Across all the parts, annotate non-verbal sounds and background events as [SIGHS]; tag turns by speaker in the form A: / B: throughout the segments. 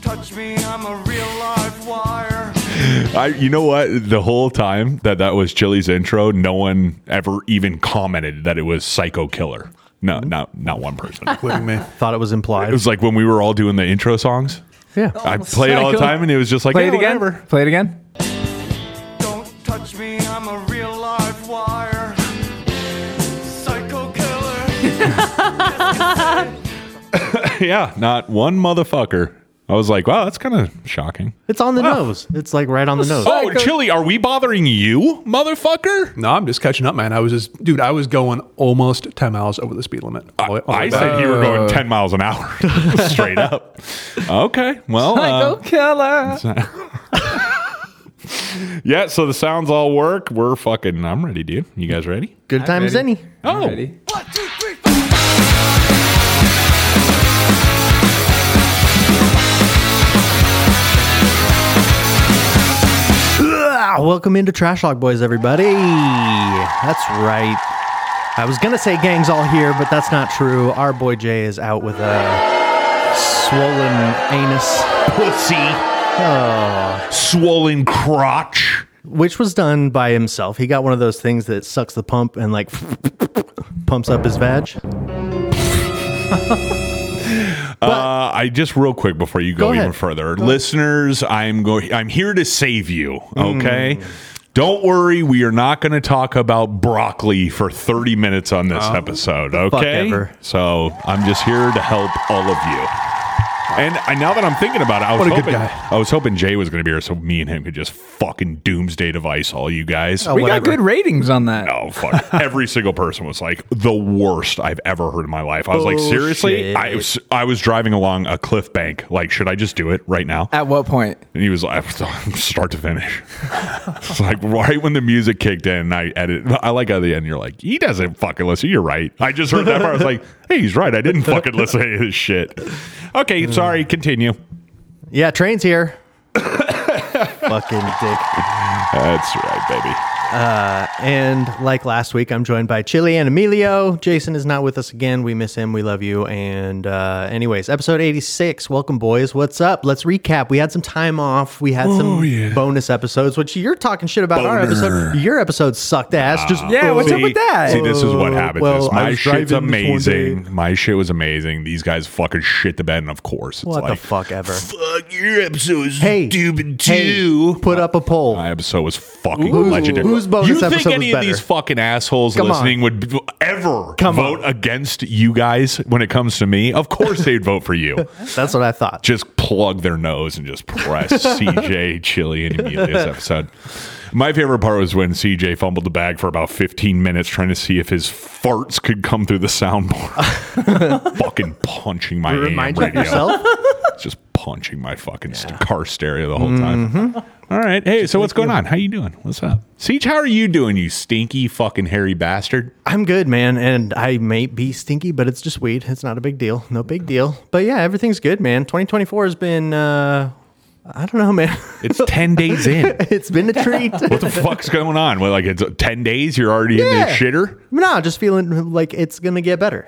A: touch me, I'm a real live wire.
B: I, you know what? The whole time that that was Chili's intro, no one ever even commented that it was Psycho Killer. No,
C: Mm-hmm.
B: not not one
C: [LAUGHS]
B: person. it
D: Including me.
E: Thought it was implied.
B: was like when we were all doing the intro songs.
E: yeah.
B: I played all the
C: Psycho.
B: time, and it was just like,
C: Play
B: yeah,
C: it again.
B: whatever.
C: Play it again.
A: Don't touch me, I'm a real live wire. Psycho killer.
B: [LAUGHS] yeah, not one motherfucker. I was like, wow, that's kind of shocking.
E: It's on the nose. It's like right on the nose.
B: Oh, Chili, are we bothering you, motherfucker?
D: No, I'm just catching up, man. I was just, dude, I was going almost 10 miles over the speed limit. All- all the
B: I
D: way
B: said
D: back.
B: you were going ten miles an hour, [LAUGHS] straight up. Okay, well, uh,
C: Psycho killer.
B: [LAUGHS] yeah. So the sounds all work. We're fucking. I'm ready, dude. You guys ready?
E: Good time as
C: ready.
E: any.
B: Oh,
C: Ready?
A: One, two, three, four.
E: Ah, welcome into Trash Talk, boys, everybody. That's right. I was gonna say gangs all here, but that's not true. Our boy Jay is out with a swollen anus,
B: pussy.
E: oh,
B: swollen crotch.
E: which was done by himself. He got one of those things that sucks the pump and like pumps up his vag.
B: Uh, I just real quick before you go,
E: Go ahead.
B: even further, listeners, I'm going. I'm here to save you.
E: Hmm.
B: Okay. Don't worry, we are not going to talk about broccoli for 30 minutes on this episode, okay?
E: Oh, ever.
B: So, I'm just here to help all of you. And I, now that I'm thinking about it, I was
D: What a
B: hoping
D: good guy.
B: I was hoping Jay was going to be here so me and him could just fucking doomsday device all you guys.
E: Oh,
C: We got
E: Whatever.
C: good ratings on that.
B: Oh fuck!
C: [LAUGHS]
B: Every single person was like the worst I've ever heard in my life. I was
C: Oh,
B: like, seriously,
E: Bullshit.
B: I was I was driving along a cliff bank. Like, should I just do it right now?
C: At what point?
B: And he was like, [LAUGHS] start to finish. it's like right when the music kicked in, I edit. I like at the end, you're like, he doesn't fucking listen. You're right. I just heard that part. I was like, hey, he's right. I didn't fucking listen to any of this shit. Okay, sorry. Continue.
E: Yeah, train's here. Fucking dick.
B: That's right, baby.
E: And like last week, I'm joined by Chili and Emilio. Jason is not with us again. We miss him. We love you. And uh, anyways, episode 86. Welcome, boys. What's up? Let's recap. We had some time off. We had some bonus episodes, which you're talking shit about our episode. Your episode sucked ass. Just
C: Yeah, what's up
B: See-
C: with that?
B: See, this is what
E: Uh,
B: happens.
E: well,
B: is
E: I
B: my
E: was
B: shit's
E: driving this one
B: amazing. My shit was amazing. These guys fucking shit the bed, and of course, it's
E: What
B: like,
E: the fuck ever?
B: Fuck your episode is
E: Hey,
B: stupid
E: hey,
B: too.
E: put up a poll.
B: my episode was fucking
E: Who's-
B: legendary.
E: whose bonus
B: you think
E: episode
B: any
E: was
B: of these
E: better?
B: fucking assholes
E: Come on.
B: listening would b- ever
E: Come
B: vote
E: on.
B: against you guys when it comes to me? Of course they'd vote for
E: [LAUGHS]
B: you.
E: That's what I thought.
B: just plug their nose and just press CJ Chili and Emilia's episode. My favorite part was when CJ fumbled the bag for about 15 minutes trying to see if his farts could come through the soundboard. fucking punching my AM
E: Remind you of
B: radio.
E: yourself.
B: Just punching my fucking st- car stereo the whole time. All right. Hey, so what's going on? How you doing? What's up? Siege, how are you doing, you stinky fucking hairy bastard?
E: I'm good, man, and I may be stinky, but it's just weed. It's not a big deal. No big deal. But yeah, everything's good, man. 2024 has been uh I don't know, [LAUGHS] man.
B: It's 10 days in.
E: it's been a
B: [LAUGHS]
E: treat.
B: What the fuck's going on? Well, like it's uh, 10 days, you're already in the
E: Yeah.
B: shitter?
E: no, just feeling like it's going to get better.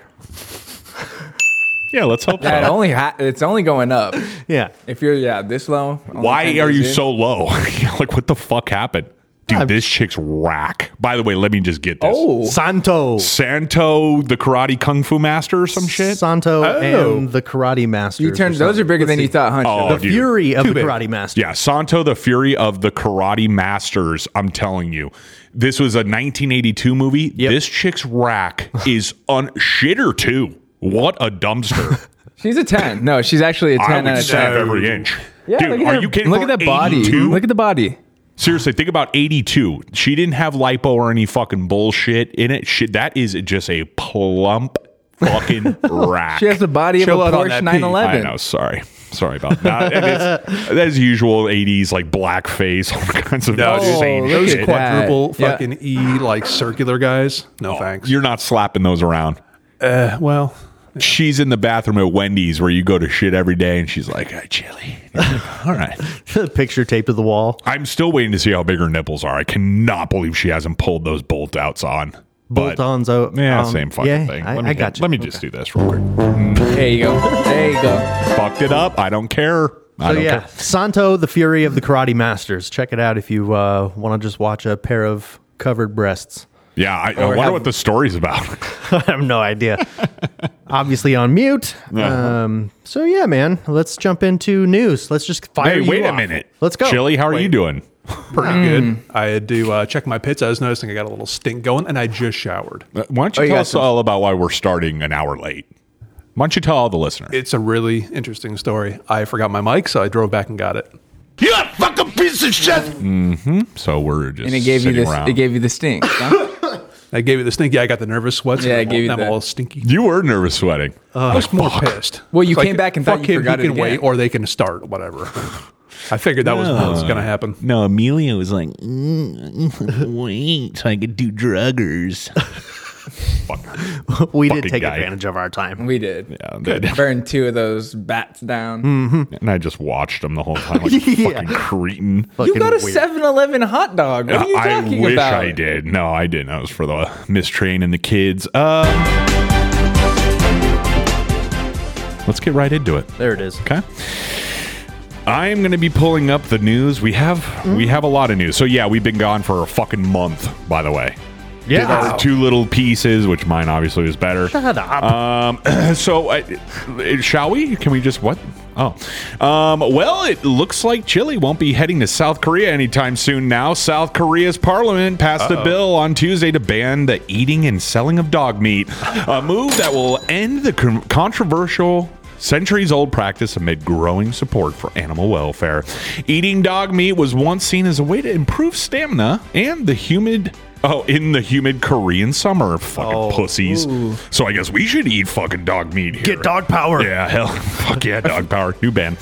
B: Yeah, let's hope
C: Yeah, it
B: so.
C: only ha- it's only going up.
E: Yeah.
C: If you're yeah this low. only
B: Why
C: 10
B: are you
C: days in.
B: so low? [LAUGHS] like, what the fuck happened? Dude,
E: I'm-
B: this chick's rack. By the way, let me just get this.
C: Oh,
E: Santo.
B: Santo, the karate kung fu master, or some shit.
E: Santo
B: Oh.
E: and the Karate Master.
C: you turned those are bigger than you thought, Hunter.
B: Oh,
E: The
B: dude.
E: Fury of
D: Too
E: the
D: big.
E: Karate Master.
B: Yeah, Santo, the Fury of the Karate Masters. I'm telling you, this was a 1982 movie. This chick's
C: [LAUGHS]
B: rack is on shitter too. What a
C: [LAUGHS]
B: dumpster!
C: She's a ten. No, she's actually a
B: I
C: ten out
B: would
C: of
B: stab
C: ten.
B: every inch.
C: Yeah,
B: Dude,
C: look at
B: are
C: her-
B: you kidding?
C: Look
B: For
C: at the body.
B: 82?
C: Look at the body.
B: Seriously, think about 82. She didn't have lipo or any fucking bullshit in it. Shit, that is just a plump
C: [LAUGHS]
B: fucking rack.
C: She has the body
D: Chill
C: of
D: out
C: a
D: on
C: Porsche
D: that pee.
B: I know.
C: 911.
B: Sorry. Sorry about that. And it's, as usual, 80s, like blackface, [LAUGHS] all kinds of
D: No, dude.
B: insane
C: Look
D: Those
C: at
B: shit.
C: that.
D: quadruple
C: Yeah.
D: fucking E, like circular guys. No thanks.
B: You're not slapping those around.
D: Uh, well,
B: She's in the bathroom at Wendy's where you go to shit every day, and she's like, hey, chili. [LAUGHS] All right.
E: [LAUGHS] Picture taped to the wall.
B: I'm still waiting to see how big her nipples are. I cannot believe she hasn't pulled those bolt outs on. But-
E: Bolt ons out.
B: Yeah,
E: um,
B: same fucking
E: yeah,
B: thing.
E: I,
B: Let me
E: I
B: do-
E: got you.
B: Let me just do this real quick.
C: There you go. There you go.
B: Fucked it up. I don't care. I
E: So
B: don't
E: yeah,
B: care.
E: Santo, the Fury of the Karate Masters. Check it out if you uh, want to just watch a pair of covered breasts. [LAUGHS]
B: Yeah, I, I
C: Or
B: wonder
C: have-
B: what the story's about.
E: I have no idea.
B: [LAUGHS]
E: Obviously on mute.
B: Yeah.
E: Um, so yeah, man, let's jump into news. Let's just fire.
B: hey,
E: you
B: wait a
E: off.
B: minute.
E: Let's go.
B: Chili, how are you doing?
D: Pretty
C: Hmm.
D: good. I had to uh, check my pits. I was noticing I got a little stink going, and I just showered.
B: Uh, Why don't you
C: Oh, you
B: tell
C: got
B: us
C: some-
B: all about why we're starting an hour late? Why don't you tell all the listeners?
D: It's a really interesting story. I forgot my mic, so I drove back and got it.
B: you a fucking piece of shit. Mm-hmm. So we're just
C: And it gave you
B: sitting
C: this.
B: around.
C: It gave you the stink.
B: [LAUGHS]
C: huh?
D: I gave you the stinky. I got the nervous sweats.
C: Yeah, I
D: I'm all-
C: gave you
D: I'm
C: that.
B: [LAUGHS]
D: all stinky.
B: you were nervous sweating.
C: Uh,
D: I was more pissed.
C: Well, you
D: It's
C: came back and thought
D: fuck
C: you
D: him,
C: forgot
D: he
C: it
D: can wait,
C: again.
D: or they can start, whatever. [LAUGHS] I figured that was what was going to happen.
F: No, Emilio was like, mm, [LAUGHS] wait, so I could do druggers.
E: [LAUGHS] we did
B: Fucking
E: take
B: guy.
E: advantage of our time.
C: we did.
B: Yeah, Hmm. they did.
C: Burned two of those bats down.
B: Uh, and I just watched them the whole time
C: [LAUGHS]
B: like a
E: Yeah.
B: fucking cretin.
C: You
E: Fucking
C: got a
E: weird.
C: 7 Eleven hot dog. What are you
B: I
C: talking
B: wish
C: about?
B: I did. No, I didn't. That was for the Miss Train and the kids. Um, let's get right into it.
E: There it is.
B: Okay. I'm going to be pulling up the news. We have we have a lot of news. So yeah, we've been gone for a fucking month. By the way, Did
E: Yeah.
B: our two little pieces, which mine obviously was better.
E: Shut up.
B: Um, [CLEARS THROAT] so, uh, shall we? Can we just what? Oh, um, well, it looks like Chile won't be heading to South Korea anytime soon. Now, South Korea's parliament passed a bill on Tuesday to ban the eating and selling of dog meat, a move that will end the con- controversial. Centuries old practice amid growing support for animal welfare. Eating dog meat was once seen as a way to improve stamina and the humid Oh, in the humid Korean summer, fucking pussies. So I guess we should eat fucking dog meat here.
E: Get dog power.
B: Yeah, hell, [LAUGHS] fuck yeah, dog power. New band.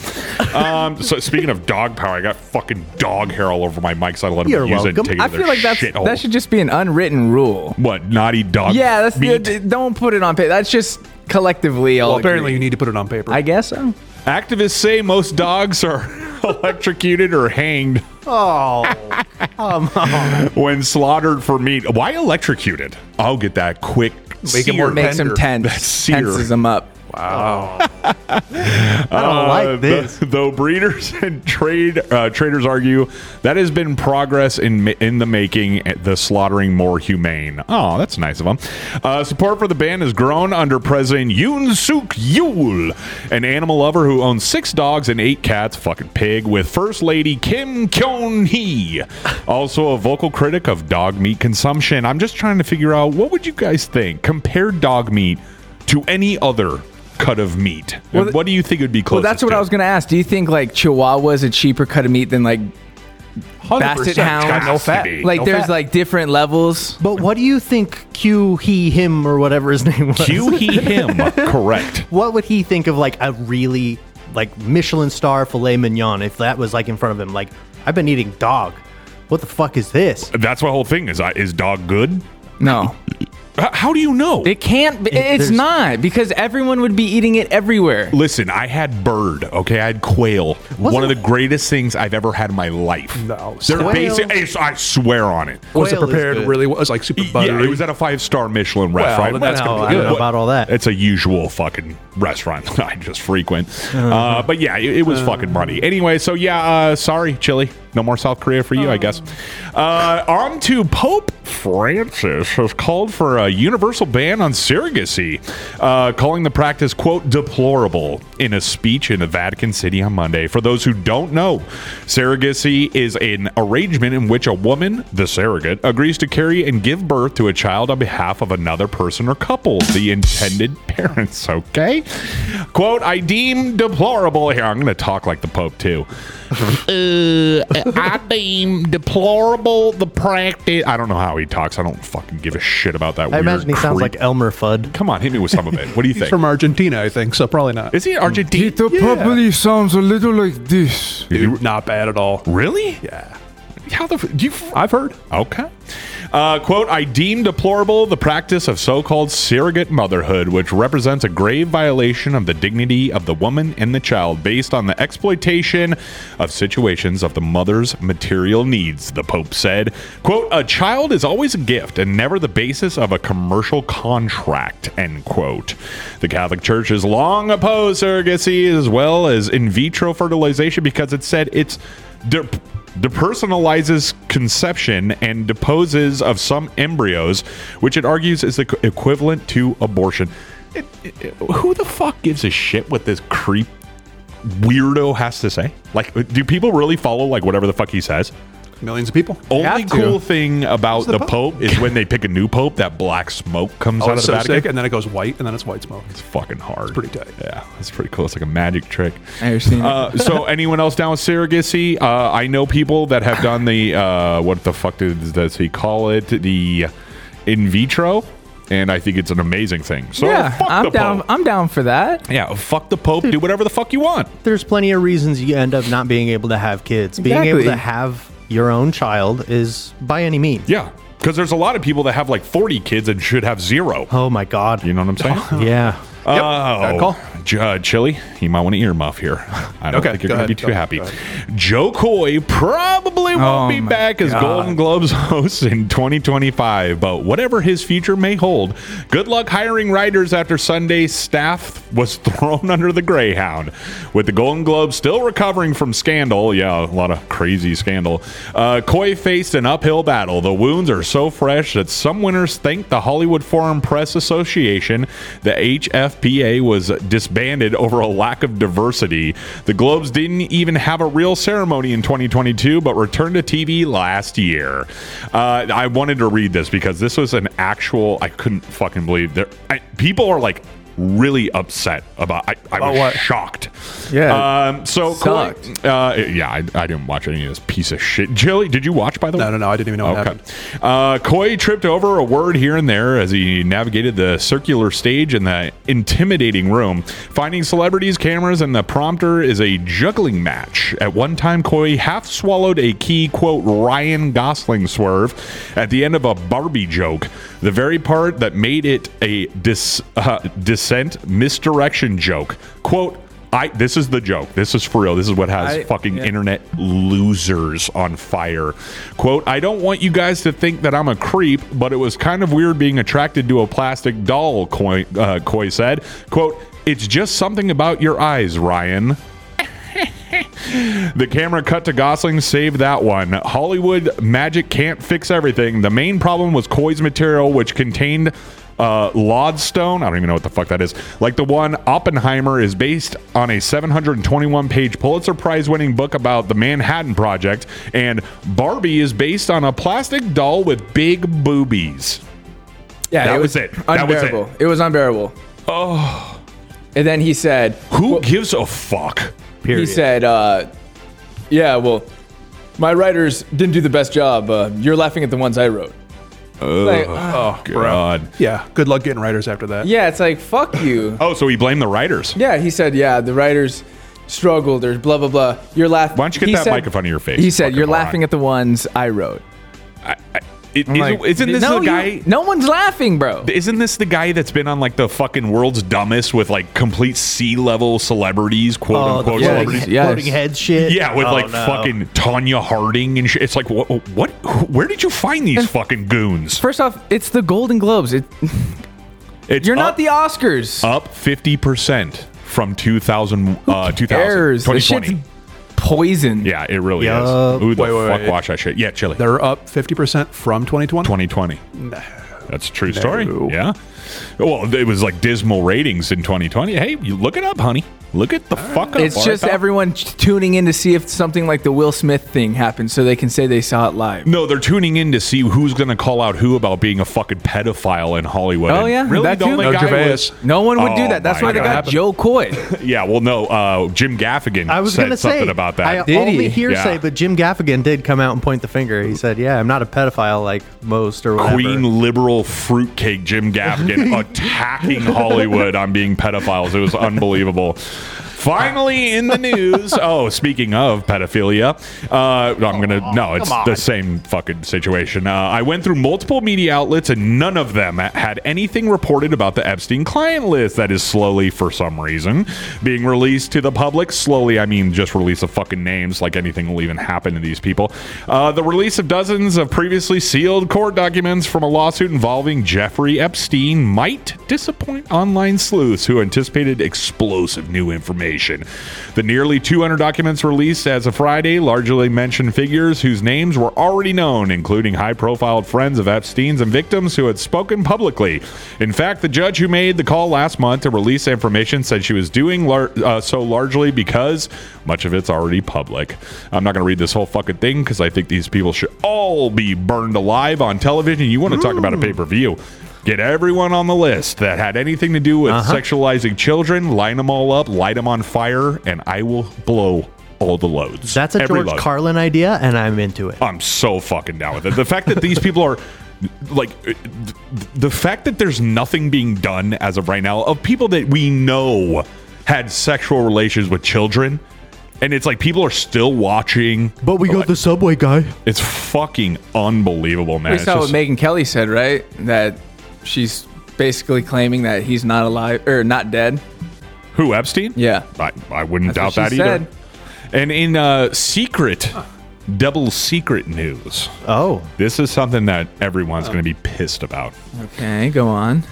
B: Um, so speaking of dog power, I got fucking dog hair all over my mic. So I let them
E: You're
B: use it.
E: welcome.
B: And take it
C: I
B: to their
C: feel like that's,
B: shithole.
C: that should just be an unwritten rule.
B: what? Not eat dog?
C: Yeah, that's
B: meat.
C: the, don't put it on paper. That's just collectively all.
D: Well, apparently
C: agree.
D: you need to put it on paper.
C: I guess so.
B: Activists say most dogs are [LAUGHS] electrocuted or hanged
E: Oh, come on.
B: [LAUGHS] when slaughtered for meat. Why electrocuted? I'll get that quick.
D: Make it more
B: sear.
C: Makes them
D: Tender.
C: tense.
B: That's sear.
C: Tenses them up.
E: I don't
B: Uh,
E: like
B: the-
E: this.
B: [LAUGHS] though breeders and trade uh, traders argue that has been progress in ma- in the making, uh, the slaughtering more humane. Oh, that's nice of them. Uh, support for the ban has grown under President Yoon Suk Yeol, an animal lover who owns six dogs and eight cats, fucking pig, with First Lady Kim Kyun Hee, also a vocal critic of dog meat consumption. I'm just trying to figure out what would you guys think compare dog meat to any other. Cut of meat.
C: Well,
B: And what do you think would be
C: Well,
B: closest?
C: that's what
B: to?
C: I was going to ask. Do you think like Chihuahua is a cheaper cut of meat than like Basset
D: 100%. It's got
C: hound.
D: no fat.
B: Has to be.
C: like
D: No
C: there's
D: fat.
C: like different levels?
E: But what do you think Q, he, him, or whatever his [LAUGHS] name was?
B: Q he him. Correct.
E: what would he think of like a really like Michelin star filet mignon if that was like in front of him? Like, I've been eating dog. What the fuck is this?
B: That's my whole thing. Is I, is dog good?
C: No,
B: H- How do you know?
C: it can't. Be, it's
E: there's-
C: not because everyone would be eating it everywhere.
B: Listen, I had bird. Okay, I had quail. one of the
E: it-
B: greatest things I've ever had in my life.
D: No,
B: they're
D: quail-
B: basic. it's- I swear on it.
D: was it
E: Quail is
D: prepared
E: good.
D: really well? It was like super buttery.
B: Yeah, it was at a five star Michelin
D: Well,
B: restaurant.
D: then that's
E: No,
D: gonna
E: I
D: be
E: don't
D: good.
E: know about all that.
B: It's a usual fucking restaurant [LAUGHS] I just frequent. Uh, but yeah, it, it was fucking money. Anyway, so yeah, uh, sorry, Chile. No more South Korea for you, I guess. Uh, on to Pope Francis has called for a universal ban on surrogacy, uh, calling the practice, quote, deplorable in a speech in the Vatican City on Monday. For those who don't know, surrogacy is an arrangement in which a woman, the surrogate, agrees to carry and give birth to a child on behalf of another person or couple, the intended [LAUGHS] parents, okay? Quote, I deem deplorable. Here, I'm going to talk like the Pope, too. uh, I deem deplorable the practice. I don't know how he talks. I don't fucking give a shit about that.
E: I imagine he sounds like Elmer Fudd.
B: Come on, hit me with some of it. What do you
D: He's
B: think?
D: from Argentina, I think, so probably not.
B: Is he Argentine?
G: probably sounds a little like this.
D: Dude, not bad at all.
B: Really?
D: Yeah.
B: How the f- do you? f-
D: I've heard.
B: Okay. Uh, quote, I deem deplorable the practice of so called surrogate motherhood, which represents a grave violation of the dignity of the woman and the child based on the exploitation of situations of the mother's material needs, the Pope said. Quote, a child is always a gift and never the basis of a commercial contract, end quote. The Catholic Church has long opposed surrogacy as well as in vitro fertilization because it said it's de- depersonalizes conception and deposes of some embryos, which it argues is the equ- equivalent to abortion. It- it- it- who the fuck gives a shit what this creep weirdo has to say? Like, do people really follow like whatever the fuck he says?
D: Millions of people.
B: Only
D: Have to.
B: cool thing about
D: the
B: the,
D: Pope.
B: pope. is when they pick a new pope, that black smoke comes
D: Oh,
B: out of the
D: it's so
B: Vatican.
D: sick. And then it goes white, and then it's white smoke.
B: It's fucking hard. It's
D: pretty tight.
B: Yeah, it's pretty cool. It's like a magic trick.
C: I understand.
B: Uh,
C: [LAUGHS]
B: so anyone else down with surrogacy? Uh, I know people that have done the uh, what the fuck does, does he call it? The in vitro, and I think it's an amazing thing. So
C: yeah,
B: fuck
C: I'm
B: the
C: down.
B: Pope.
C: I'm down for that.
B: yeah, fuck the Pope. Do whatever the fuck you want.
E: There's plenty of reasons you end up not being able to have kids. Being
C: Exactly.
E: able to have your own child is by any means.
B: Yeah, because there's a lot of people that have like 40 kids and should have zero.
E: Oh my God.
B: You know what I'm
C: [LAUGHS]
B: saying?
E: Yeah.
B: Oh,
D: call.
B: J- uh, Chili, you might want to earmuff here. [LAUGHS] I don't
D: Okay,
B: think you're
D: go
B: going to be
D: ahead,
B: too
D: go ahead,
B: happy.
D: go
B: Joe Coy probably won't
C: Oh
B: be
C: my
B: back as Golden Globes [LAUGHS] host in 2025, but whatever his future may hold, good luck hiring writers after Sunday's staff was [LAUGHS] thrown under the Greyhound. With the Golden Globes still recovering from scandal, yeah, a lot of crazy scandal, uh, Coy faced an uphill battle. The wounds are so fresh that some winners think the Hollywood Foreign Press Association, the HFPA, was disbanded over a lack of diversity. The Globes didn't even have a real ceremony in 2022, but returned to TV last year. Uh, I wanted to read this because this was an actual. I couldn't fucking believe there. I, people are like really upset about. I, I was shocked.
C: Yeah.
B: Um, so
C: Sucked.
B: Coy- uh, yeah, I, I didn't watch any of this piece of shit. Jilly, did you watch by the way?
D: No, no, no. I didn't even know what
B: Okay.
D: happened.
B: Uh, Coy tripped over a word here and there as he navigated the circular stage in the intimidating room. Finding celebrities, cameras, and the prompter is a juggling match. At one time, Coy half swallowed a key, quote, Ryan Gosling swerve at the end of a Barbie joke, the very part that made it a dis, uh, dissent misdirection joke. Quote, I, this is the joke. This is for real. This is what has
C: I-
B: fucking
C: yeah.
B: internet internet losers on fire. Quote, I don't want you guys to think that I'm a creep, but it was kind of weird being attracted to a plastic doll, Coy, uh, Coy said. Quote, it's just something about your eyes, Ryan. The camera cut to Gosling, save that one. Hollywood magic can't fix everything. The main problem was Coy's material, which contained uh, Lodestone. I don't even know what the fuck that is. Like the one Oppenheimer is based on a 721 page Pulitzer Prize winning book about the Manhattan Project, and Barbie is based on a plastic doll with big boobies.
C: Yeah,
B: That was it. That was it.
C: Unbearable. it was unbearable. Oh. And then he said,
B: Who gives a fuck?
C: He said, uh, "Yeah, well, my writers didn't do the best job. Uh, you're laughing at the ones I wrote." Like,
B: Oh, God.
D: Yeah. Good luck getting writers after that.
C: yeah, it's like fuck you.
B: Oh, so he blamed the writers.
C: yeah, he said, "Yeah, the writers struggled or blah blah blah." You're laughing.
B: Why don't you get that microphone in your face,
C: He said,
B: fucking
C: "You're
B: moron."
C: laughing at the ones I wrote."
B: I, I, it, isn't, isn't this
C: no,
B: the
C: you-
B: guy?
C: no one's laughing, bro.
B: Isn't this the guy that's been on like the fucking world's dumbest with like complete sea level celebrities, quote
E: Oh, the
B: unquote
C: yeah,
E: floating,
B: celebrities?
C: yeah. yes.
E: floating head shit.
B: Yeah, with
E: Oh,
B: like
E: no.
B: fucking Tanya Harding and shit. It's like, what, what? who- Where did you find these fucking goons?
C: First off, it's the Golden Globes. It,
B: It's
C: you're not
B: up-
C: the Oscars.
B: up fifty percent from 2000, uh, 2000
C: Errors. The shit's
B: 2020.
C: poison.
B: Yeah, it really
E: Yup.
B: is. Who the
D: Wait, wait,
B: fuck
D: wait.
B: watch that shit? Yeah, Chili.
D: They're up 50% from 2020.
B: 2020. That's a true story.
D: No.
B: Yeah. Well, it was like dismal ratings in 2020. Hey, you look it up, honey. Look at the fuck up.
C: It's
B: all right,
C: just
B: pal?
C: everyone t- tuning in to see if something like the Will Smith thing happened so they can say they saw it live.
B: No, they're tuning in to see who's going to call out who about being a fucking pedophile in Hollywood.
C: Oh,
B: And
C: yeah,
B: really?
C: that
B: the
C: too?
B: only
C: No,
B: guy
D: Gervais.
B: was-
C: No one would
B: Oh
C: do that. That's
B: my
C: why they
B: God.
C: got Joe Coy.
B: Yeah, well, no, uh, Jim Gaffigan
E: I was
B: said
E: going to say
B: something about that.
E: I
C: Did
E: only
C: he?
E: hearsay,
B: Yeah.
E: but Jim Gaffigan did come out and point the finger. He said, "Yeah, I'm not a pedophile like most or whatever."
B: Queen liberal fruitcake Jim Gaffigan attacking Hollywood on being pedophiles. It was unbelievable. Finally, in the news. oh, speaking of pedophilia, uh, I'm gonna no, it's the same fucking situation. Uh, I went through multiple media outlets, and none of them had anything reported about the Epstein client list that is slowly, for some reason, being released to the public. Slowly, I mean just release of fucking names, like anything will even happen to these people. Uh, the release of dozens of previously sealed court documents from a lawsuit involving Jeffrey Epstein might disappoint online sleuths who anticipated explosive new information. The nearly 200 documents released as of Friday largely mention figures whose names were already known, including high profile friends of Epstein's and victims who had spoken publicly. In fact, the judge who made the call last month to release information said she was doing lar- uh, so largely because much of it's already public. I'm not going to read this whole fucking thing because I think these people should all be burned alive on television. You want to talk
E: Hmm.
B: about a pay per view. Get everyone on the list that had anything to do with
E: Uh-huh.
B: sexualizing children, line them all up, light them on fire, and I will blow all the loads.
E: That's a
B: Every
E: George
B: load.
E: Carlin idea, and I'm into it.
B: I'm so fucking down with it. The fact that these people are like th- the fact that there's nothing being done as of right now of people that we know had sexual relations with children and it's like people are still watching
E: But we got the subway guy.
B: it's fucking unbelievable man
C: We
B: It's
C: saw
B: just-
C: what Megan Kelly said, right? That she's basically claiming that he's not alive or not dead.
B: who epstein
C: Yeah.
B: i, I wouldn't
C: That's
B: doubt that
C: what she
B: either and in uh secret double secret news
E: Oh,
B: this is something that everyone's gonna be pissed about
C: Okay, go on.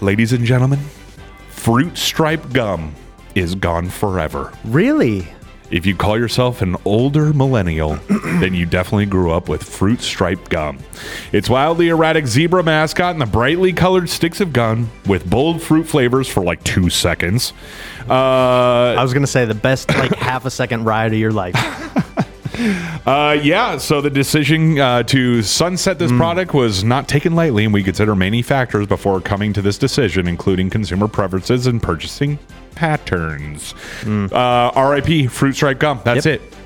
B: ladies and gentlemen fruit stripe gum is gone forever
E: really?
B: If you call yourself an older millennial, then you definitely grew up with fruit striped gum. Its wildly erratic zebra mascot and the brightly colored sticks of gum with bold fruit flavors for like two seconds. Uh,
E: I was gonna say the
B: [COUGHS]
E: best like half a second ride of your life.
B: Uh, yeah, so the decision uh, to sunset this product was not taken lightly, and we consider many factors before coming to this decision, including consumer preferences and purchasing patterns. Uh, RIP, fruit stripe gum. That's
E: Yep.
B: it.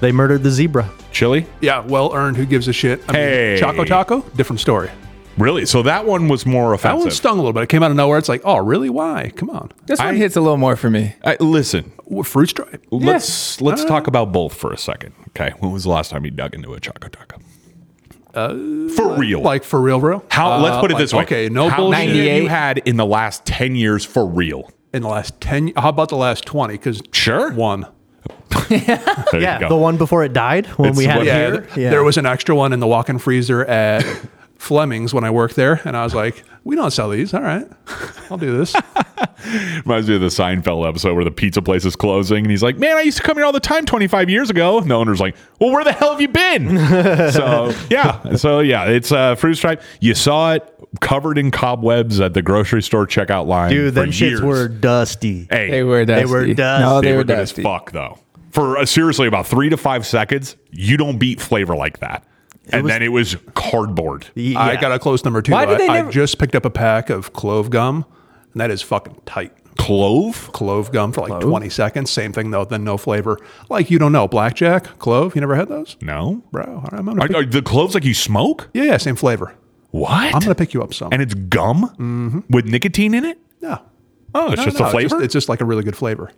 E: They murdered the zebra.
B: Chili?
D: Yeah, well earned. Who gives a shit? I
B: Hey.
D: mean, Choco Taco, different story.
B: Really? So that one was more
D: That
B: offensive.
D: one stung a little bit. It came out of nowhere. It's like, oh, really? Why? Come on.
C: This
B: I-
C: one hits a little more for me.
B: I, listen,
D: Ooh, Fruit stripe.
B: let's let's talk about both for a second. Okay, when was the last time you dug into a choco taco? for real,
D: Uh, Like for real, real.
B: how? let's
D: Uh,
B: put it
D: like,
B: this way.
D: Okay, no
B: how
D: bullshit.
B: many have you
C: 98?
B: had in the last ten years for real?
D: In the last ten, how about the last twenty? Because
B: Sure.
D: one.
B: There you go.
E: The one before it died when
B: It's
E: we had
B: what-
E: it
D: Yeah,
E: here.
D: th- there was an extra one in the walk-in freezer at [LAUGHS] Fleming's when I worked there, and I was like, we don't sell these. All right, [LAUGHS] I'll do
B: [LAUGHS]
D: this.
B: Reminds me of the Seinfeld episode where the pizza place is closing, and he's like, "Man, I used to come here all the time 25 years ago." And the owner's like, "Well, where the hell have you been?" so yeah, so yeah, it's uh, fruit stripe. You saw it covered in cobwebs at the grocery store checkout line.
E: Dude,
B: for
E: them
B: years.
E: shits were dusty.
B: Hey,
C: They were
E: They
C: dusty.
E: were dusty.
C: No, they,
B: they
C: were,
B: were good as
C: dusty.
B: fuck though. For uh, seriously about three to five seconds, you don't beat flavor like that. and then it was cardboard.
E: Y- yeah.
D: I got a close number two.
C: Why
D: Why
C: do they
D: I,
C: never-
D: I just picked up a pack of clove gum, and that is fucking tight.
B: Clove?
D: Clove gum for like 20 seconds. Same thing though, then no flavor. Like you don't know blackjack, clove. You never had those,
B: No.
D: bro? All right, I'm gonna
B: Are,
D: pick-
B: are the cloves like you smoke?
D: yeah, yeah, same flavor.
B: What?
D: I'm gonna pick you up some.
B: and it's gum with nicotine in it?
D: no,
B: Oh, it's
D: No,
B: just
D: no,
B: a
D: It's
B: flavor?
D: just, it's just like a really good flavor.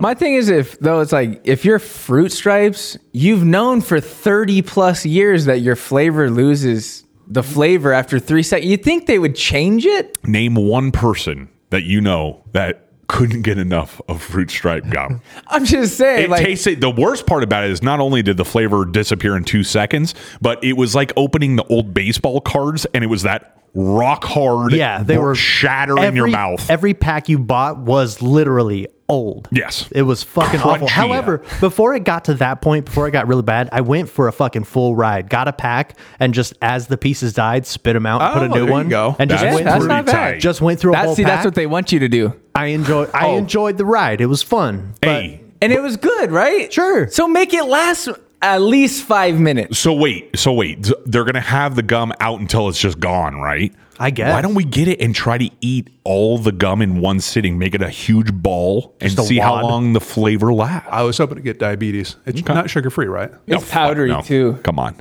C: My thing is, if though, it's like if you're fruit stripes, you've known for 30 plus years that your flavor loses the flavor after three seconds. You think they would change it?
B: Name one person that you know that couldn't get enough of fruit stripe gum.
C: I'm just saying,
B: It
C: like,
B: tasted the worst part about it is not only did the flavor disappear in two seconds, but it was like opening the old baseball cards, and it was that rock hard.
E: Yeah, they were
B: shattering your
E: every-
B: mouth.
E: Every pack you bought was literally old.
B: Yes.
E: It was fucking awful.
B: Crunchy.
E: However, before it got to that point, before it got really bad, I went for a fucking full ride. Got a pack and just as the pieces died, spit them out, and put a
D: Oh,
E: new
D: there you
E: one.
D: go.
E: And just
B: That's
E: went
C: that's
E: through,
C: not bad.
B: tight. Oh.
E: just went through a
C: that's
E: whole
C: see,
E: pack.
C: that's what they want you to do.
E: I enjoyed I enjoyed the ride. It was fun. But
B: hey,
C: And it was good, right?
E: Sure.
C: So make it last at least five minutes.
B: so wait, so wait, th- they're gonna have the gum out until it's just gone, right?
E: I guess.
B: Why don't we get it and try to eat all the gum in one sitting, make it a huge ball,
E: Just a
B: and see
E: wad.
B: how long the flavor lasts?
D: I was hoping to get diabetes. It's not sugar free, right?
B: No,
C: it's
B: fuck
C: powdery
B: no.
C: too.
B: Come on.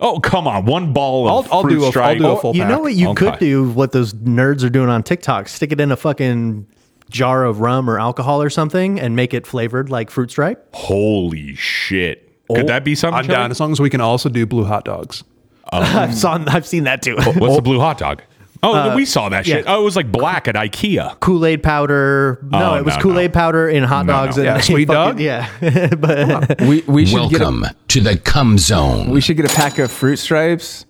B: Oh, come on. One ball of
D: I'll- I'll
B: fruit
D: do a- I'll
B: stripe.
D: do a full
E: you know
D: pack.
E: what you
B: Okay.
E: could do what those nerds are doing on TikTok? Stick it in a fucking jar of rum or alcohol or something and make it flavored like fruit stripe.
B: [LAUGHS] Holy shit. Could that be something?
D: I'm
B: Kelly?
D: down as long as we can also do blue hot dogs.
E: I've saw, I've seen that [LAUGHS] too.
B: What's the blue hot dog? Oh, we saw that shit.
E: yeah.
B: Oh, it was like black at IKEA.
E: Kool Aid powder. No,
B: Oh,
E: it was
B: no,
E: Kool Aid
B: no.
E: powder in hot
B: No,
E: dogs
B: no.
E: and [LAUGHS]
D: Yeah, sweet dog?
E: Yeah, [LAUGHS] but
C: We we should
H: Welcome
C: get
H: to the cum
C: a,
H: zone.
C: we should get a pack of fruit stripes,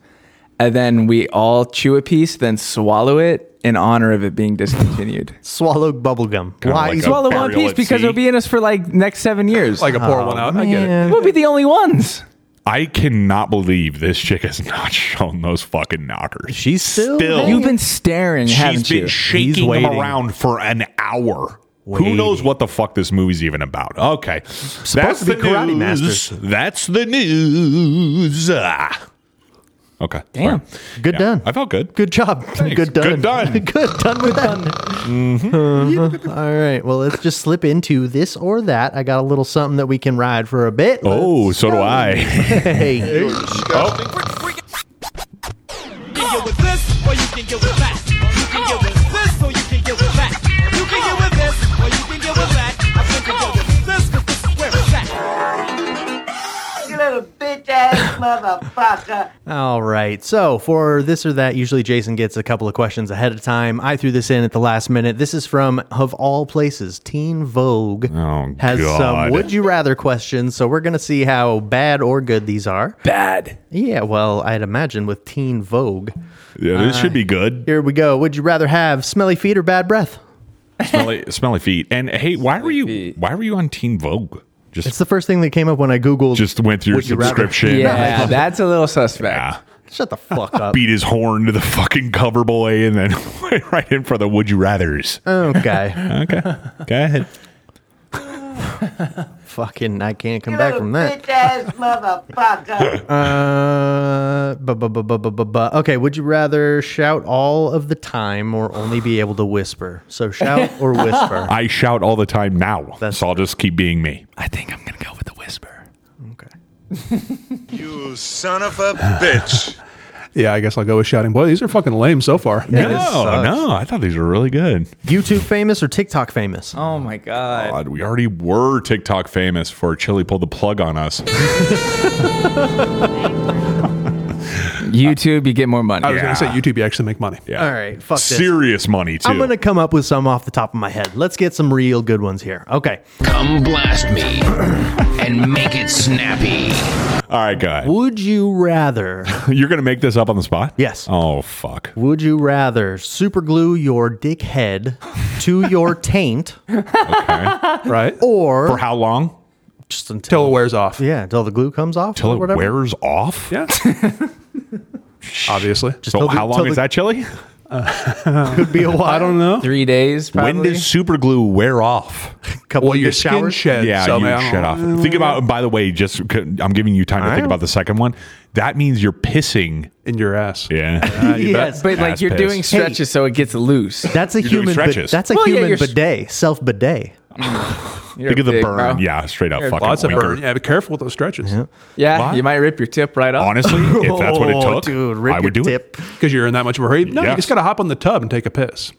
C: and then we all chew a piece, then swallow it in honor of it
B: [SIGHS]
C: being discontineed.
E: swallow bubble gum. Why?
B: like a-
C: swallow one
B: Burial
C: piece
B: at
C: because
B: sea.
C: it'll be in us for like next seven years.
D: Like a pour one out. I get it.
E: Oh, Man.
C: [LAUGHS] we'll be the only ones.
B: I cannot believe this chick has [LAUGHS] not shown those fucking knockers.
E: She's still there.
C: You've been staring, haven't
B: Oh. She's been
C: you?
E: He's
B: shaking them
E: waiting.
B: around for an hour. Who
E: Waiting.
B: knows what the fuck this movie's even about? Okay, that's
E: to be Karate
B: news.
E: Masters.
B: That's the news. Ah. Okay,
C: Damn.
B: sorry.
E: Good
B: Yeah,
E: done.
B: I felt good.
E: Good job. Good done.
B: Good done.
E: [LAUGHS] Good done with that. Uh, all right. Well, let's just slip into this or that. I got a little something that we can ride for a bit.
B: Oh,
E: Let's
B: so do [LAUGHS]
E: go.
B: I.
E: [LAUGHS] Hey.
I: You can get with this, or you can get with that. You can get with this, or you can get with that. You can get with this, or you can get with that. I think you can get with this, 'cause this is where it's at.
J: you little bitch
B: [COUGHS]
J: ass motherfucker.
E: All right. So for this or that, usually Jason gets a couple of questions ahead of time. I threw this in at the last minute. This is from, of all places, Teen Vogue
B: Oh,
E: has
B: God.
E: some would you rather questions. So we're going to see how bad or good these are.
C: Bad.
E: Yeah. Well, I'd imagine with Teen Vogue.
B: Yeah, this should be
E: [LAUGHS]
B: good.
E: Here we go. Would you rather have smelly feet or bad breath?
B: Smelly, smelly feet. And hey, why were you? Why were you on Teen Vogue? Just
E: It's the first thing that came up when I Googled.
B: just went through your
E: you rather-
B: subscription.
C: Yeah, that's a little suspect.
B: Yeah.
E: shut
B: [LAUGHS]
E: the fuck up.
B: Beat his horn to the fucking cover boy, and then [LAUGHS] went right in for the would you
E: [LAUGHS]
B: rather's.
E: okay.
B: Okay, go ahead.
E: Fucking, I can't come
J: You
E: back
J: little
E: from that.
J: bitch ass motherfucker.
E: Uh, bu- bu- bu- bu- bu- bu- bu- okay. Would you rather shout all of the time or only be able to whisper? So shout or whisper.
B: I shout all the time now,
E: That's-
B: so I'll just keep being me.
C: I think I'm gonna go with the whisper.
E: Okay.
K: You son of a bitch.
D: Yeah, I guess I'll go with shouting. Boy, these are fucking lame so far.
B: no,
E: this sucks.
B: no, I thought these were really good.
E: YouTube famous or TikTok famous?
C: Oh my god.
B: God, we already were TikTok famous for Chili pulled the plug on
E: [LAUGHS]
B: us.
C: Oh. YouTube, you get more money.
D: I was
B: Yeah.
D: going to say YouTube, you actually make money.
B: Yeah.
E: All right. Fuck this.
B: Serious money too.
E: I'm gonna come up with some off the top of my head. Let's get some real good ones here. Okay.
H: Come blast me [CLEARS THROAT] and make it snappy.
B: all right, guy,
E: Would you rather?
B: you're gonna make this up on the spot?
E: Yes.
B: Oh fuck.
E: Would you rather super glue your dick head to your taint
D: Right?
E: or
B: For how long?
E: just until
D: Till it wears off.
E: Oh. yeah until the glue comes off
B: Till
E: or
B: it
E: whatever?
B: wears off.
D: Yeah. Obviously.
B: So
E: till the-
B: how long
E: till
B: is
E: the-
B: that chili?
E: Could be a while.
D: I don't know.
C: Three days. Probably.
B: When does super glue wear off?
E: [LAUGHS] Couple
D: Well,
E: of
D: your
E: your
D: skin
E: showers.
D: shed.
B: Yeah,
D: so,
B: you
D: man, I don't
B: shut off.
D: know.
B: Think about. By the way, just I'm giving you time to think about the second one. That means you're pissing.
D: in your ass.
E: [LAUGHS]
B: Yeah.
E: yes,
C: But like
B: Ass
C: you're
B: piss.
C: doing stretches, so it gets loose.
E: that's a
B: You're doing
E: human. But,
B: stretches.
E: that's a
C: Well, yeah,
E: human
C: you're s-
E: bidet, self bidet.
C: You're
B: Think of the
C: big,
B: burn.
C: bro.
B: Yeah, straight up. Fucking
D: Lots of
B: winker.
D: burn. Yeah, be careful with those stretches.
C: Yeah,
B: What?
C: you might rip your tip right off.
B: Honestly, if that's
D: [LAUGHS]
B: what it
D: Oh,
C: Oh,
B: took,
E: dude, rip
B: I would do
E: your
B: it.
E: tip.
D: Because you're in that much of a hurry. No, you
B: Yes.
D: just got to hop on the tub and take a piss.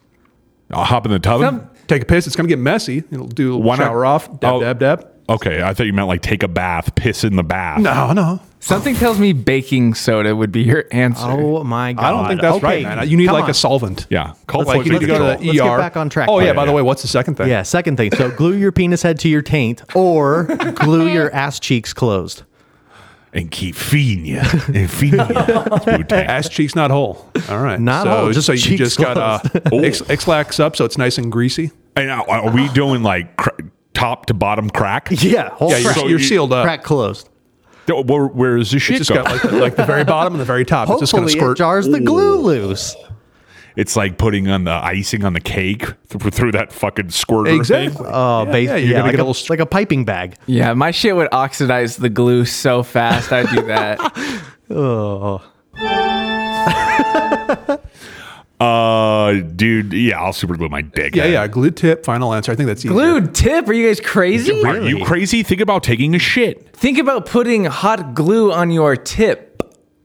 B: I'll hop in the tub.
C: Some-
D: Take a piss. It's going to get messy. It'll do a little
B: Why not-
D: shower off. Dab,
B: Oh.
D: dab, dab.
B: okay, I thought you meant like take a bath, piss in the bath.
D: No, no.
C: Something tells me baking soda would be your answer.
E: Oh my god!
D: I don't think that's
E: Okay,
D: right, man. You need
E: come
D: like
E: on.
D: a solvent.
B: Yeah, call
E: Let's-
B: like,
D: Like you need to go to
E: Let's
D: the
E: get
D: ER.
E: back on track.
D: Oh yeah.
E: Yeah,
D: by the
B: yeah.
D: way, what's the second thing?
E: Yeah. Second thing. So glue your penis head to your taint,
D: [LAUGHS]
E: or glue your ass cheeks closed.
B: and keep feeding you and feeding you. It's
D: [LAUGHS]
B: Wu-Tang.
D: Ass cheeks not whole. All right.
E: Not
D: so,
E: whole, just
D: so you
E: cheeks
D: just got uh,
B: Oh.
D: X, lax up so it's nice and greasy.
B: And now, are we doing like cr- top to bottom crack?
E: Yeah. Whole
D: [LAUGHS] Yeah, you're,
B: So
D: you're
B: you-
D: sealed up.
E: crack closed.
B: Th- Where, where is the shit
D: It's just
B: go?
D: got like the, like the very bottom and the very top. it's just going
E: Hopefully,
D: to
E: it
D: squirt.
E: jars the glue loose.
B: it's like putting on the icing on the cake th- through that fucking squirter
D: Exactly.
B: thing.
E: Oh,
D: Yeah,
E: base.
D: yeah, you're
E: yeah,
D: gonna
E: like
D: get a
E: a,
D: little str-
E: like a piping bag.
C: Yeah, my shit would oxidize the glue so fast. I'd do that.
B: Uh, dude, yeah, I'll super glue my dick.
D: Yeah,
B: in.
D: yeah. Glue tip. Final answer. I think that's easier.
C: [LAUGHS] Glue tip? Are you guys crazy?
B: Are you crazy? Think about taking a shit.
C: Think about putting hot glue on your tip.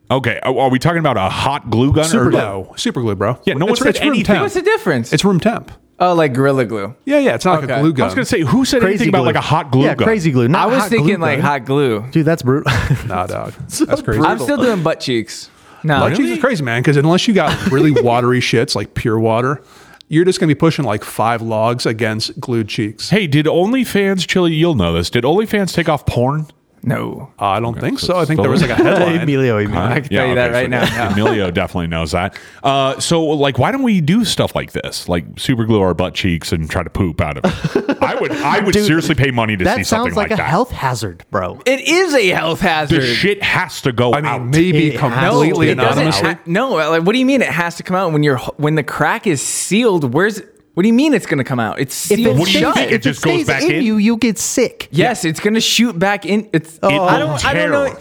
B: Okay, are, are we talking about a hot glue gun
D: Super
B: or
D: glue. Super glue, bro.
B: Yeah, no one
D: It's-
B: said
D: it's room
B: anything.
D: temp.
C: What's the difference?
D: It's room temp.
C: Oh, like Gorilla Glue.
D: Yeah, yeah. It's not like a glue gun.
B: I was gonna say, who said anything about like a hot glue
E: yeah,
B: gun?
E: crazy glue. Not
C: I was
E: hot glue
C: thinking like
E: gun.
C: hot glue.
E: Dude, that's
C: [LAUGHS]
E: brutal. [LAUGHS]
D: Nah, dog.
E: So
D: That's crazy.
C: I'm still doing butt cheeks. No,
D: Butt cheeks is crazy, man. Because unless you got really watery [LAUGHS] shits like pure water, you're just gonna be pushing like five logs against glued cheeks.
B: Hey, did OnlyFans, Chili, you'll know this. Did OnlyFans take off porn?
C: no.
D: I don't think so. I think
B: so
D: there was like
E: [LAUGHS]
D: a headline.
E: Emilio, Emilio.
B: I
C: can tell you that right now.
B: Emilio definitely knows that. Uh, so, like, why don't we do stuff like this? Like, super glue our butt cheeks and try to poop out of it. I would, I would
E: Dude,
B: seriously pay money to see
E: that
B: something
E: sounds
B: like,
E: like a
B: that.
E: health hazard, bro.
C: It is a health hazard.
B: the shit has to go
D: I mean,
B: out.
D: maybe
E: It has to
D: completely
E: be. It doesn't
D: anonymously.
C: ha- no, uh, like what do you mean it has to come out when you're when the crack is sealed? Where's what do you mean it's going to come out? It's sealed
B: What do you
C: shut.
B: think? It just goes
E: stays
B: back in?
E: you, you get sick.
C: yes, it's going to shoot back in. It's
B: It
C: Oh, I
B: will
C: don't I don't
B: tear.
C: know.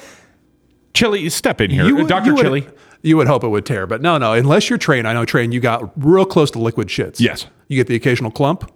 B: Chili, step in here, Uh,
D: would-
B: Doctor
D: would-
B: Chili.
D: You would hope it would tear, but no, no. Unless you're trained, I know trained. You got real close to liquid shits.
B: Yes.
D: you get the occasional clump.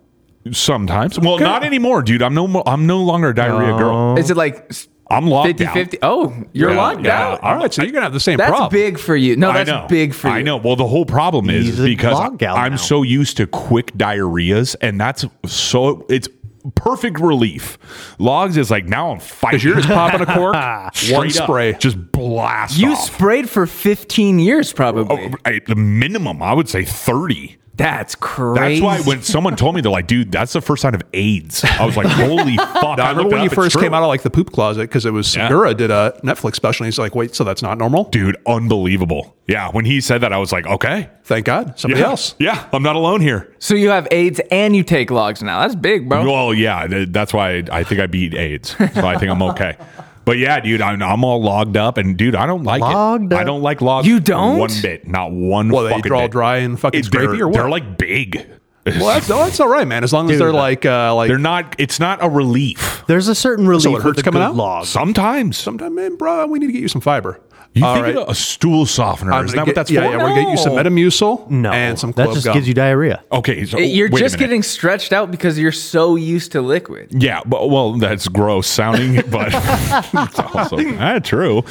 B: Sometimes, well, not anymore, dude. I'm no, mo- I'm no longer a diarrhea girl.
C: Is it like s-
B: I'm locked
C: 50
B: down.
C: 50? Oh, you're
B: Yeah,
C: locked
B: yeah.
C: out.
B: All
D: All
B: right,
D: right, so you're gonna have the same
C: That's
D: problem.
C: big for you. No, that's
B: I know.
C: big for you.
B: I know. Well, the whole problem is
E: He's a
B: because
E: log gal
B: I'm
E: now.
B: so used to quick diarrheas, and that's so it's perfect relief. Logs is like now I'm fighting.
D: Because
B: [LAUGHS]
D: you're just popping a cork, one
B: Straight up.
D: spray.
B: just blast.
C: You
B: off.
C: sprayed for 15 years probably.
B: I- the minimum, I would say thirty.
C: that's
B: Oh, That's
C: crazy.
B: why when someone told me they're like, dude, that's the first sign of AIDS. I was like, holy fuck!
D: I remember when you first came out
B: of
D: of like the poop closet because it was
B: Yeah.
D: Segura did a Netflix special. and He's like, wait, so that's not normal?
B: dude, unbelievable. Yeah, when he said that, I was like, okay,
D: Thank God, somebody
B: yeah,
D: else.
B: yeah, I'm not alone here.
C: so you have AIDS and you take logs now. That's big, bro.
B: Well, yeah, th- that's why I think I beat AIDS. So I think I'm okay. But yeah, dude, I'm, I'm all logged up, and dude, I don't like
E: Logged
B: it. I
E: up.
B: don't like logs.
C: You don't?
B: one bit, not one.
D: Well, they
B: fucking
D: draw
B: bit.
D: dry and fucking
B: It- they're,
D: scrapey or what?
B: they're like big.
D: well, that's, oh, that's all right, man. As long as
E: Dude,
D: they're like, uh, like
B: They're not. It's not a relief.
E: There's a certain relief
D: So it
E: with
D: hurts
E: a
D: coming
E: good
D: out?
E: log.
B: Sometimes,
D: sometime, man, bro. We need to get you some fiber.
B: you
D: All
B: think
D: right.
B: of a stool softener?
D: I'm
B: Is that
D: gonna get-
B: what that's
D: yeah,
B: for?
D: Yeah, we're gonna get you some Metamucil
E: No,
D: and some
E: that
D: clove
E: just
D: gum.
E: gives you diarrhea.
B: Okay, so
C: It- you're
B: wait a
C: just
B: minute.
C: getting stretched out because you're so used to liquid.
B: Yeah, but, well, that's gross sounding, [LAUGHS] but it's also ah, true.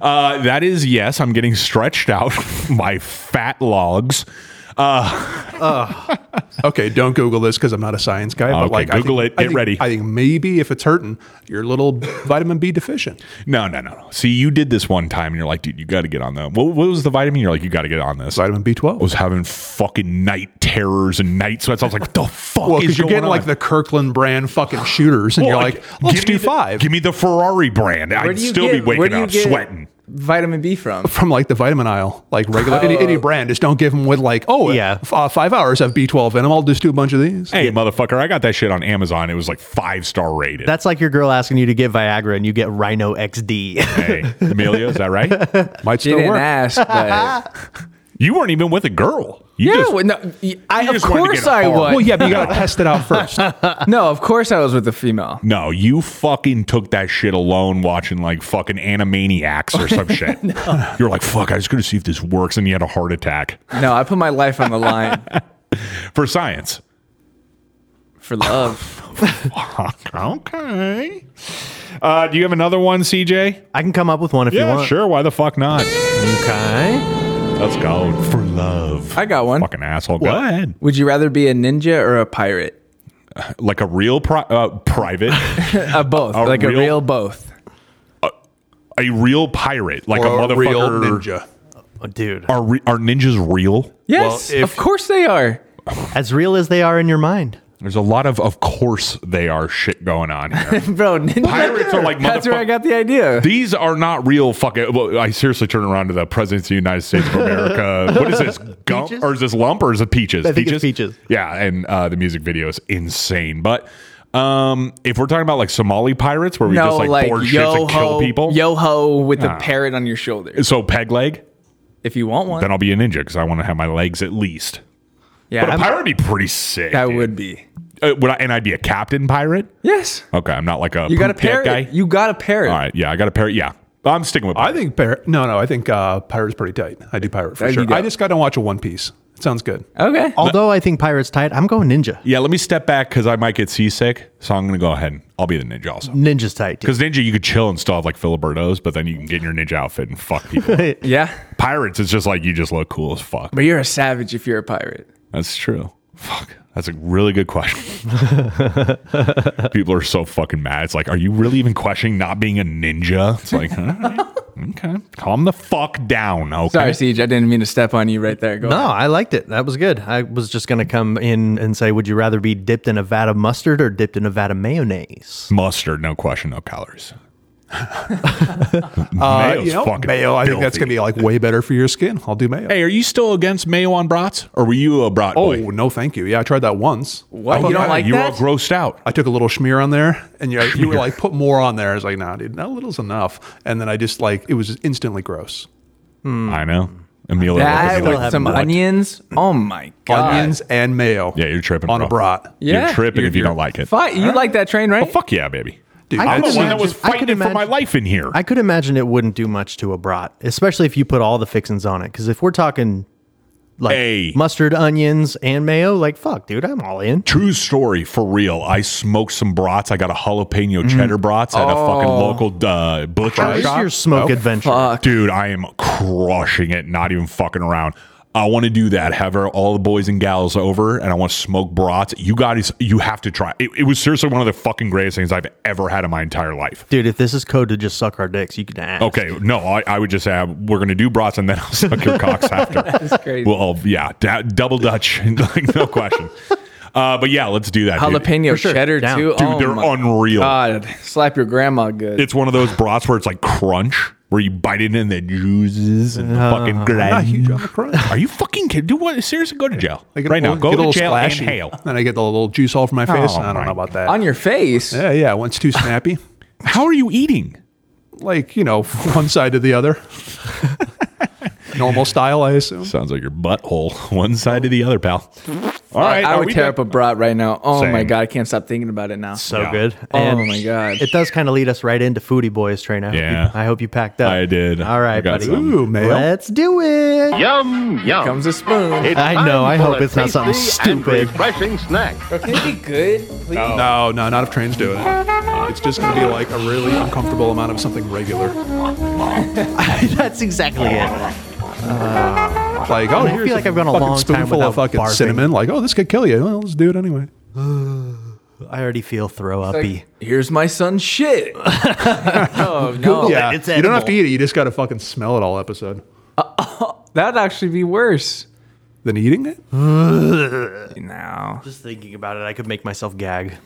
B: Uh, that is yes, I'm getting stretched out [LAUGHS] my fat logs. Uh,
D: okay, don't Google this because I'm not a science guy. but
B: Okay,
D: like,
B: Google
D: I think,
B: it,
D: I
B: get
D: think-
B: ready.
D: I think maybe if it's hurting, you're a little vitamin B deficient.
B: No, no, no, no. See, you did this one time, and you're like, dude, you got to get on that. What, what was the vitamin? You're like, you got to get on this. I
D: Vitamin B12.
B: was having fucking night terrors and night sweats. I was like, what the fuck
D: well,
B: is
D: because you're
B: going
D: getting like
B: on?
D: the Kirkland brand fucking shooters, and
B: Well,
D: you're like, let's
B: give me
D: do
B: the-
D: five.
B: Give me the Ferrari brand. I'd still be
C: where
B: waking
C: do you
B: up
C: get
B: sweating.
C: Vitamin B from.
D: from like the vitamin aisle, like regular any, any brand. Just don't give them with like, oh
E: Oh. Yeah.
D: yeah, f- uh, five hours of B12 in them. I'll just do a bunch of these.
B: Hey, motherfucker, I got that shit on Amazon. It was like five star rated.
E: That's like your girl asking you to get Viagra and you get Rhino XD.
B: hey, Emilio, is that right?
D: Might
C: You
D: still
C: didn't
B: [LAUGHS]
D: work.
C: ask, but
B: You weren't even with a girl. You
C: yeah,
B: just-
C: well, no, y- I,
B: you
C: of
B: just wanted to
C: course
B: get a
C: I
B: hard-
C: was.
D: Well, yeah, but you gotta test it out first.
C: [LAUGHS] No, of course I was with a female.
B: no, you fucking took that shit alone watching like fucking Animaniacs or
C: [LAUGHS]
B: some shit. You're like, fuck, I just gonna see if this works. And you had a heart attack
C: No, I put my life on
B: [LAUGHS]
C: the line
B: for science.
C: for love.
B: okay. Uh, do you have another one, CJ?
E: [LAUGHS] I can come up with one if you
B: Yeah,
E: want.
B: sure. Why the fuck not?
E: Okay.
B: Let's go. For love.
C: I got one.
B: Fucking asshole. Go ahead.
C: Would you rather be a ninja or a pirate?
B: Like a real pri- uh,
C: [LAUGHS]
B: private,
C: A both,
B: A
C: like
B: real-
C: a real both.
B: a real pirate, like
D: Or
B: a motherfucker.
D: real ninja.
E: Oh, dude,
B: Are, re- are ninjas real?
C: Yes,
D: Well, if-
C: of course they are. [LAUGHS]
E: as real as they are in your mind.
B: There's a lot of, of course, they are shit going on
C: [LAUGHS]
B: here.
C: Bro, ninja.
B: Pirates are like
C: That's where I
B: motherfuck-
C: got the idea.
B: These are not real fucking. Well, I seriously turn around to the President of the United States of
C: [LAUGHS]
B: America. what is this? Gump?
E: Peaches?
B: Or is this lump? Or is it peaches?
E: I think it's peaches.
B: Yeah, and uh, the music video is insane. But um, if we're talking about like Somali pirates, where we
C: no,
B: just like,
C: like,
B: board ships
C: yo
B: and kill
C: ho,
B: people,
C: yo ho with
B: Nah.
C: a parrot on your shoulder.
B: so peg leg,
C: If you want one,
B: then I'll be a ninja because I want to have my legs at least.
C: yeah,
B: But a
C: I'm-
B: pirate would be pretty sick.
C: that
B: dude.
C: would be.
B: Uh, would I, and I'd be a captain pirate.
C: Yes,
B: Okay, I'm not like a
C: you got a
B: poop deck
C: parrot. You got a parrot.
B: All right, yeah, I got a parrot. Yeah, I'm sticking with.
D: I think pirate. No, no, I think uh, pirate's pretty tight. I do pirate for
C: That'd be
D: sure.
C: dope.
D: I just got to watch a One Piece. It sounds good.
C: Okay.
E: Although I think pirates tight, I'm going ninja.
B: Yeah, let me step back because I might get seasick. So I'm going to go ahead and I'll be the ninja also.
E: Ninja's tight. Dude.
B: Because ninja, you could chill and still have like Filibertos, but then you can get in your ninja outfit and fuck [LAUGHS] people.
C: Yeah.
B: Pirates, it's just like you just look cool as fuck.
C: But you're a savage if you're a pirate.
B: That's true. Fuck. That's a really good [LAUGHS] question. People are so fucking mad. It's like, are you really even questioning not being a ninja? It's [LAUGHS] like, all right, okay, calm the fuck down. Okay.
C: Sorry, Siege. I didn't mean to step on you right there. Go
E: No,
C: ahead.
E: I liked it. That was good. I was just going to come in and say, would you rather be dipped in a vat of mustard or dipped in a vat of mayonnaise?
B: Mustard, no question, no
D: [LAUGHS]
B: calories.
D: Uh,
B: Mayo's
D: you know,
B: fucking
D: mayo. I think that's
B: filthy.
D: gonna be like way better for your skin. I'll do mayo.
B: Hey, are you still against mayo on brats? Or were you a brat
D: oh
B: boy?
D: no, thank you. Yeah, I tried that once.
C: What?
D: I
C: You
D: thought
C: don't
D: that-
C: like
B: you
C: that?
B: were all grossed out.
D: I took a little schmear on there,
B: [LAUGHS]
D: and you, you were like, "Put more on there." I was like, "Nah, dude, that little's enough." And then I just like it was just instantly gross. Mm.
B: I know. Emilio
C: that
B: looking
C: with
B: like,
C: some
B: what?
C: onions. Oh my god.
D: Onions and mayo.
B: Yeah, you're tripping.
D: on a
B: bro.
D: brat.
C: Yeah.
B: You're tripping if you
C: You're-
B: don't like it.
C: Fi- you like that train, right?
B: Well, Oh, fuck yeah, baby.
D: Dude,
E: I
B: I'm the
E: could
B: one that was
E: imagine- I could
B: fighting for my
E: imagine-
B: life in here.
E: I could imagine it wouldn't do much to a brat, especially if you put all the fixings on it. Because if we're talking like
B: Hey.
E: mustard, onions, and mayo, like fuck, dude, I'm all in.
B: True story, for real. I smoked some brats. I got a
D: Mm.
B: jalapeno cheddar brats at a fucking
D: Oh.
B: local uh, butcher
E: How is
B: shop.
E: your smoke adventure?
B: Dude, I am crushing it. Not even fucking around. I want to do that. Have our- all the boys and gals over, and I want to smoke brats. You guys, you have to try. It, it was seriously one of the fucking greatest things I've ever had in my entire life.
E: Dude, if this is code to just suck our dicks, you can ask.
B: Okay, no, I, I would just say uh, we're gonna do brats and then [LAUGHS] I'll suck your cocks after. That's
C: crazy.
B: Well, yeah, da- double Dutch, [LAUGHS] like no question. Uh, but yeah, let's do that. dude.
C: Jalapeno cheddar
E: Down.
C: too.
E: Dude,
C: oh
B: they're
C: my
B: unreal.
C: God, slap your grandma good.
B: It's one of those brats where it's like crunch, where you bite it and the juices and the fucking
D: Uh-huh. Not huge on
B: grind.
D: the crunch.
B: Are you fucking kidding? Do what? Seriously, go to jail
D: I get
B: right
D: a
B: now. Go
D: little- get
B: to
D: a little
B: jail
D: splashy,
B: and hail.
D: Then I get the little juice all over my face.
B: Oh,
D: and I don't
B: my
D: know about that.
C: on your face.
D: yeah, yeah.
B: [LAUGHS]
D: Once too snappy,
B: How are you eating?
D: like you know, [LAUGHS] from one side to the other. [LAUGHS] Normal style, I assume.
B: Sounds like your butthole, [LAUGHS] one side to the other, pal. All right,
C: I,
B: are
C: would
B: we
C: tear
B: done?
C: up a brat right now. Oh my
B: Same.
C: god, I can't stop thinking about it now.
E: So
B: Yeah.
E: good.
C: Oh my God.
E: It does kind of lead us right into Foodie Boys train. I hope,
B: Yeah.
E: you, I hope you packed up.
B: I did.
E: All
B: I
E: right,
B: got
E: buddy.
B: some.
D: Ooh, mayo.
E: Let's do it.
L: Yum, yum.
C: Comes a spoon.
E: I know. I hope it's not something stupid.
L: refreshing snack.
C: Can it be good, please?
D: No, no, not if trains do it. It's just going to be like a really uncomfortable amount of something regular.
E: That's exactly it.
D: Like, oh,
E: I
D: here's
E: feel like I've gone a
D: fucking
E: long time
D: spoonful of
E: without
D: fucking
E: barfing.
D: cinnamon. Like, oh, this could kill you. Well, let's do it anyway.
E: I already feel throw uppy.
C: Here's my son's shit. [LAUGHS] oh no,
D: yeah,
E: it's
D: you don't have
E: edible.
D: to eat it. You just got to fucking smell it all episode.
C: that'd actually be worse.
D: Then eating it.
C: No,
E: Just thinking about it, I could make myself [LAUGHS] gag.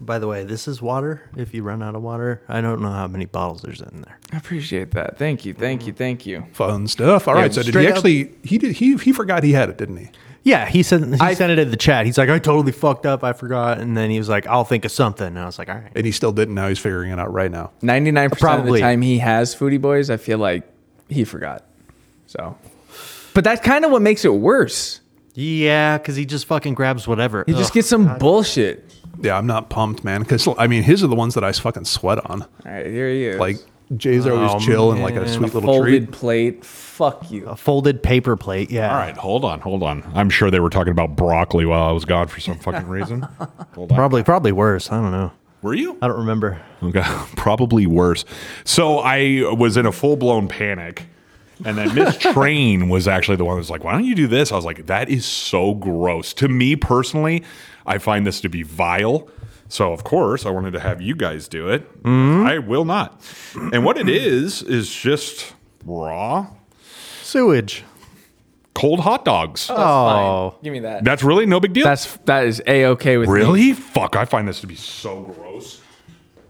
E: By the way, this is water. If you run out of water, I don't know how many bottles there's in there.
C: I appreciate that. Thank you, thank you, thank you.
D: Fun stuff. All right. So did he
E: straight up-
D: actually? He did. He he forgot he had it, didn't he?
E: Yeah, he said he sent it in the chat. He's like, I totally fucked up. I forgot. And then he was like, I'll think of something. And I was like, all right.
D: And he still didn't. Now he's figuring it out right now.
C: Ninety nine percent of the
E: Probably.
C: time he has foodie boys, I feel like he forgot. So, but that's kind of what makes it worse.
E: Yeah, because he just fucking grabs whatever.
C: He just gets some bullshit.
D: Yeah, I'm not pumped, man. Because I mean, his are the ones that I fucking sweat on.
C: All right, here he is.
D: Like Jay's are always chill and like a sweet little
C: folded
D: treat.
C: plate. Fuck you.
B: Oh.
E: a folded paper plate. Yeah.
B: All right, hold on, hold on. I'm sure they were talking about broccoli while I was gone for some fucking reason.
C: [LAUGHS]
B: Hold on.
E: Probably, probably worse. I don't know.
B: Were you?
E: I don't remember.
B: Okay, [LAUGHS] probably worse. So I was in a full blown panic, and then
E: [LAUGHS]
B: Miss Train was actually the one who was like, "Why don't you do this?" I was like, "That is so gross." To me personally, I find this to be vile. So of course, I wanted to have you guys do it.
E: Mm-hmm.
B: I will not. And
E: [CLEARS THROAT]
B: what it is is just raw
E: Sewage.
B: cold hot dogs.
E: Oh.
C: Give me that.
B: That's really no big deal.
C: That's that is a okay with me.
B: Really? Fuck, I find this to be so gross.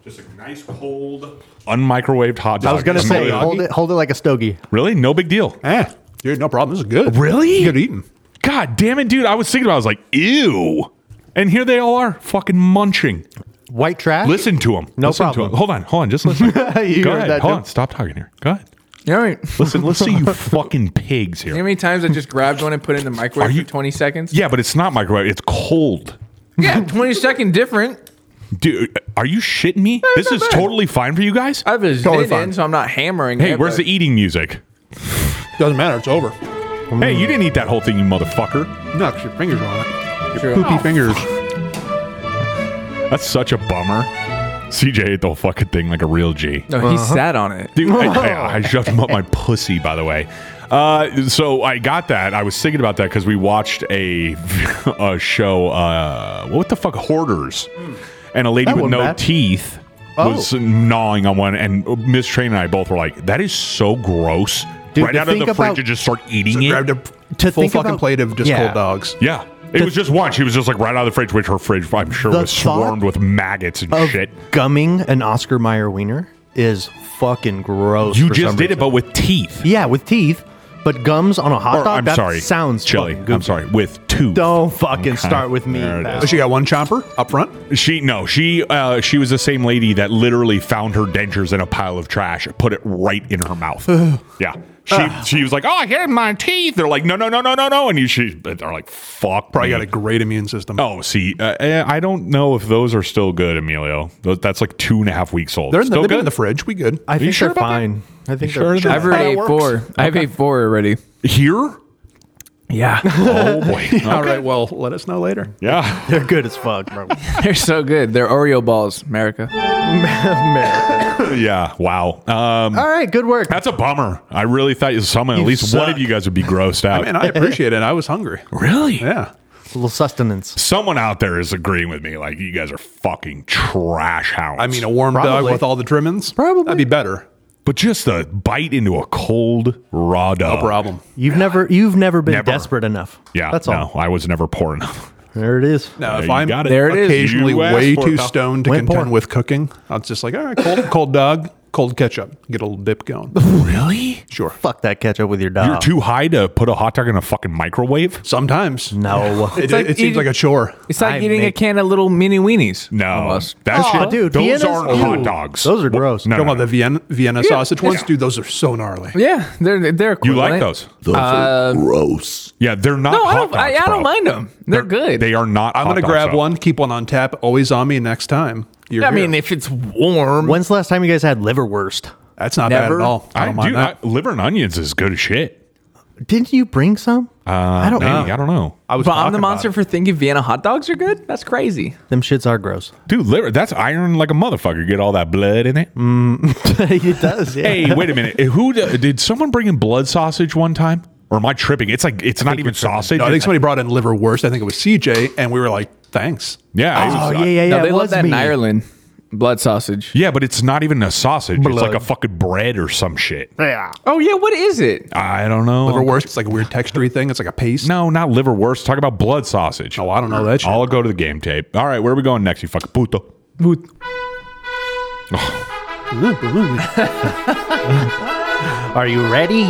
B: Just a nice cold, unmicrowaved hot dog.
E: I was going to
B: Am
E: say,
B: I-
E: hold it, hold it like a stogie.
B: Really? No big deal.
D: Eh, dude, no problem. This is good.
B: Really?
D: Good eating.
B: God damn it, dude. I was thinking about it. I was like, ew. And here they all are fucking munching.
E: White trash.
B: Listen to them.
E: No
B: listen
E: problem.
B: To 'em. Hold on. Hold on. Just listen. Go
E: [LAUGHS] You heard
B: ahead.
E: that,
B: hold
E: Jim?
B: on. Stop talking here. Go ahead.
C: All right.
B: Listen, let's see
E: [LAUGHS]
B: you fucking pigs
C: You know how
B: here.
C: many times I just grabbed one and put it in the microwave
B: Are you-
C: for 20 seconds?
B: Yeah, but it's not microwave. It's cold.
C: Yeah, 20 second different.
B: Dude, are you shitting me? This is totally fine for you guys?
C: I was
D: Totally
C: totally
D: fine.
C: in, so I'm not hammering
B: Hey,
C: it,
B: where's
C: but-
B: the E- eating music?
D: Doesn't matter. It's over.
B: Hey, you didn't eat that whole thing, you motherfucker.
D: No, 'cause your fingers are on it.
C: True.
D: Poopy fingers.
B: That's such a bummer. CJ ate the whole fucking thing like a real G.
E: [LAUGHS]
C: No, he sat on it.
B: Dude, I, I, I shoved him up my pussy, by the way. Uh, Uh, so I got that. I was thinking about that because we watched a [LAUGHS] a show. Uh, what the fuck, hoarders? And a lady
E: That
B: with
E: wasn't
B: no
E: bad. Oh.
B: teeth was gnawing on one, and Miss Train and I both were like, "That is so gross."
E: Dude,
B: right
E: to
B: out of the
E: think
B: fridge
E: about-
B: and just start eating it.
D: grabbed a
E: To
D: full
E: think
D: fucking
E: about-
D: plate of just
E: yeah.
D: cold dogs.
B: yeah. It was just one. She was just like right out of the fridge, which her fridge, I'm sure,
E: The
B: was swarmed with maggots and
E: Of
B: shit.
E: gumming an Oscar Mayer wiener is fucking gross.
B: You
E: for
B: just
E: some
B: did it,
E: reason.
B: but with teeth.
E: yeah, with teeth, but gums on a hot
B: Or,
E: dog.
B: I'm
E: that
B: sorry,
E: sounds
B: chili.
E: fucking
B: I'm
E: Good.
B: sorry, with two.
E: Don't fucking start with me.
B: There it
E: pal.
B: is.
D: But she got one chomper up front.
B: She no, she uh, she was the same lady that literally found her dentures in a pile of trash, put it right in her
D: [SIGHS]
B: mouth. yeah, she she was like, "Oh, I hit my teeth." They're like, "No, no, no, no, no, no," and you, she they're like, "Fuck,
D: Probably
B: me."
D: got a great immune system.
B: Oh, see, uh, eh, I don't know if those are still good, Emilio. Tho- That's like two and a half weeks old.
D: they're in the,
B: still
D: they've been
B: good.
D: in the fridge. We good.
E: I think
B: sure
E: they're
B: about that?
E: fine. I think
B: You
E: they're
B: sure
C: I've
B: that
C: already ate
B: works?
C: four. I've ate four already. [LAUGHS]
B: here.
C: Yeah,
B: [LAUGHS] Oh
E: [LAUGHS]
B: boy.
D: All
B: Okay.
D: right. Well, let us know later.
B: [LAUGHS] Yeah.
E: they're good as fuck, [LAUGHS] bro.
C: they're so good. They're Oreo balls, America.
B: yeah. Wow. Um,
E: All right, good work.
B: that's a bummer. I really thought someone, at
E: You
B: least one
E: suck.
B: of you guys, would be grossed out. [LAUGHS]
D: Man, I appreciate it. I was hungry.
B: really?
D: Yeah.
E: It's a little sustenance.
B: someone out there is agreeing with me. Like you guys are fucking trash hounds.
D: I mean, a warm
E: Probably.
D: dog with all the trimmings.
E: Probably.
D: That'd be better.
B: but just a bite into a cold raw dog.
D: No problem.
E: You've never you've never been
B: Never.
E: desperate enough.
B: Yeah,
E: That's
B: no,
E: all.
B: I was never poor enough. [LAUGHS]
E: There it is.
D: Now,
B: Yeah,
D: if
B: you
D: I'm
B: got it.
C: There it is.
D: occasionally
B: You asked
D: way
B: for it,
D: too
B: pal.
D: stoned to
E: Went
D: contend
E: for it.
D: with cooking, I'm just like, all
E: [LAUGHS]
D: right, cold, cold dog, cold ketchup, get a little dip going.
B: Really?
D: Sure.
E: Fuck that ketchup with your dog.
B: You're too high to put a hot dog in a fucking microwave?
E: [LAUGHS]
D: Sometimes
E: no.
D: it,
C: like
D: it seems
C: eating-
D: like a chore.
C: It's like
E: I
C: eating a
E: make-
C: can of little mini weenies.
B: No,
C: almost.
B: that
E: Aw,
B: shit,
E: dude,
B: Those
E: Vienna's-
B: aren't
E: ew.
B: hot dogs.
E: Those are
B: Wha-
E: gross.
B: No,
D: Talking
B: no,
D: about the Vienna, Vienna sausage ones,
B: Yeah.
D: dude. Those are so gnarly.
C: Yeah, they're they're.
B: You like
C: equivalent.
B: those?
F: Gross.
B: Yeah, they're not.
C: No, I
B: hot
C: don't. I,
B: dogs,
C: I
B: bro.
C: don't mind them. They're, good.
B: They are not.
D: I'm
B: hot
D: gonna
B: dogs,
D: grab
B: though.
D: one, keep one on tap, always on me. Next time, you're
C: I
D: here.
C: mean, if it's warm,
E: When's the last time you guys had liverwurst?
D: that's not
C: Never.
D: bad at all. I
B: I,
D: don't mind
B: do. I,
D: that.
B: liver and onions is good as shit.
E: Didn't you bring some? I don't
B: Maybe,
D: Uh-huh.
E: know.
B: I don't know.
D: I, was
C: but I'm
D: talking
C: the
D: about
C: monster
D: it.
C: for thinking Vienna hot dogs are good. That's crazy.
E: Them shits are [LAUGHS] gross.
B: Dude, liver, that's iron like a motherfucker. Get all that blood in it.
E: it does. Yeah.
B: hey, wait a minute. Mm. [LAUGHS] Who d- did someone bring in blood sausage one time? Or am I tripping? It's like it's not even sausage.
D: No, I think
B: It's-
D: somebody brought in liverwurst. I think it was CJ, and we were like, thanks.
B: yeah,
E: Oh
B: it's-
E: yeah, yeah, yeah.
C: no, they
E: it
C: love
E: was
C: that
E: me.
C: in Ireland. Blood sausage.
B: yeah, but it's not even a sausage. It's
E: Blood.
B: like a fucking bread or some shit.
C: Oh yeah, what is it?
B: I don't know.
D: Liverwurst, it's like a weird textury thing. It's like a paste.
B: No, not liverwurst. Talk about blood sausage.
D: Oh, I don't know that shit.
B: I'll go to the game tape. All right, where are we going next? You fucking puto.
E: Are you ready?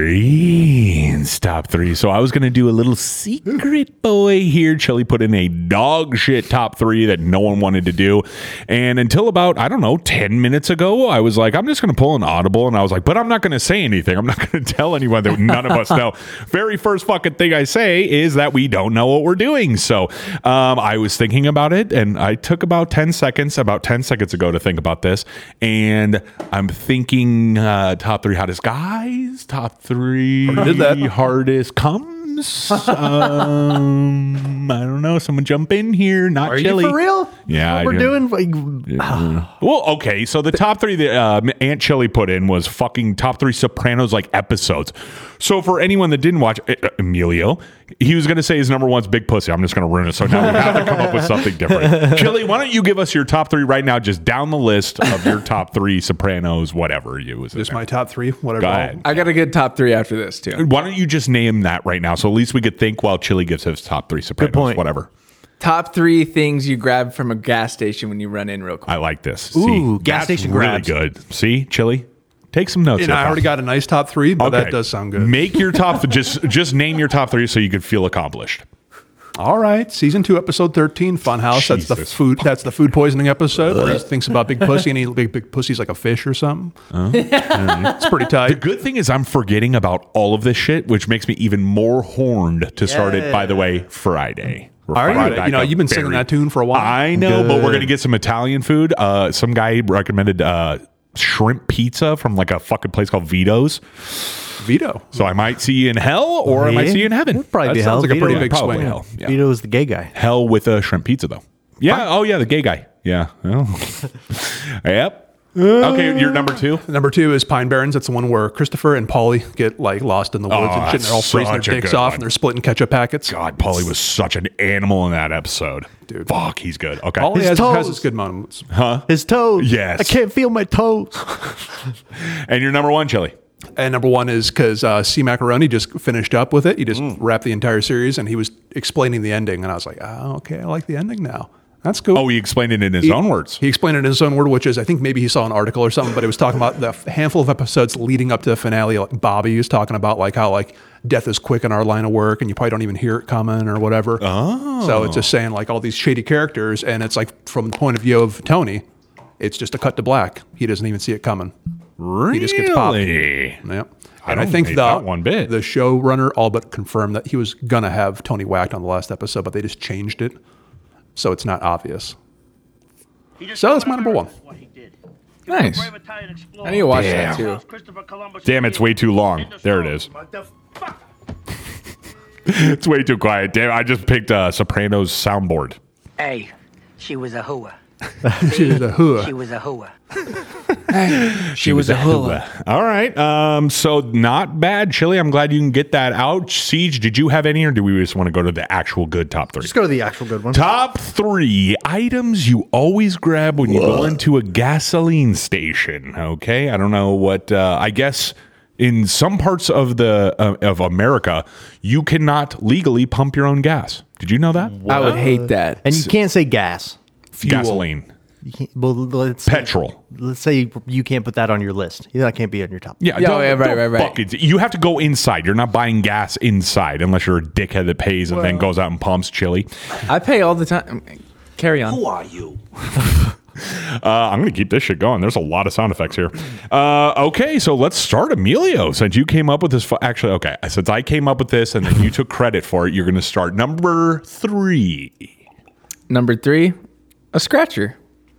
B: Dreams top three. So I was gonna do a little secret boy here. Chili put in a dog shit top three that no one wanted to do, and until about I don't know ten minutes ago, I was like, I'm just gonna pull an audible, and I was like, but I'm not gonna say anything. I'm not gonna [LAUGHS] tell anyone that none of us know. Very first fucking thing I say is that we don't know what we're doing. So um, I was thinking about it, and I took about ten seconds, about ten seconds ago, to think about this, and I'm thinking uh, top three hottest guys, top three
D: did that.
B: hardest comes. [LAUGHS] um, I don't know. Someone jump in here. Not
E: Are
B: chilly.
E: you for real?
B: Yeah, I
E: What we're
B: do.
E: doing. Like,
B: Well, okay. So the top three that um, Aunt Chili put in was fucking top three Sopranos like episodes. So for anyone that didn't watch uh, Emilio, he was going to say his number one's Big Pussy. I'm just going to ruin it. So now we have to come up with something
E: [LAUGHS]
B: different. Chili, why don't you give us your top three right now? Just down the list of your top three Sopranos, whatever it was. in
D: Just
B: there.
D: my top three, whatever.
B: Go ahead.
C: I got a good top three after this too.
B: Why don't you just name that right now? So at least we could think while Chili gives his top three Sopranos.
E: point.
B: Whatever.
C: Top three things you grab from a gas station when you run in real quick.
B: I like this. See,
E: Ooh,
B: that's
E: gas station
B: really
E: grabs.
B: good. See, Chili, take some notes.
D: And
B: there,
D: I
B: pal.
D: already got a nice top three, but that does sound good.
B: Make your top just just name your top three so you can feel accomplished.
D: All right, season two, episode thirteen, Funhouse. That's the
B: Jesus.
D: food. That's the food poisoning episode. where he thinks about big pussy and he big big pussy's like a fish or something. [LAUGHS] it's pretty
B: The
D: tight.
B: good thing is I'm forgetting about all of this shit, which makes me even more horned to start it. By the way, Friday. We're
D: Are you?
B: fired back
D: You know,
B: up
D: you've been singing
B: very-
D: that tune for a while.
B: I know, but we're
E: Good.
B: gonna get some Italian food. Uh, some guy recommended uh, shrimp pizza from like a fucking place called Vito's.
D: Vito.
B: So I might see you in hell, or I might see you in heaven.
E: It'd probably
B: That
E: be hell.
B: sounds like a
E: Vito
B: pretty
E: would-
B: big swing. Hell. Yeah.
E: Vito was the gay guy.
B: Hell with a shrimp pizza though. Yeah. Oh yeah, the gay guy. Yeah. Oh. [LAUGHS] yep. Okay, you're number two.
D: Number two is Pine Barrens. That's the one where Christopher and Polly get like lost in the woods
B: Oh,
D: and shit. And
B: that's
D: they're all freezing
B: such a
D: their dicks
B: good
D: off
B: one.
D: and they're splitting ketchup packets.
B: God, Paulie was such an animal in that episode. Dude. Fuck, he's good. Okay.
D: Polly
E: His
D: has,
E: toes.
D: has his good moments.
B: Huh?
E: His toes.
B: Yes.
E: I can't feel my toes.
B: And you're number one, Chili.
D: And number one is because uh, C Macaroni just finished up with it. He just wrapped the entire series and he was explaining the ending. And I was like, oh, okay, I like the ending now. That's cool.
B: Oh, he explained it in his
D: He-
B: own words.
D: He explained it in his own word, which is I think maybe he saw an article or something, but it was talking about the handful of episodes leading up to the finale. Like Bobby was talking about like how like death is quick in our line of work, and you probably don't even hear it coming or whatever. Oh, so it's just saying like all these shady characters, and it's like from the point of view of Tony, it's just a cut to black. He doesn't even see it coming.
B: Really?
D: He just gets popped. Yep.
B: I
D: And I,
B: don't
D: think the
B: hate that one bit.
D: the showrunner all but confirmed that he was gonna have Tony whacked on the last episode, but they just changed it, so it's not obvious. So that's my number one.
C: Nice. I need to watch that too.
B: Damn, it's way too long. There it is. it's way too quiet. Damn, I just picked uh, Sopranos soundboard.
L: A. She was a hooah.
D: she was a
L: She
D: hua.
L: was a hooah.
C: She was a hula.
B: All right. Um, so not bad, Chili. I'm glad you can get that out. Siege, did you have any, or do we just want to go to the actual good top three?
E: Let's go to the actual good one.
B: Top three items you always grab when you go into a gasoline station. Okay, I don't know what. Uh, I guess in some parts of the uh, of America, you cannot legally pump your own gas. Did you know that? Uh,
C: I would hate that.
E: And you can't say gas.
B: Gasoline,
E: You can't, well, let's
B: petrol.
E: let's say you, you can't put that on your list. That can't be on your top.
B: Yeah,
C: Yeah, yeah, right, right, right.
B: fucking- you have to go inside. You're not buying gas inside unless you're a dickhead that pays and then goes out and pumps chili.
C: I pay all the time. Carry on.
B: Uh, I'm going to keep this shit going. There's a lot of sound effects here. Uh, okay, so let's start, Emilio. Since you came up with this, fu- actually, okay, since I came up with this and then you took credit for it, you're going to start number three.
C: Number three, a scratcher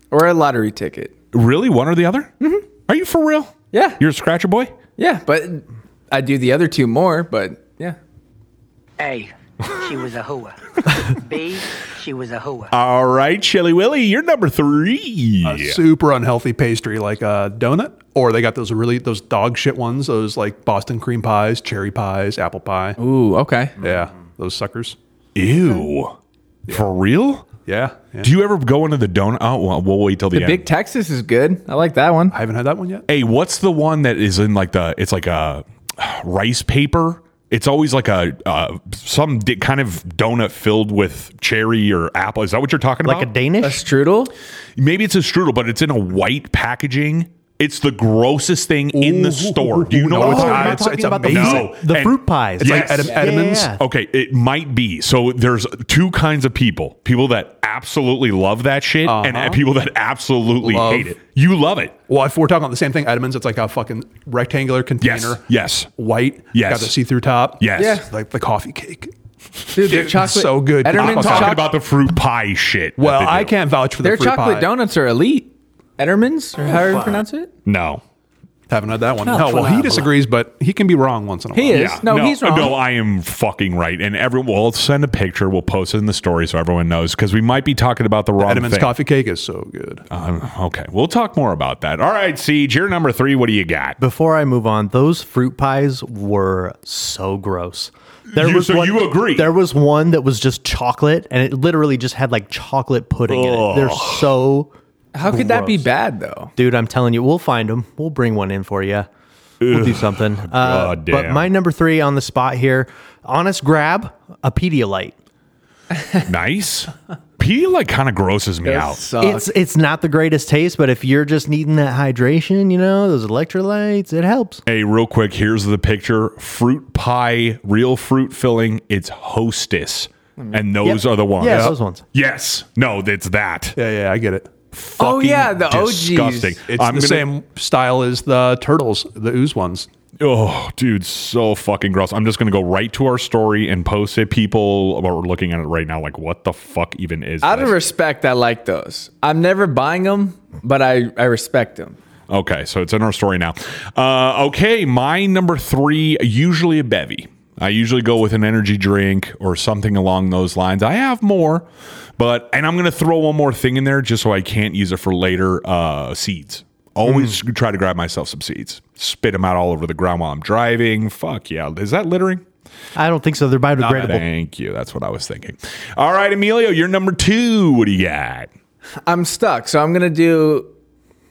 C: or a lottery ticket.
B: Really, one or the other? Mm-hmm. Are you for real?
C: Yeah.
B: You're a scratcher boy.
C: Yeah, but I do the other two more, but yeah.
L: A. She was a hooah.
E: [LAUGHS]
L: B. She was a hooah.
B: All right, Chili Willy, you're number three.
D: a super unhealthy pastry like a donut or they got those really those dog shit ones those like boston cream pies cherry pies apple pie
C: Ooh, okay.
D: yeah those suckers
B: Ew, for real?
D: yeah, yeah.
B: Do you ever go into the donut? Oh, well, we'll wait till the,
C: The
B: end.
C: Big Texas is good. I like that one.
D: i haven't had that one yet
B: hey, what's the one that is in like the? It's like a rice paper. It's always like a uh, some di- kind of donut filled with cherry or apple. Is that what you're talking
E: Like a
B: about?
C: A
E: Danish?
C: strudel.
B: Maybe it's a strudel, but it's in a white packaging. It's the grossest thing in the store. Do you know
D: no,
E: Oh,
B: what
D: it's
B: I'm
D: not.
B: talking
D: It's- it's amazing.
B: No,
E: the
B: And-
E: fruit pies.
B: It's
E: Yeah.
B: like Yes.
D: Ed- edamons
E: Yeah.
B: Okay, it might be. So there's two kinds of people: people that absolutely love that shit, and,
E: Uh-huh.
B: and people that absolutely
D: Love.
B: hate it. You love it,
D: well if we're talking about the same thing edamons it's like a fucking rectangular container
B: yes, yes,
D: white
B: Yes.
D: got the see-through top
B: yes.
C: Yeah.
D: like the coffee cake
C: Dude, their
D: It's
C: chocolate.
D: so good.
C: Edderman's
B: I'm
D: Fuck
B: talking
D: off.
C: chocolate.
B: about the fruit pie shit. that
D: well
B: they
D: i
B: do.
D: can't vouch for the
C: Their
D: fruit
C: chocolate
D: pie.
C: donuts are elite. Ederman's, or however you pronounce it.
B: No.
D: haven't had that one no well he disagrees but he can be wrong once in a while
C: He is. No, he's wrong.
B: No, I am fucking right. And everyone, we'll send a picture. We'll post it in the story so everyone knows because we might be talking about the wrong
D: edamons
B: thing.
D: coffee cake is so good
B: Um, okay, we'll talk more about that. All right, Siege, you're number three. What do you got?
E: Before I move on, those fruit pies were so gross. There
B: You- so you agree?
E: There was one that was just chocolate, and it literally just had like chocolate pudding in it. They're so,
C: How could that be bad though?
E: dude. I'm telling you, we'll find them. We'll bring one in for you. We'll do something. Uh,
B: God
E: but
B: damn.
E: my number three on the spot here, honest grab a Pedialyte.
B: [LAUGHS] nice. Pedialyte kind of grosses me out.
C: Suck.
E: It's it's not the greatest taste, but if you're just needing that hydration, you know those electrolytes, it helps.
B: Hey, real quick, here's the picture. Fruit pie, real fruit filling. It's Hostess. And those
E: Yep.
B: are the ones.
E: Yeah, those ones.
B: Yes. No, it's that.
D: yeah yeah i get it
C: oh yeah,
B: Fucking
C: the OGs.
B: Disgusting.
D: It's
B: I'm gonna-
D: the same style as the turtles, the ooze ones.
B: Oh, dude, so fucking gross. I'm just going to go right to our story and post it. People are looking at it right now like, what the fuck even is
C: Out of
B: this?
C: respect, I like those. I'm never buying them, but I, I respect them.
B: Okay, so it's in our story now. Uh, okay, my number three, usually a bevy. I usually go with an energy drink or something along those lines. I have more, but and I'm going to throw one more thing in there just so I can't use it for later. Uh, seeds. Always
C: Hmm.
B: try to grab myself some seeds. Spit them out all over the ground while I'm driving. Fuck yeah! Is that littering?
E: I don't think so. They're biodegradable.
B: Thank you. That's what I was thinking. All right, Emilio, you're number two. What do you got?
C: I'm stuck, so I'm gonna do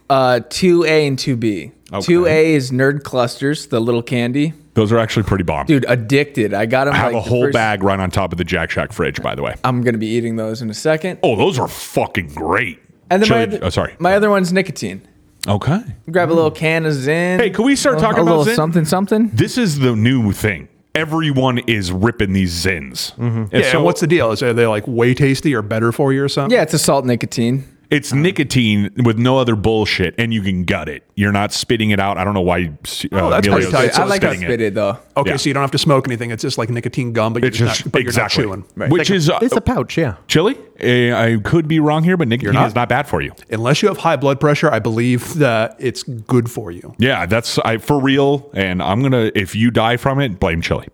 C: uh, two A and two B.
B: Okay.
C: Two A is Nerd Clusters, the little candy.
B: Those are actually pretty bomb.
C: Dude, addicted. I got them.
B: I have a whole bag right on top of the Jack Shack fridge, by the way.
C: I'm gonna be eating those in a second.
B: Oh, those are fucking great.
C: And then my
B: Chili-
C: other,
B: oh, sorry.
C: my other one's nicotine.
B: Okay.
C: Grab a little can of Zin.
B: Hey, can we start talking
C: a
B: about
C: little
B: Zyn?
C: something something?
B: This is the new thing. Everyone is ripping these Zins. And
D: yeah,
B: so
D: what's the deal? Is are they like way tasty or better for you or something?
C: Yeah, it's a salt nicotine.
B: it's nicotine with no other bullshit, and you can gut it. You're not spitting it out. I don't know why. Uh,
D: Oh, that's pretty
B: Emilio's
D: tight.
C: I like how
B: spitting it.
C: spitted though.
D: Okay,
B: Yeah.
D: so you don't have to smoke anything. It's just like nicotine gum, but you're
B: It's
D: just,
B: just
D: not, but
B: exactly,
D: you're not chewing.
B: which is uh,
E: It's a pouch, yeah.
B: chili. Uh, I could be wrong here, but nicotine
D: not.
B: is not bad for you.
D: Unless you have high blood pressure, I believe that it's good for you.
B: Yeah, that's I, for real. And I'm gonna if you die from it, blame chili.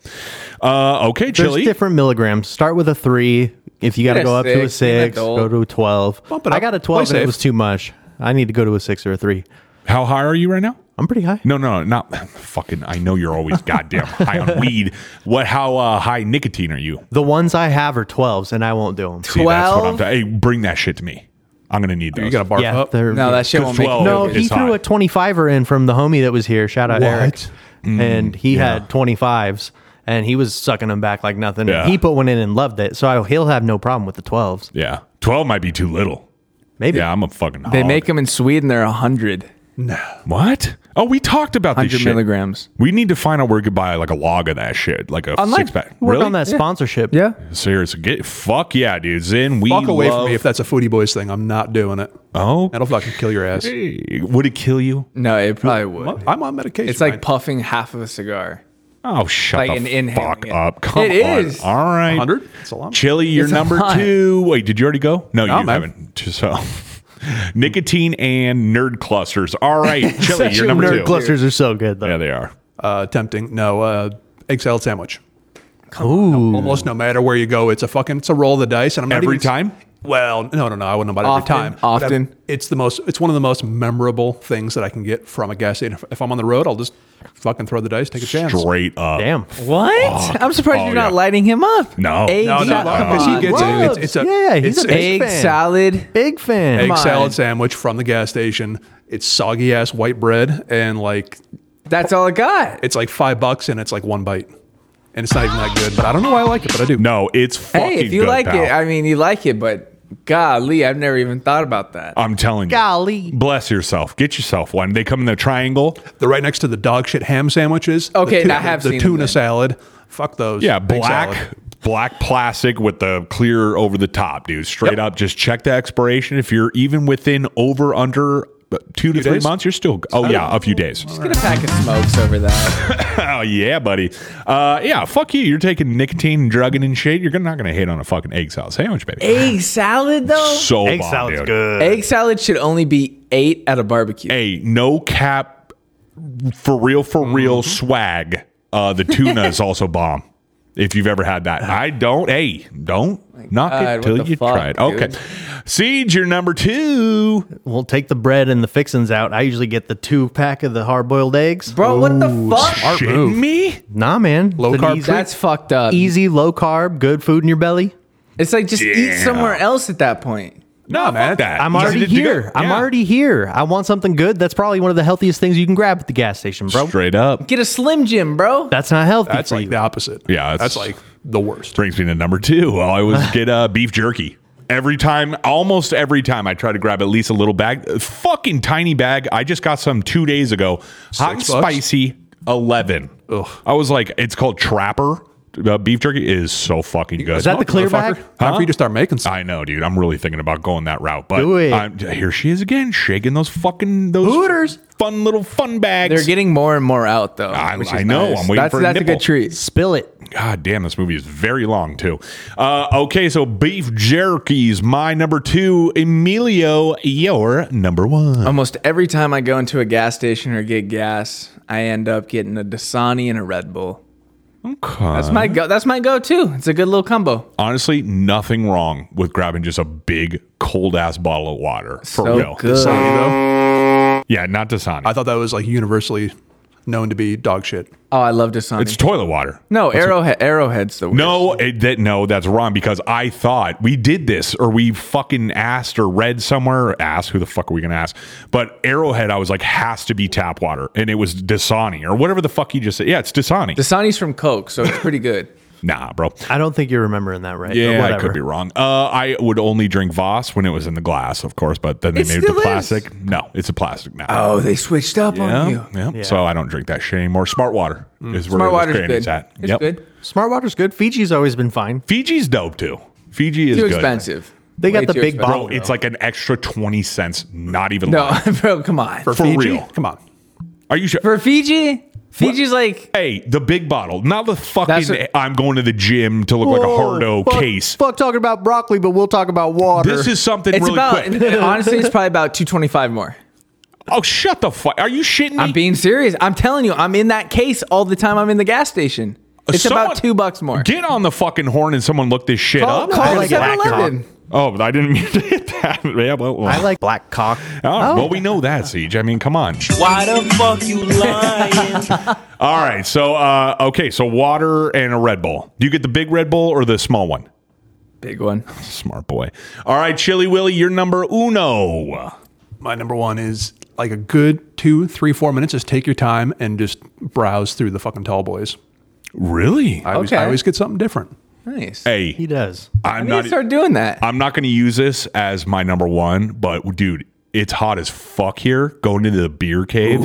B: Uh, okay,
E: There's
B: chili.
E: different milligrams. Start with a three. If you got to
C: Get a
E: go up to a
C: six, be an
E: six,
C: adult.
E: go to a twelve.
D: it
E: I
D: up.
E: got a
D: Play
E: twelve, and it
D: safe.
E: was too much. I need to go to a six or a three.
B: How high are you right now?
E: I'm pretty high.
B: No, no, not fucking. I know you're always goddamn high on weed. What? How uh, high nicotine are you?
E: The ones I have are twelves, and I won't do them.
B: See, that's what I'm
C: 12?
B: ta- Hey, bring that shit to me. I'm gonna need those.
D: You got to barf
E: Yeah,
D: up.
E: they're
C: No, that shit
B: Good
C: won't make
B: 12.
C: no.
E: No,
B: Oh, It's
E: he threw
B: high.
E: a 25er in from the homie that was here. Shout out
D: What?
E: Eric.
B: Mm,
E: and he had 25s and he was sucking them back like nothing.
B: Yeah.
E: He put one in and loved it. So I, he'll have no problem with the 12s.
B: Yeah, twelve might be too little.
E: Maybe.
B: Yeah, I'm a fucking.
C: They
B: hog.
C: make them in Sweden. They're hundred.
B: what? Oh, we talked about this
C: 100
B: shit.
C: milligrams.
B: We need to find out where we could buy like a log of that shit, like a
C: Online-
B: six pack.
E: Work
B: Really?
E: on that sponsorship.
C: Yeah.
B: Seriously, get fuck yeah, dude. Zen, we
D: Walk away
B: love-
D: from me if that's a foodie boys thing. I'm not doing it.
B: Oh,
D: That'll fucking kill your ass.
B: hey, would it kill you?
C: No, it probably would.
D: I'm on medication.
C: It's like
D: right?
C: puffing half of a cigar.
B: Oh, shut
C: Like an
B: the
C: inhaling
B: fuck
C: it.
B: up. Come
C: It
B: on.
C: is.
B: All right.
D: 100? It's a lot.
B: Chili, you're
C: It's a
B: number
C: lot.
B: two. Wait, did you already go? No, you
D: man.
B: haven't. [LAUGHS] So. Nicotine and nerd clusters. All
C: [LAUGHS]
B: right, Chili, you're
C: a
B: number
E: Nerd
B: two.
E: clusters are so good, though.
B: Yeah, they are.
D: uh, tempting. No, uh, egg salad sandwich.
E: Ooh.
D: Almost no matter where you go, it's a fucking it's a roll of the dice, and I'm not
B: Every
D: even-
B: time?
D: Well, no, no, no, I wouldn't buy it every
C: Often,
D: time. But I've-
C: often.
D: it's the most. It's one of the most memorable things that I can get from a gas station. If, if I'm on the road, I'll just fucking throw the dice, take a chance.
B: Straight up.
E: Damn.
C: What? I'm surprised
B: Oh,
C: you're not
B: yeah.
C: lighting him up.
B: No.
C: Egg
D: No, no,
C: salad.
D: because he gets it. It's, it's a
E: Yeah, he's
D: it's,
E: a
D: it's
E: big
C: egg
E: fan.
C: salad.
E: Big fan.
D: egg
C: Come on.
D: salad sandwich from the gas station. It's soggy ass white bread, and like
C: That's all I got.
D: it's like five bucks, and it's like one bite, and it's not even that good. But I don't know why I like it, but I do.
B: No, it's fucking
C: Hey, if you
B: good,
C: like
B: pal.
C: it, I mean, you like it, but golly, I've never even thought about that.
B: I'm telling you.
E: Golly.
B: Bless yourself. Get yourself one. They come in the triangle.
D: They're right next to the dog shit ham sandwiches.
C: Okay,
D: the
C: I have
D: the
C: seen them
D: tuna
C: then.
D: salad. Fuck those.
B: Yeah,
D: Big
B: black
D: salad.
B: black plastic with the clear over the top, dude. Straight up, just check the expiration. If you're even within over under uh, two to three
D: days?
B: months, you're still oh yeah, a few days. [LAUGHS]
C: Get a pack of smokes over that.
B: Oh yeah, buddy. Uh, yeah, fuck you. You're taking nicotine, drugging, and shit. You're not gonna hate on a fucking egg salad sandwich, baby.
C: Egg salad, though?
B: so
E: Egg
B: bomb,
E: sounds
B: dude.
E: good.
C: Egg salad should only be eight at a barbecue.
B: Hey, no cap, for real, for real swag. Uh, the tuna is also bomb. If you've ever had that, I don't. Hey, don't knock
C: God,
B: it
C: what
B: till
C: the
B: you
C: fuck,
B: try it. Okay,
C: dude?
B: Siege, your number two.
E: We'll take the bread and the fixins out. I usually get the two pack of the hard boiled eggs.
C: Bro, what the fuck?
B: Shitting me?
E: Nah, man. Low
D: carb
E: Easy,
C: That's fucked up.
E: easy, low carb, good food in your belly.
C: It's like just eat somewhere else at that point.
B: No, man. That.
E: I'm
B: Easy
E: already
B: to do.
E: here. I'm
B: Yeah.
E: already here. I want something good. That's probably one of the healthiest things you can grab at the gas station, bro.
B: straight up.
C: Get a Slim Jim, bro.
E: That's not healthy
D: That's
E: for
D: like
E: you.
D: the opposite.
B: Yeah, it's-
D: that's like the worst.
B: Brings me to number two. I
D: [LAUGHS]
B: always get uh, beef jerky. Every time, almost every time, I try to grab at least a little bag, a fucking tiny bag. I just got some two days ago. Hot and
D: bucks?
B: spicy, eleven.
D: Ugh.
B: I was like, it's called Trapper. uh, beef jerky is so fucking good.
D: Is that the clear bag? Time for you to start making some.
B: I know, dude. I'm really thinking about going that route. But
D: Do it.
B: I'm, here she is again, shaking those fucking those Hooters. Fun little fun bags.
C: They're getting more and more out though.
B: I,
C: which is
B: I know.
C: nice.
B: I'm waiting
C: that's,
B: for a
C: that's a
B: nipple.
C: good treat.
E: Spill it.
B: God Ah, damn, this movie is very long too. Uh, okay, so beef jerky's my number two. Emilio, your number one.
C: Almost every time I go into a gas station or get gas, I end up getting a Dasani and a Red Bull. That's
B: Uh-huh.
C: my go. That's my go-to. It's a good little combo.
B: Uh, honestly nothing wrong with grabbing just a big cold ass bottle of water for
C: So
B: real.
C: good. Dasani,
B: Yeah, not Dasani.
D: I thought that was like universally known to be dog shit.
C: Oh, I love Dasani.
B: It's toilet water.
C: no, Arrowhead. Arrowhead's the worst.
B: No, it, that no, that's wrong because I thought we did this or we fucking asked or read somewhere or asked who the fuck are we gonna ask? But Arrowhead, I was like, has to be tap water, and it was Dasani or whatever the fuck he just said. Yeah, it's Dasani.
C: Dasani's from Coke, so it's
B: [LAUGHS]
C: pretty good.
B: nah, bro.
E: I don't think you're remembering that right. but
B: Yeah, I
E: whatever.
B: could be wrong. Uh, I would only drink Voss when it was in the glass, of course, but then they
C: It
B: made it to
C: still is.
B: plastic. No, it's a plastic now.
C: oh, they switched up
B: Yeah,
C: on you.
B: yeah. Mm. So I don't drink that shit anymore. Smart water is where
C: Smart
B: Smart
C: water's
B: this
C: good.
B: is at.
C: It's
B: Yep.
C: good.
E: Smart water's good. Fiji's always been fine.
B: Fiji's dope too. Fiji is
C: Too
B: good.
C: expensive.
E: They got
C: Way
E: the
C: too
E: big
C: expensive.
B: Bro,
E: bottle.
B: it's like an extra twenty cents. Not even.
C: No, [LAUGHS]
B: lying.
C: bro, come on. For,
B: for
D: Fiji?
B: real.
D: Come on.
B: Are you sure?
C: Fiji, Fiji's like
B: hey, the big bottle, not the fucking.
C: That's what-
B: I'm going to the gym to look like a hardo
E: Oh, fuck,
B: case.
E: Fuck talking about broccoli, but we'll talk about water.
B: This is something
C: it's
B: really
C: about [LAUGHS]
B: quick. [LAUGHS]
C: honestly, it's probably about two twenty-five more.
B: Oh, shut the fuck! Are you shitting me?
C: I'm being serious. I'm telling you, I'm in that case all the time. I'm in the gas station. It's
B: Uh, Someone-
C: about two bucks more.
B: Get on the fucking horn and someone look this shit
C: Call-
B: up.
C: call
B: I
C: the
B: like black
C: 7-Eleven.
B: cock. Oh, but I didn't mean to hit that. [LAUGHS] Yeah, well, well.
E: I like black cock.
B: Oh, well, we know that, Siege. I mean, come on.
I: Why the fuck you lying?
B: All right. So, uh, okay. So, water and a Red Bull. Do you get the big Red Bull or the small one?
C: Big one.
B: Smart boy. All right, Chili Willy, you're number uno.
D: My number one is like a good two, three, four minutes. Just take your time and just browse through the fucking tall boys.
B: Really?
D: I, always,
C: Okay.
D: I always get something different.
C: Nice.
B: hey,
E: He does.
C: I
B: I'm
C: need to
B: not. e-
C: start doing that.
B: I'm not going to use this as my number one, but dude, it's hot as fuck here. Going into the beer cave,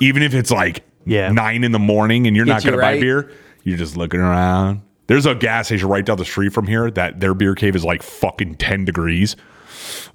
B: even if it's like
E: Yeah.
B: nine in the morning and you're not
C: Get you
B: going to buy
C: right.
B: beer, you're just looking around. There's a gas station right down the street from here that their beer cave is like fucking ten degrees.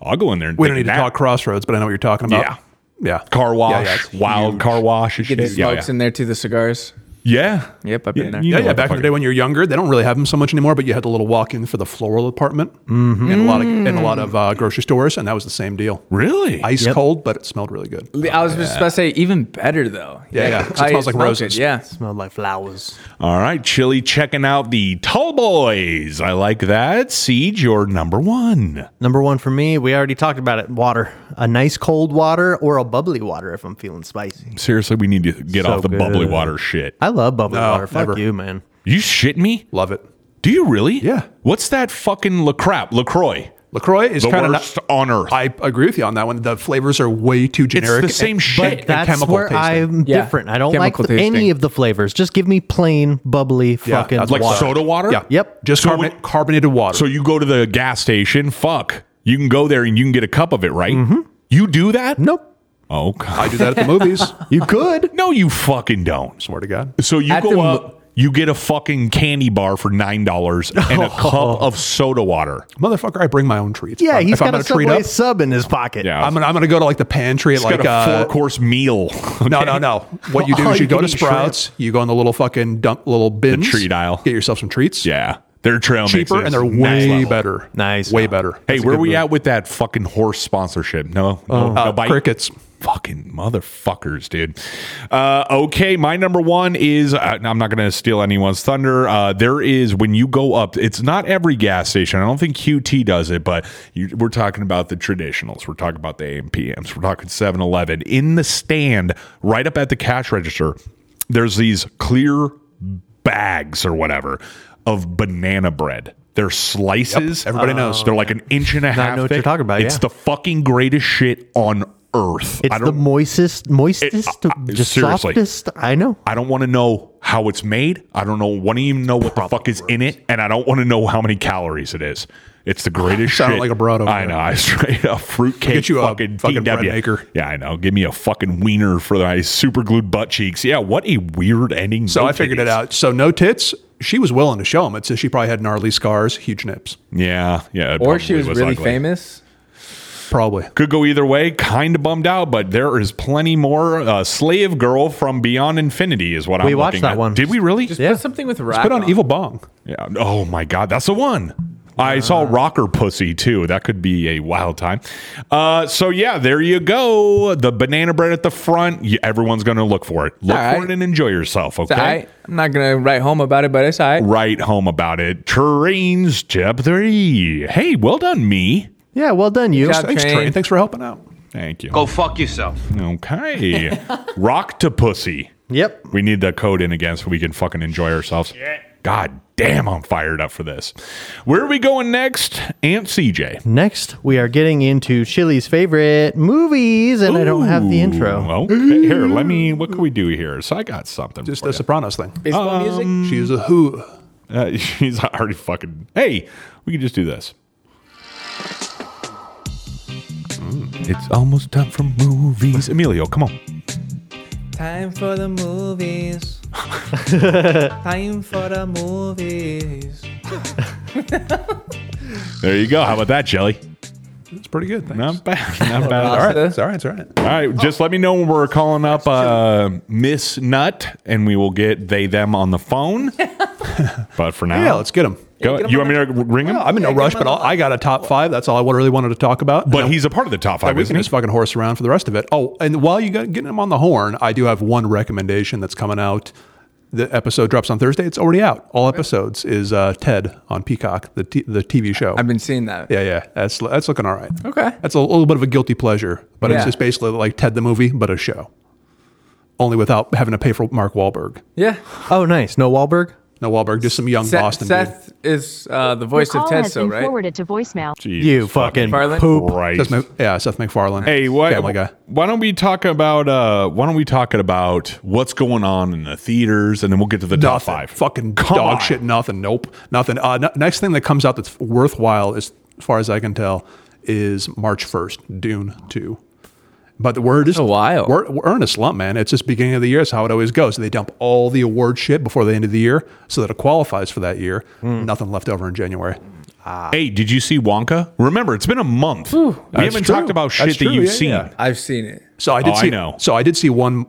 B: I'll go in there. And
D: We
B: take
D: don't need
B: a nap.
D: to talk crossroads, but I know what you're talking about.
B: Yeah.
D: Yeah.
B: car wash,
D: yeah, it's
B: wild car wash. and
C: Get the
B: shit. Yeah,
C: smokes
B: yeah.
C: in there too. The cigars.
B: yeah.
C: Yep, I've been
B: yeah,
C: there.
B: you
D: Yeah,
B: know
D: yeah.
B: what
D: Back in the
B: fuck
D: day
B: it-
D: when you're younger, they don't really have them so much anymore. But you had the little walk-in for the floral apartment, and a lot of and a lot of uh, grocery stores, and that was the same deal.
B: Mm-hmm. really
D: Ice
E: Yep.
D: cold, but it smelled really good.
C: I was just about to say even better though.
D: Yeah, yeah. It
C: I
D: smells like
C: smoked
D: roses.
C: it, Yeah.
E: Smelled like flowers.
B: All right, Chili checking out the Tall Boys. I like that. Siege, your number one.
E: Number one for me, we already talked about it. Water, a nice cold water or a bubbly water if I'm feeling spicy.
B: Seriously, we need to get
E: So
B: off the bubbly
E: good.
B: water shit.
E: I love bubbly water. Fuck
D: never.
E: you, man.
B: You shitting me?
D: Love it.
B: Do you really?
D: Yeah.
B: What's that fucking La crap? LaCroix.
D: Lacroix is
B: The
D: kind of
B: worst on earth.
D: I agree with you on that one. The flavors are way too generic.
B: the same
D: and-
B: shit.
D: and
E: That's
D: chemical
E: where
D: tasting.
E: I'm
C: Yeah.
E: different. I don't
C: Chemical
E: like th- any
C: tasting.
E: of the flavors. Just give me plain bubbly
D: Yeah,
E: fucking
D: that's
B: like
E: water.
B: soda water?
D: Yeah.
E: Yep.
D: Just
B: So
D: carbo-
B: when-
D: carbonated water.
B: So you go to the gas station, fuck. You can go there and you can get a cup of it, right? You do that?
E: Mm-hmm. Nope.
B: Oh, God.
D: I do that at the movies.
E: You could.
B: No, [LAUGHS] you fucking don't.
D: Swear to God.
B: So you
C: At
B: go
C: the mo-
B: up, you get a fucking candy bar for nine
D: [LAUGHS]
B: dollars and a cup of soda water.
D: Motherfucker, I bring my own treats.
E: Yeah,
D: uh, If
E: he's got
D: I'm
E: a
D: gonna treat
E: Subway
D: up,
E: sub in his pocket.
B: Yeah.
D: I'm gonna I'm gonna go to like the pantry at
B: It's like
D: like
B: got a
D: uh,
B: four course meal.
D: [LAUGHS] No, no, no.
B: [LAUGHS]
D: What you do
E: Oh,
D: is you,
E: you
D: go
E: can
D: to
E: eat shrimp.
D: Sprouts, you go in the little fucking dump little bins,
B: treat aisle.
D: get yourself some treats.
B: Yeah, their trail mix
D: cheaper
B: is
D: and they're
B: next
D: way
B: level.
D: better.
E: Nice.
D: way better.
B: Hey,
D: That's a
B: where
D: good
B: we
D: move.
B: at with that fucking horse sponsorship? No, no, no
D: Uh,
B: bite?
D: crickets.
B: Fucking motherfuckers, dude. Uh, okay, my number one is uh, I'm not going to steal anyone's thunder. Uh, there is when you go up, it's not every gas station. I don't think QT does it, but you, we're talking about the traditionals. We're talking about the AMPMs. We're talking 7 Eleven. In the stand, right up at the cash register, there's these clear bags or whatever of banana bread. They're slices.
D: Everybody knows.
B: They're
E: Oh,
B: like an inch and a half.
E: know what
B: thick.
E: you're talking about,
B: It's
E: yeah.
B: the fucking greatest shit on earth. I
E: It's the
B: don't.
E: moistest, moistest,
D: uh,
B: I- I-
E: just
B: seriously.
E: softest. I know.
B: I don't want to know how it's made. I don't know. Want to even know what the fuck is in it, and I don't want to know how many calories it is. It's the greatest
D: [LAUGHS] Sounded
B: shit.
D: like a broad over
B: I
D: there.
B: know. I straight up fruitcake.
D: Get you a
B: fucking,
D: fucking bread
B: TW.
D: maker.
B: Yeah, I know. Give me a fucking wiener for my super glued butt cheeks. Yeah, what a weird ending.
D: So
B: No
D: I figured it
B: titties.
D: out. So no tits, she was willing to show him. It's just she probably had gnarly scars, huge nips.
B: Yeah, yeah. it
D: Or she
B: probably
D: was really
B: ugly.
C: famous.
D: Probably
B: could go either way. Kind of bummed out, but there is plenty more. Uh, Slave Girl from Beyond Infinity is what
E: We
B: I'm
E: watched
B: looking
E: that
B: at.
E: one.
B: Did we really?
C: Just put something with rock. on.
D: Evil Bong.
B: Yeah. Oh my God, that's the one. I saw Rocker Pussy too. That could be a wild time. Uh, so yeah, there you go. The banana bread at the front. You, everyone's going to look for it. Look
C: All
B: for
C: right.
B: it and enjoy yourself.
C: It's all
B: Okay.
C: right. I'm not gonna write home about it, but it's all right.
B: Write home about it. Trains Chapter Three. Hey, well done, me.
E: Yeah, well done, you.
B: job,
D: Thanks,
B: Train.
D: Train. Thanks for helping out.
B: Thank you.
H: Go fuck yourself.
B: Okay.
C: [LAUGHS]
B: Rock to pussy.
E: Yep.
B: We need the code in again so we can fucking enjoy ourselves. God damn, I'm fired up for this. Where are we going next? Aunt CJ.
E: Next, we are getting into Chili's favorite movies, and I don't have the intro.
B: Well, here, let me. What can we do here? So I got something.
D: Just
B: for
D: the
B: ya.
D: Sopranos thing.
C: Baseball music.
D: She's a who.
B: Uh, [LAUGHS] she's already fucking. Hey, we can just do this. Mm, it's almost time for movies. Emilio, come on.
C: Time for the [LAUGHS] movies. Time for the movies.
B: There you go. How about that, Jelly?
D: It's pretty good. Thanks.
B: Not bad. Not bad. All right.
D: It's all right. It's all right.
B: All right, just let me know when we're calling up uh, Miss Nut, and we will get they them on the
D: [LAUGHS]
B: phone. but for now,
D: Yeah, let's get him.
B: go. you want me to ring him?
D: I'm in no rush, but I'll, I got a top five. That's all I really wanted to talk about.
B: but he's a part of the top
D: But
B: five,
D: we can
B: isn't he?
D: just fucking horse around for the rest of it. Oh, and while you got getting him on the horn, I do have one recommendation that's coming out. The episode drops on Thursday. It's already out. All episodes is uh, Ted on Peacock, the t- the TV show.
C: I've been seeing that.
D: yeah, yeah, that's that's looking all right.
C: Okay.
D: That's a little bit of a guilty pleasure, but
C: Yeah.
D: it's just basically like Ted the movie, but a show. Only without having to pay for Mark Wahlberg.
C: Yeah.
E: Oh, nice. No Wahlberg.
D: No Wahlberg, just some young
C: Seth,
D: Boston dude.
C: Seth is uh, the voice
M: Your
C: of
M: call
C: Ted,
M: has
C: so
M: been
C: right?
M: forwarded to voicemail.
B: Jesus
E: You fucking
C: Farland?
E: poop.
B: Christ.
D: Seth Mac- yeah, Seth MacFarlane.
B: Hey, what?
D: Family guy.
B: Why don't we talk about? Uh, why don't we talk about what's going on in the theaters, and then we'll get to the top
D: nothing.
B: five.
D: Fucking
B: Come
D: dog
B: on.
D: shit. Nothing. Nope. Nothing. Uh, n- next thing that comes out that's worthwhile, as far as I can tell, is March first, Dune two. But the word is
B: Oh,
C: a while.
D: We're, we're in a slump, man. It's just beginning of the year. It's how it always goes. They dump all the award shit before the end of the year, so that it qualifies for that year.
B: Hmm.
D: Nothing left over in January.
B: Hey, did you see Wonka? Remember, it's been a month. we
D: that's
B: haven't
D: true.
B: talked about
D: That's
B: shit
D: true,
B: that you've
D: yeah,
B: seen.
D: yeah.
C: I've seen it.
D: So I did
B: Oh, I
D: see.
B: know.
D: So I did see one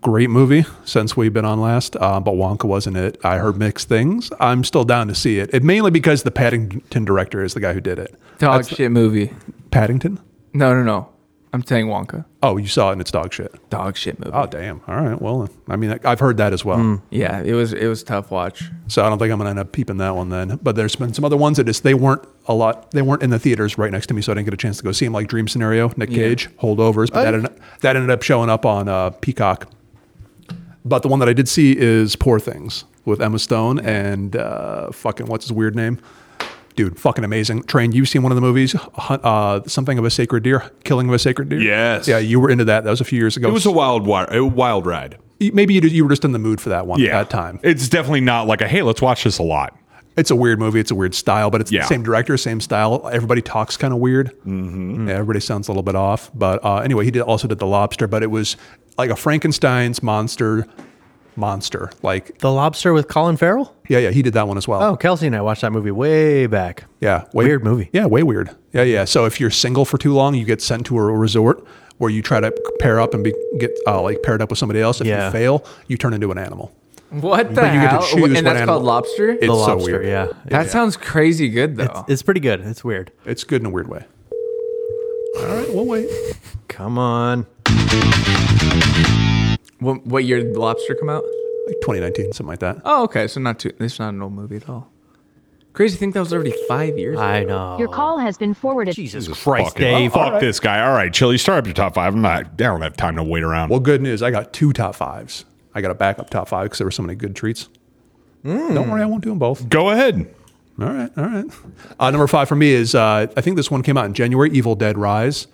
D: great movie since we've been on last, uh, but Wonka wasn't it. I heard mixed things. I'm still down to see it. It mainly because the Paddington director is the guy who did it.
C: Dog
D: That's-
C: shit movie.
D: Paddington.
C: No, no, no. I'm saying Wonka.
D: Oh, you saw it and it's dog shit.
C: Dog shit movie.
D: Oh damn. All right. Well, I mean, I've heard that as well.
B: Hmm.
C: Yeah, it was it was tough watch.
D: So I don't think I'm gonna end up peeping that one then. But there's been some other ones that just they weren't a lot. They weren't in the theaters right next to me, so I didn't get a chance to go see them. Like Dream Scenario, Nick Cage, Holdovers, but that ended, that ended up showing up on uh, Peacock. But the one that I did see is Poor Things with Emma Stone and uh, fucking what's his weird name. Dude, fucking amazing. Train, you've seen one of the movies, Hunt- uh, something of a sacred deer, killing of a sacred deer.
B: Yes.
D: Yeah, you were into that. That was a few years ago.
B: It was a wild, wi- a wild ride.
D: Maybe you, you were just in the mood for that one
B: Yeah,
D: at that time.
B: It's definitely not like a hey, let's watch this a lot.
D: It's a weird movie. It's a weird style, but it's
B: Yeah.
D: the same director, same style. Everybody talks kind of weird.
B: Mm-hmm.
D: Yeah, everybody sounds a little bit off. But uh, anyway, he did also did The Lobster, but it was like a Frankenstein's monster, monster. Like
E: The Lobster with Colin Farrell.
D: yeah, yeah, he did that one as well.
E: Oh, Kelsey and I watched that movie way back.
D: Yeah,
E: Weird movie.
D: Yeah, way weird. Yeah, yeah. So if you're single for too long, you get sent to a resort where you try to pair up and be, get uh, like paired up with somebody else. If
E: Yeah.
D: you fail, you turn into an animal.
C: What the
D: But you get to
C: hell?
D: choose
C: and
D: what
C: that's
D: animal-
C: called lobster.
D: It's
E: The
D: so
E: Lobster.
D: weird.
E: Yeah,
C: that sounds crazy good though.
E: it's pretty good. It's weird.
D: It's good in a weird way. All right, we'll wait.
E: Come on.
C: what, what year did lobster come out?
D: Like 2019, something like that.
C: Oh, okay. So not too. It's not an old movie at all. Crazy. to think that was already five years.
E: I know.
M: Your call has been forwarded.
E: Jesus
B: Fuck
E: Christ,
B: it.
E: Dave.
B: fuck this guy. All right, Chili, start up your top five. I'm not. I don't have time to wait around.
D: Well, good news. I got two top fives. I got a backup top five because there were so many good treats. Don't worry, I won't do them both.
B: Go ahead.
D: All right, all right. Uh, number five for me is uh, I think this one came out in January, Evil Dead Rise,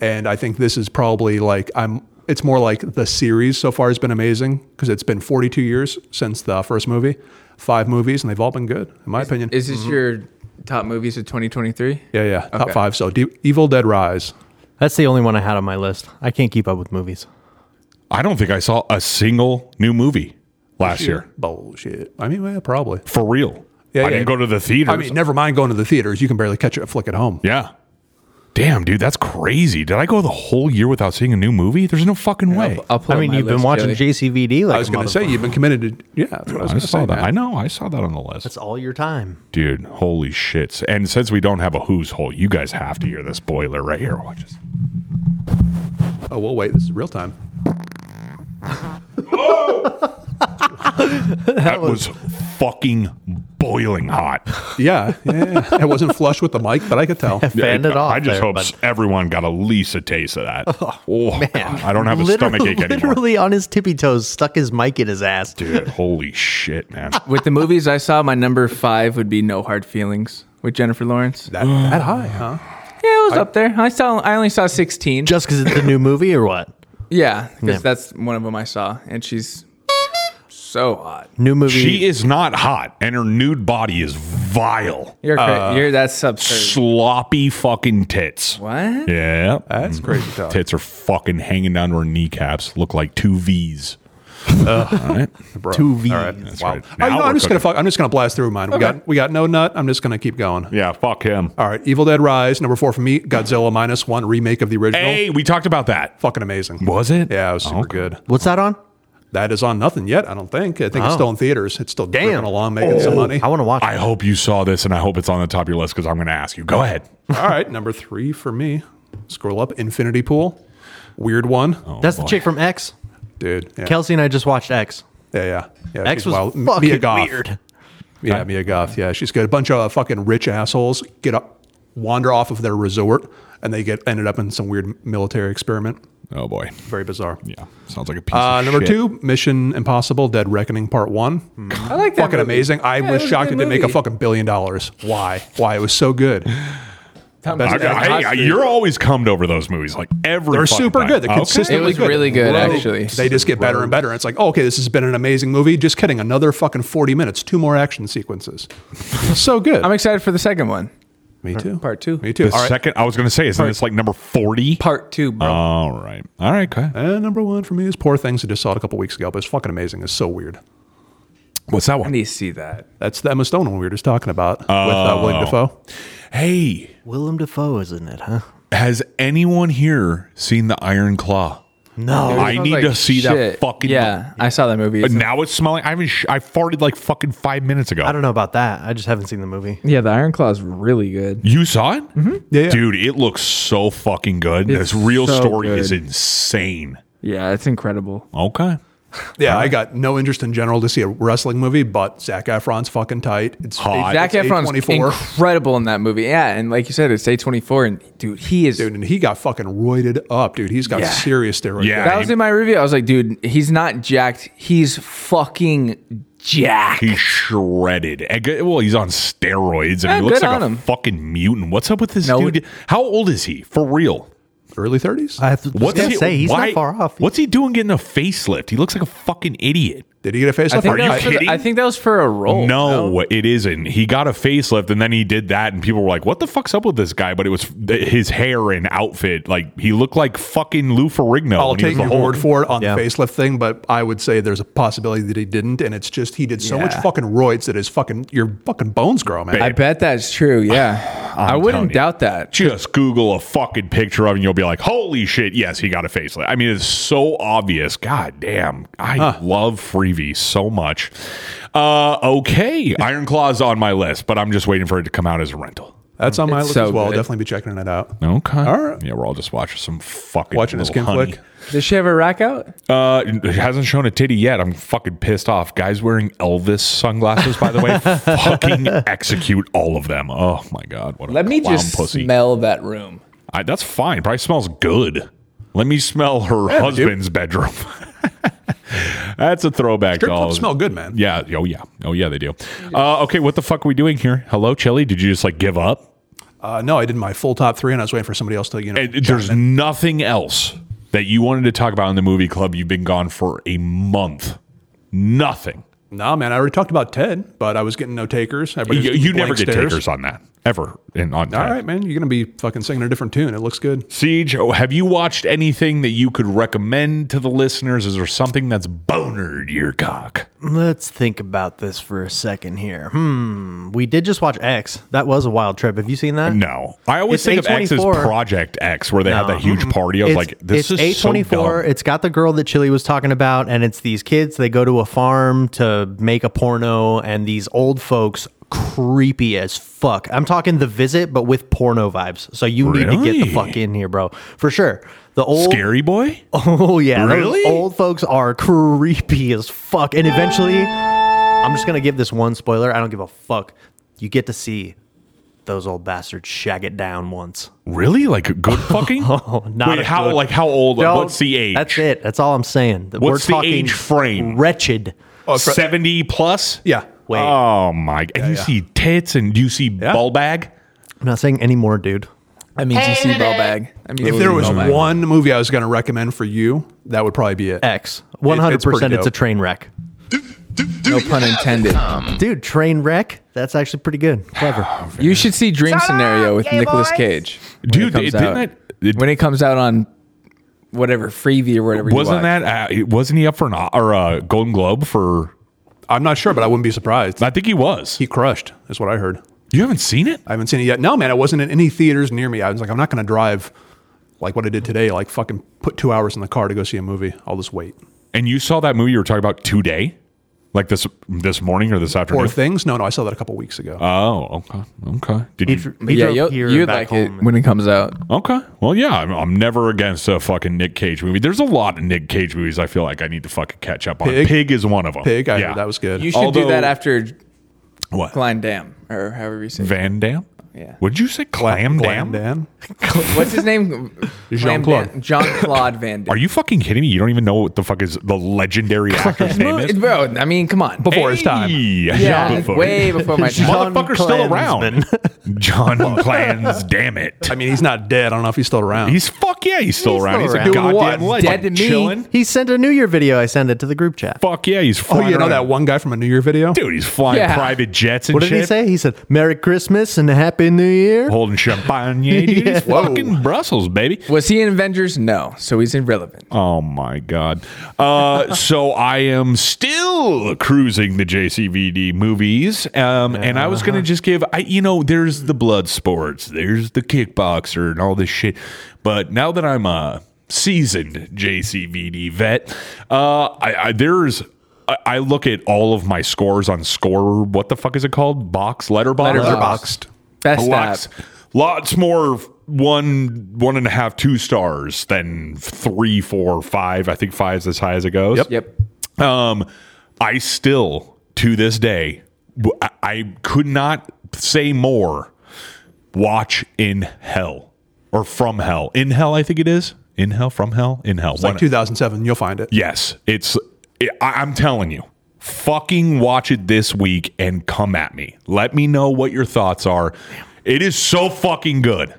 D: and I think this is probably like I'm. It's more like the series so far has been amazing because it's been 42 years since the first movie, five movies, and they've all been good in my opinion.
C: Is this your top movies of 2023?
D: yeah, yeah, top
C: Okay.
D: five. So De- Evil Dead Rise.
E: That's the only one I had on my list. I can't keep up with movies.
B: I don't think I saw a single new movie. last year.
D: Bullshit. I mean, well, probably.
B: For real. I didn't go to the theaters.
D: I mean, never mind going to the theaters. You can barely catch a flick at home.
B: Yeah. Damn, dude, that's crazy. Did I go the whole year without seeing a new movie? There's no fucking way.
E: I mean, you've been watching JCVD like
D: I was going to say you've been committed to. Yeah, that's what I was
B: I
D: going to
B: saw
D: say.
B: that.
D: man.
B: I know. I saw that on the list.
E: That's all your time.
B: Dude, holy shit. And since we don't have a who's hole, you guys have to hear this boiler right here. Watch this.
D: Oh well, wait. This is real time.
B: That was fucking boiling hot.
D: Yeah, yeah. I wasn't flush with the mic, but I
B: [LAUGHS]
D: could tell.
E: Fanned it off
B: I just
E: there,
B: hope
E: bud.
B: s- everyone got at least a taste of that. Oh, man. I don't have a
E: Literally-
B: stomach ache anymore.
E: Literally on his tippy toes, stuck his mic in his ass.
B: Dude, holy shit, man.
C: With the movies I saw, my number five would be No Hard Feelings with Jennifer Lawrence.
D: That, that high, huh?
C: yeah, it was up there. I saw. I only saw sixteen.
E: Just because it's a new movie or what?
C: yeah, because
E: Yeah.
C: that's one of them I saw, and she's so hot.
E: New movie.
B: She is not hot, and her nude body is vile.
C: You're
D: Uh,
C: cra- you're that's absurd.
B: Sloppy fucking tits.
C: What?
B: Yeah. Mm,
D: That's crazy talk.
B: Tits are fucking hanging down to her kneecaps, look like two V's. All right.
D: Bro.
B: Two V's.
D: All right.
B: That's
D: Wow.
B: right.
D: I,
B: Now
D: am
B: we're
D: just gonna
B: cooking.
D: fuck, I'm just gonna blast through mine. We got we got no nut. I'm just gonna keep going.
B: Yeah, fuck him.
D: All right, Evil Dead Rise, number four for me. Godzilla minus one remake of the original.
B: Hey, we talked about that.
D: Fucking amazing.
B: Was it?
D: Yeah, it was super
B: Okay.
D: good.
E: What's that on?
D: That is on nothing yet. I don't think. I think it's
E: Oh.
D: still in theaters. It's still
E: Damn.
D: dripping along, making
B: Oh.
D: some money.
E: Oh, I want to watch.
B: I
E: it.
B: hope you saw this, and I hope it's on the top of your list because I'm going to ask you. Go ahead.
D: All right, number three for me. Scroll up, Infinity Pool. Weird one, Oh,
E: That's
B: boy.
E: the chick from X.
D: dude. Yeah.
E: Kelsey and I just watched X.
D: yeah, yeah, yeah.
E: X
D: she's
E: was
D: wild. M-
E: fucking
D: Mia Goth.
E: weird.
D: Yeah, Mia Goth. Yeah, she's good. A bunch of fucking rich assholes get up, wander off of their resort, and they get ended up in some weird military experiment.
B: Oh boy.
D: Very bizarre.
B: Yeah, sounds like a piece.
D: Uh,
B: of
D: number
B: shit. Hmm.
D: two, Mission Impossible: Dead Reckoning Part One.
C: I like that.
D: Fucking
C: movie.
D: amazing! I
C: Yeah,
D: was
C: it a
D: shocked it
C: good
D: didn't make a
C: movie.
D: fucking billion dollars. Why? Why it was so good?
C: Tom
B: I,
C: Cruise.
B: I- I- you're always cummed over those movies, like every.
D: They're
B: fucking
D: super
B: time.
D: good. They're
B: Okay.
D: consistently
C: It was
D: good.
C: really good,
D: They-
C: actually.
D: They just get better and better. And it's like, oh, okay, this has been an amazing movie. Just kidding. Another fucking 40 minutes, two more action sequences. [LAUGHS] so good.
C: I'm excited for the second one.
D: Me too.
C: Part two.
D: Me too.
B: The
D: All right.
B: second, I was going to say, isn't this like number forty?
C: Part two,
D: Uh,
C: bro.
B: All right, all right, okay.
D: And number one for me is Poor Things. I just saw it a couple weeks ago, but it's fucking amazing. It's so weird.
B: What's that
C: I
B: one?
C: need to see that.
D: That's the Emma Stone one we were just talking about with uh, William Defoe.
B: Hey,
E: Willem Dafoe, isn't it? Huh?
B: has anyone here seen the Iron Claw?
E: No.
B: I
C: Sounds
B: need
C: like
B: to see
C: shit.
B: that fucking.
C: Yeah, I saw that movie.
B: But now it's smelling. I haven't. Sh- I farted like fucking five minutes ago.
E: I don't know about that. I just haven't seen the movie.
C: yeah, the Iron Claw is really good.
B: You saw it, mm-hmm.
D: Yeah, yeah.
B: dude. It looks so fucking good.
C: It's
B: this real
C: so
B: story
C: good.
B: is insane.
C: Yeah, it's incredible.
B: Okay.
D: Yeah, I got no interest in general to see a wrestling movie, but Zach Efron's fucking tight. It's
B: Hot.
C: Zac
D: It's
C: Efron's
D: A24.
C: incredible in that movie. Yeah, and like you said, it's A24, and dude, he is.
D: Dude, and he got fucking roided up, dude. He's got
C: Yeah.
D: serious steroids.
B: Yeah.
C: that was in my review. I was like, dude, he's not jacked. He's fucking jacked.
B: He's shredded. And good- Well, he's on steroids and
C: Yeah,
B: he looks
C: good
B: like a
C: on him.
B: fucking mutant. What's up with this
C: No,
B: dude? How old is he for real?
D: Early 30s.
E: I have to
B: What's
E: gonna
B: he-
E: say he's
B: why-
E: not far off.
B: What's he doing getting a facelift? He looks like a fucking idiot.
D: Did he get a face
C: I
D: off?
C: think,
B: Are
C: that
B: you
C: was for the-
B: kidding?
C: I think that was for a role.
B: no, it isn't. He got a facelift and then he did that, and people were like, "What the fuck's up with this guy?" But it was th- his hair and outfit. Like he looked like fucking Lou Ferrigno.
D: I'll
B: when he was
D: take
B: the
D: your
B: Hulk.
D: word for it on
E: Yeah.
D: the facelift thing, but I would say there's a possibility that he didn't, and it's just he did so much
C: Yeah.
D: fucking roids that his fucking your fucking bones grow, man.
C: I bet that's true. Yeah, I
B: telling
C: wouldn't
B: you.
C: doubt that.
B: Just Google a fucking picture of him, you'll be like, "Holy shit! Yes, he got a facelift." I mean, it's so obvious. God damn, I love Freebie so much. Uh,
D: [LAUGHS]
B: okay, Iron Claw's on my list, but I'm just waiting for it to come out as a rental.
D: That's on my
C: It's
D: list
C: so
D: as well. I'll
C: good.
D: definitely be checking it out.
B: Okay,
D: All right.
B: Yeah, we're all just watching some fucking
D: Watching a
B: little
D: skin
B: honey.
D: flick.
C: Does she have a rack out?
B: Uh, it hasn't shown a titty yet. I'm fucking pissed off. Guys wearing Elvis sunglasses, by
D: [LAUGHS]
B: the way, fucking execute all of them. Oh my god, what a
C: Let me
B: clown
C: just
B: pussy.
C: smell that room.
B: I, that's fine. Probably smells good. Let me smell her husband's bedroom. [LAUGHS] that's a throwback
D: Strip
B: to all.
D: clubs
B: of-
D: smell good, man.
B: Yeah. Oh yeah. Oh yeah. They do. Uh, okay. What the fuck are we doing here? Hello, Chili. Did you just like give up?
D: Uh, no, I did my full top three, and I was waiting for somebody else to you know.
B: And there's nothing else that you wanted to talk about in the movie club. You've been gone for a month. Nothing.
D: nah, man, I already talked about Ted, but I was getting no takers. Everybody
B: You,
D: was
B: you
D: blank
B: never get
D: stares.
B: takers on that ever. In on
D: All
B: time.
D: right, man, you're gonna be fucking singing a different tune. It looks good.
B: Siege, oh, have you watched anything that you could recommend to the listeners? Is there something that's bonered your cock?
E: Let's think about this for a second here. Hmm. We did just watch X. That was a wild trip. Have you seen that?
B: No. I always think of X as Project X, where they had that huge party. I was like, this
E: it's
B: is so dumb.
E: A24. it's got the girl that Chili was talking about, and it's these kids. They go to a farm to make a porno, and these old folks creepy as fuck. I'm talking the visit, but with porno vibes. So you need to get the
B: Really?
E: fuck in here, bro. For sure. The old
B: Scary boy?
E: [LAUGHS] Oh yeah. those
B: Really?
E: old folks are creepy as fuck. And eventually, I'm just gonna give this one spoiler. I don't give a fuck. You get to see those old bastards shag it down once.
B: Really? Like
E: [LAUGHS]
B: good fucking?
E: oh, not
B: Wait,
E: a
B: how-
E: good-
B: like, how old? Like,
E: Don't-
B: what's the age?
E: That's it. That's all I'm saying. We're
B: What's the
E: talking
B: age frame?
E: Wretched.
B: 70 plus?
D: Oh, Yeah.
E: Wait.
B: Oh, my. And you
E: yeah.
B: see tits and you see ball bag?
E: I'm not saying any more, dude.
C: I mean, you see ball bag. I mean,
D: If there was one movie I was going to recommend for you, that would probably be it.
B: Eh.
E: X.
D: It-
E: One hundred
D: it's pretty
E: percent. It's a
D: dope.
E: train wreck,
C: no pun intended.
E: dude. Train wreck. That's actually pretty good. Clever.
B: [SIGHS]
C: You should see Dream Scenario with
E: gay
C: Nicolas
E: boys.
C: Cage. when
B: Dude,
C: comes
B: it- didn't
C: out.
B: it-
C: when it comes out on whatever Freevee or whatever.
B: Wasn't
C: you watch.
B: that, uh, wasn't he up for an o- or a Golden Globe for.
D: I'm not sure, but I wouldn't be surprised.
B: I think he was.
D: He crushed, is what I heard.
B: You haven't seen it?
D: I haven't seen it yet. No, man, it wasn't in any theaters near me. I was like, I'm not going to drive like what I did today, like fucking put two hours in the car to go see a movie. I'll just wait.
B: And you saw that movie you were talking about today? Like this this morning or this afternoon?
D: Poor things? No, no, I saw that a couple weeks ago.
B: Oh, okay. Okay. Did you?
C: But yeah, you'll- you'd like it when it comes out.
B: Okay. Well, yeah, I'm, I'm never against a fucking Nick Cage movie. There's a lot of Nick Cage movies I feel like I need to fucking catch up on. Pig,
D: Pig?
B: is one of them.
D: Pig, I
B: yeah.
D: heard that was good. Oh,
C: You should do that after
B: What?
C: Klein Dam or however you say. it.
B: Van Dam?
C: Yeah.
B: Would you say Clam, Dam?
D: Dan?
C: What's
B: [LAUGHS]
C: his name?
D: Jean-Claude.
C: Jean Claude Van Damme.
B: Are you fucking kidding me? You don't even know what the fuck is the legendary actor's name
C: Mo-
B: is?
C: Bro, I mean, come on.
D: Before his time.
B: Yeah.
C: Yeah, way
B: [LAUGHS]
C: before my time.
B: Motherfucker's still around. [LAUGHS] John Clans, damn it.
D: [LAUGHS] I mean, he's not dead. I don't know if he's still around.
B: He's fuck yeah, he's still around.
E: still
B: he's a
E: around.
B: goddamn
C: what?
B: legend.
C: Dead to me.
B: Chilling.
E: He sent a New Year video. I sent it to the group chat.
B: Fuck yeah, he's
D: oh,
B: flying.
D: you know
B: around.
D: that one guy from a New Year video?
B: dude, he's flying
C: Yeah.
B: private jets and
E: What did
B: shit.
E: he say? He said, "Merry Christmas and a Happy New Year."
B: Holding champagne, dude. He's
D: Whoa.
B: fucking Brussels, baby.
C: Was he in Avengers? No. So he's irrelevant.
B: Oh my god! Uh, so I am still cruising the JCVD movies, um, and I was gonna just give I, you know, there's the blood sports, there's the kickboxer, and all this shit. But now that I'm a seasoned JCVD vet, uh, I, I there's. I- I look at all of my scores on score. What the fuck is it called? Box letterbox.
C: Letterboxd. Best
B: Lots,
C: app.
B: lots more one, one and a half, two stars than three, four, five. I think five's as high as it goes.
C: Yep.
B: Um, I still to this day, w- I, I could not say more. Watch in hell or from hell. In hell, I think it is. In hell, from hell, in hell.
D: It's like 2007. You'll find it.
B: Yes, it's. It, I, I'm telling you, fucking watch it this week and come at me. Let me know what your thoughts are. It is so fucking good.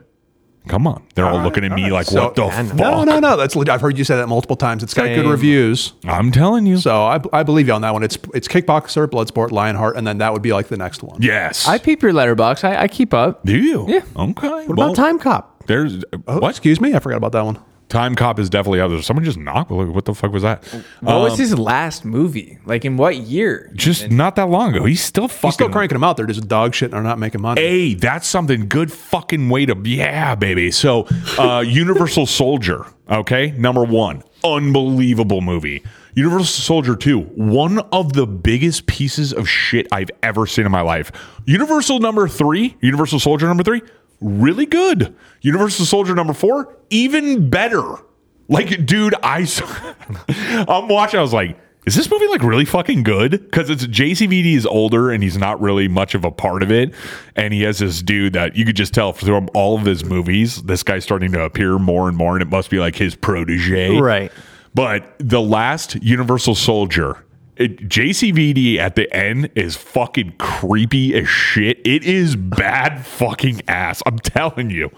B: Come on, they're all, looking at me like,
D: So-
B: "What the fuck?"
D: No, no, no. That's legit. I've heard you say that multiple times. It's got good
E: Same.
D: reviews.
B: I'm telling you.
D: So I, I believe you on that one. It's it's Kickboxer, Bloodsport, Lionheart, and then that would be like the next one.
B: yes,
C: I peep your letterbox. I, I keep up.
B: do. You?
C: Yeah.
B: Okay.
E: What about Time Cop?
B: There's
D: Oh,
B: what?
D: Excuse me, I forgot about that one.
B: Time Cop is definitely out there. Someone just knocked. Look, What the fuck was that?
C: What
B: Um,
C: was his last movie? Like in what year?
B: just not that long ago. He's still fucking
D: He's still cranking them out. They're just dog shit and are not making money.
B: Hey, that's something good fucking way to yeah, baby. So, uh, [LAUGHS] Universal Soldier, okay, number one, unbelievable movie. Universal Soldier two, one of the biggest pieces of shit I've ever seen in my life. Universal number three, Universal Soldier number three, really good. Universal Soldier number four, even better. Like, dude, I s- [LAUGHS] I'm watching. I was like, is this movie like really fucking good? Because it's JCVD is older and he's not really much of a part of it, and he has this dude that you could just tell from all of his movies, this guy's starting to appear more and more, and it must be like his protege,
E: Right.
B: But the last Universal Soldier. It, JCVD at the end is fucking creepy as shit. It is bad fucking ass. I'm telling you.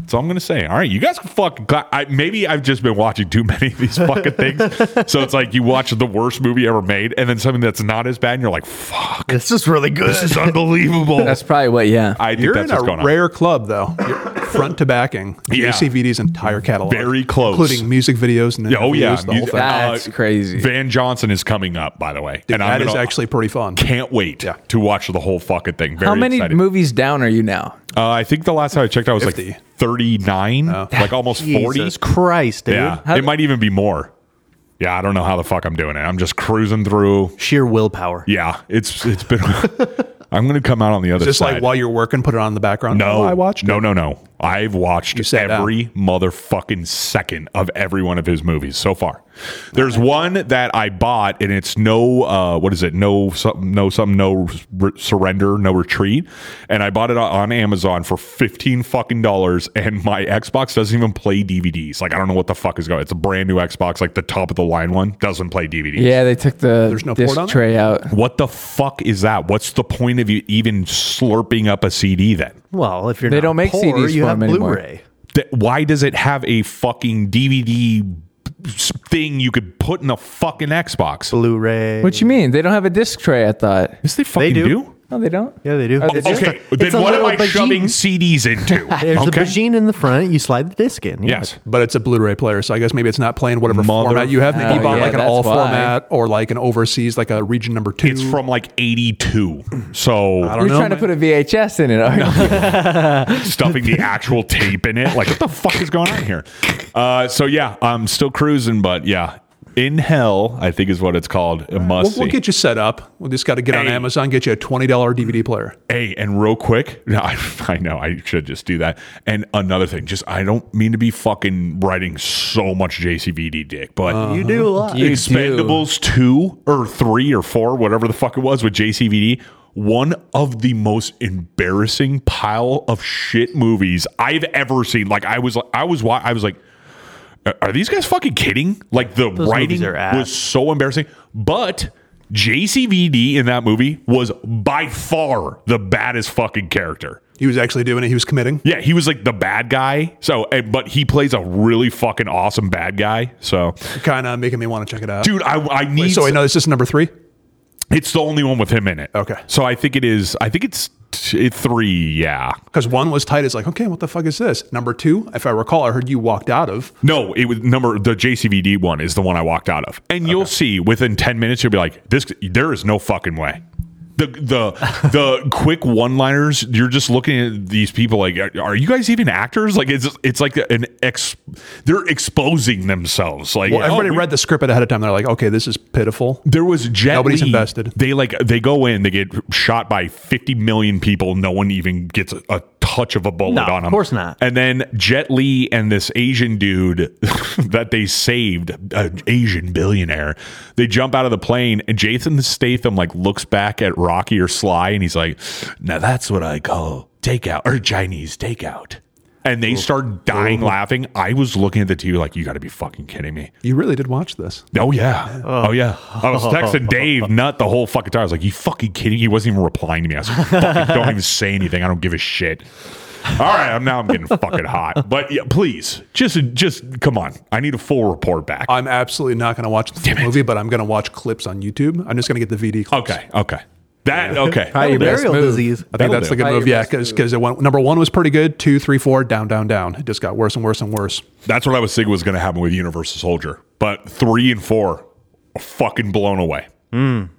B: That's all I'm gonna say. All right, you guys can fucking. cla- I, maybe I've just been watching too many of these fucking things.
D: [LAUGHS]
B: so it's like you watch the worst movie ever made, and then something that's not as bad, and you're like, "Fuck,
E: This is really good.
B: this is unbelievable."
C: That's probably what, yeah.
B: [LAUGHS] I think
D: You're
B: that's
D: in
B: what's going
D: a
B: on.
D: rare club, though. You're- front to backing
B: [LAUGHS] Yeah.
D: JCVD's entire catalog.
B: Very close.
D: Including music videos and
B: Yeah, oh yeah,
D: interviews, the whole
B: Music-
D: thing.
B: uh, Van Johnson is coming up, by the way,
D: Dude, that is
B: gonna-
D: actually pretty fun.
B: Can't wait to watch the whole fucking thing. Very
C: How many
B: excited.
C: movies down are you now?
B: Uh, I think the last time I checked, I was like thirty nine, like almost forty.
E: Jesus Christ, dude.
B: Yeah,
E: How-
B: it might even be more. Yeah, I don't know how the fuck I'm doing it. I'm just cruising through
E: sheer willpower.
B: Yeah, it's it's been. [LAUGHS] I'm gonna come out on the other
D: Is this
B: side.
D: like while you're working, put it on in the background?
B: no,
D: Oh, I watched
B: no,
D: it.
B: no, no. I've watched
D: sat down.
B: every motherfucking second of every one of his movies so far. There's one that I bought, and it's no, uh, what is it? No, something, no, something, no re- surrender, no retreat. And I bought it on Amazon for fifteen fucking dollars, and my Xbox doesn't even play DVDs. Like I don't know what the fuck is going. It's a brand new Xbox, like the top of the line one, doesn't play DVDs.
C: Yeah, they took the disc tray out.
B: What the fuck is that? What's the point of you even slurping up a CD then?
E: Well, if you're
C: They
E: not
C: don't make
E: poor,
C: CDs
E: you
C: for
E: have
C: 'em anymore.
E: Blu-ray.
B: Th- why does it have a fucking DVD s- thing you could put in a fucking Xbox?
E: Blu-ray.
C: What you mean? They don't have a disc tray? I thought.
B: Yes, they fucking
C: do.
B: do.
C: No, they don't.
E: Yeah, they do.
C: Oh, it's just
B: Okay,
E: a- it's a
B: then what am
E: little
B: I shoving CDs into?
E: There's a
B: okay.
E: machine in the front. You slide the disc in. Yeah.
B: Yes.
D: But it's a Blu-ray player, so I guess maybe it's not playing whatever format you have. Maybe
C: Oh,
D: you bought
C: yeah,
D: like an
C: that's
D: all
C: why.
D: format or like an overseas, like a region number two.
B: It's from like 82. So
D: I
C: You're
D: don't know.
C: trying to put a VHS in it. Aren't you?
B: stuffing the actual tape in it. Like, what the fuck is going on here? Uh, so, yeah, I'm still cruising, but yeah. In Hell, I think is what it's called. A must
D: We'll, we'll
B: see.
D: get you set up. We just got to get on
B: Hey.
D: Amazon, get you a twenty dollar DVD player.
B: Hey, and real quick, [LAUGHS] no, I, I know I should just do that. And another thing, just I don't mean to be fucking writing so much JCVD dick, but
E: You do a lot.
C: You do.
B: Expendables two or three or four, whatever the fuck it was with JCVD, one of the most embarrassing pile of shit movies I've ever seen. Like I was, I was, wa- I was like. Are these guys fucking kidding? Like the
E: Those
B: writing
E: movies are ass.
B: was so embarrassing, but JCVD in that movie was by far the baddest fucking character.
D: He was actually doing it. He was committing.
B: Yeah, he was like the bad guy. So, eh, but he plays a really fucking awesome bad guy. So,
D: Kind of making me want to check it out.
B: dude, I, I need.
D: Wait, so I know this is number three.
B: It's the only one with him in it.
D: Okay.
B: So I think it is. I think it's t- it three. Yeah.
D: Because one was tight. It's like, okay, what the fuck is this? Number two, if I recall, I heard you walked out of.
B: No, it was number the JCVD one is the one I walked out of, and you'll see within ten minutes you'll be like, this. There is no fucking way. The the
D: [LAUGHS]
B: the quick one liners. You're just looking at these people like, are, are you guys even actors? Like it's it's like an ex. They're exposing themselves. Like
D: Well,
B: oh,
D: everybody
B: we-
D: read the script ahead of time. They're like, okay, this is pitiful.
B: There was Jet
D: Nobody's
B: Li.
D: invested.
B: They like they go in, they get shot by fifty million people. No one even gets a, a touch of a bullet
E: No,
B: on them.
E: of course not.
B: And then Jet Li and this Asian dude [LAUGHS] that they saved, an Asian billionaire, they jump out of the plane, and Jason Statham like looks back at Rocky or Sly, and he's like, "Now that's what I call takeout or Chinese takeout." And they start dying laughing. I was looking at the TV like, "You got to be fucking kidding me."
D: You really did watch this.
B: Oh yeah. Oh, yeah. I was texting Dave Nut the whole fucking time. I was like, "You fucking kidding?" He wasn't even replying to me. I was like, fucking, "Don't even say anything. I don't give a shit." All right, I'm now I'm getting fucking hot. But yeah, please, just just come on. I need a full report back.
D: I'm absolutely not going to watch the
B: it.
D: movie, but I'm going to watch clips on YouTube. I'm just going to get the VD clips.
B: okay, okay. That okay.
C: Hi, your best
E: Burial
C: move.
E: disease.
D: I think
B: That'll
D: that's
B: do.
D: the good
C: Buy
D: move.
C: your
D: Yeah,
C: best
D: because because it went number one was pretty good. Two, three, four, down, down, down. It just got worse and worse and worse.
B: That's what I was thinking was going to happen with Universal Soldier. But three and four are fucking blown away.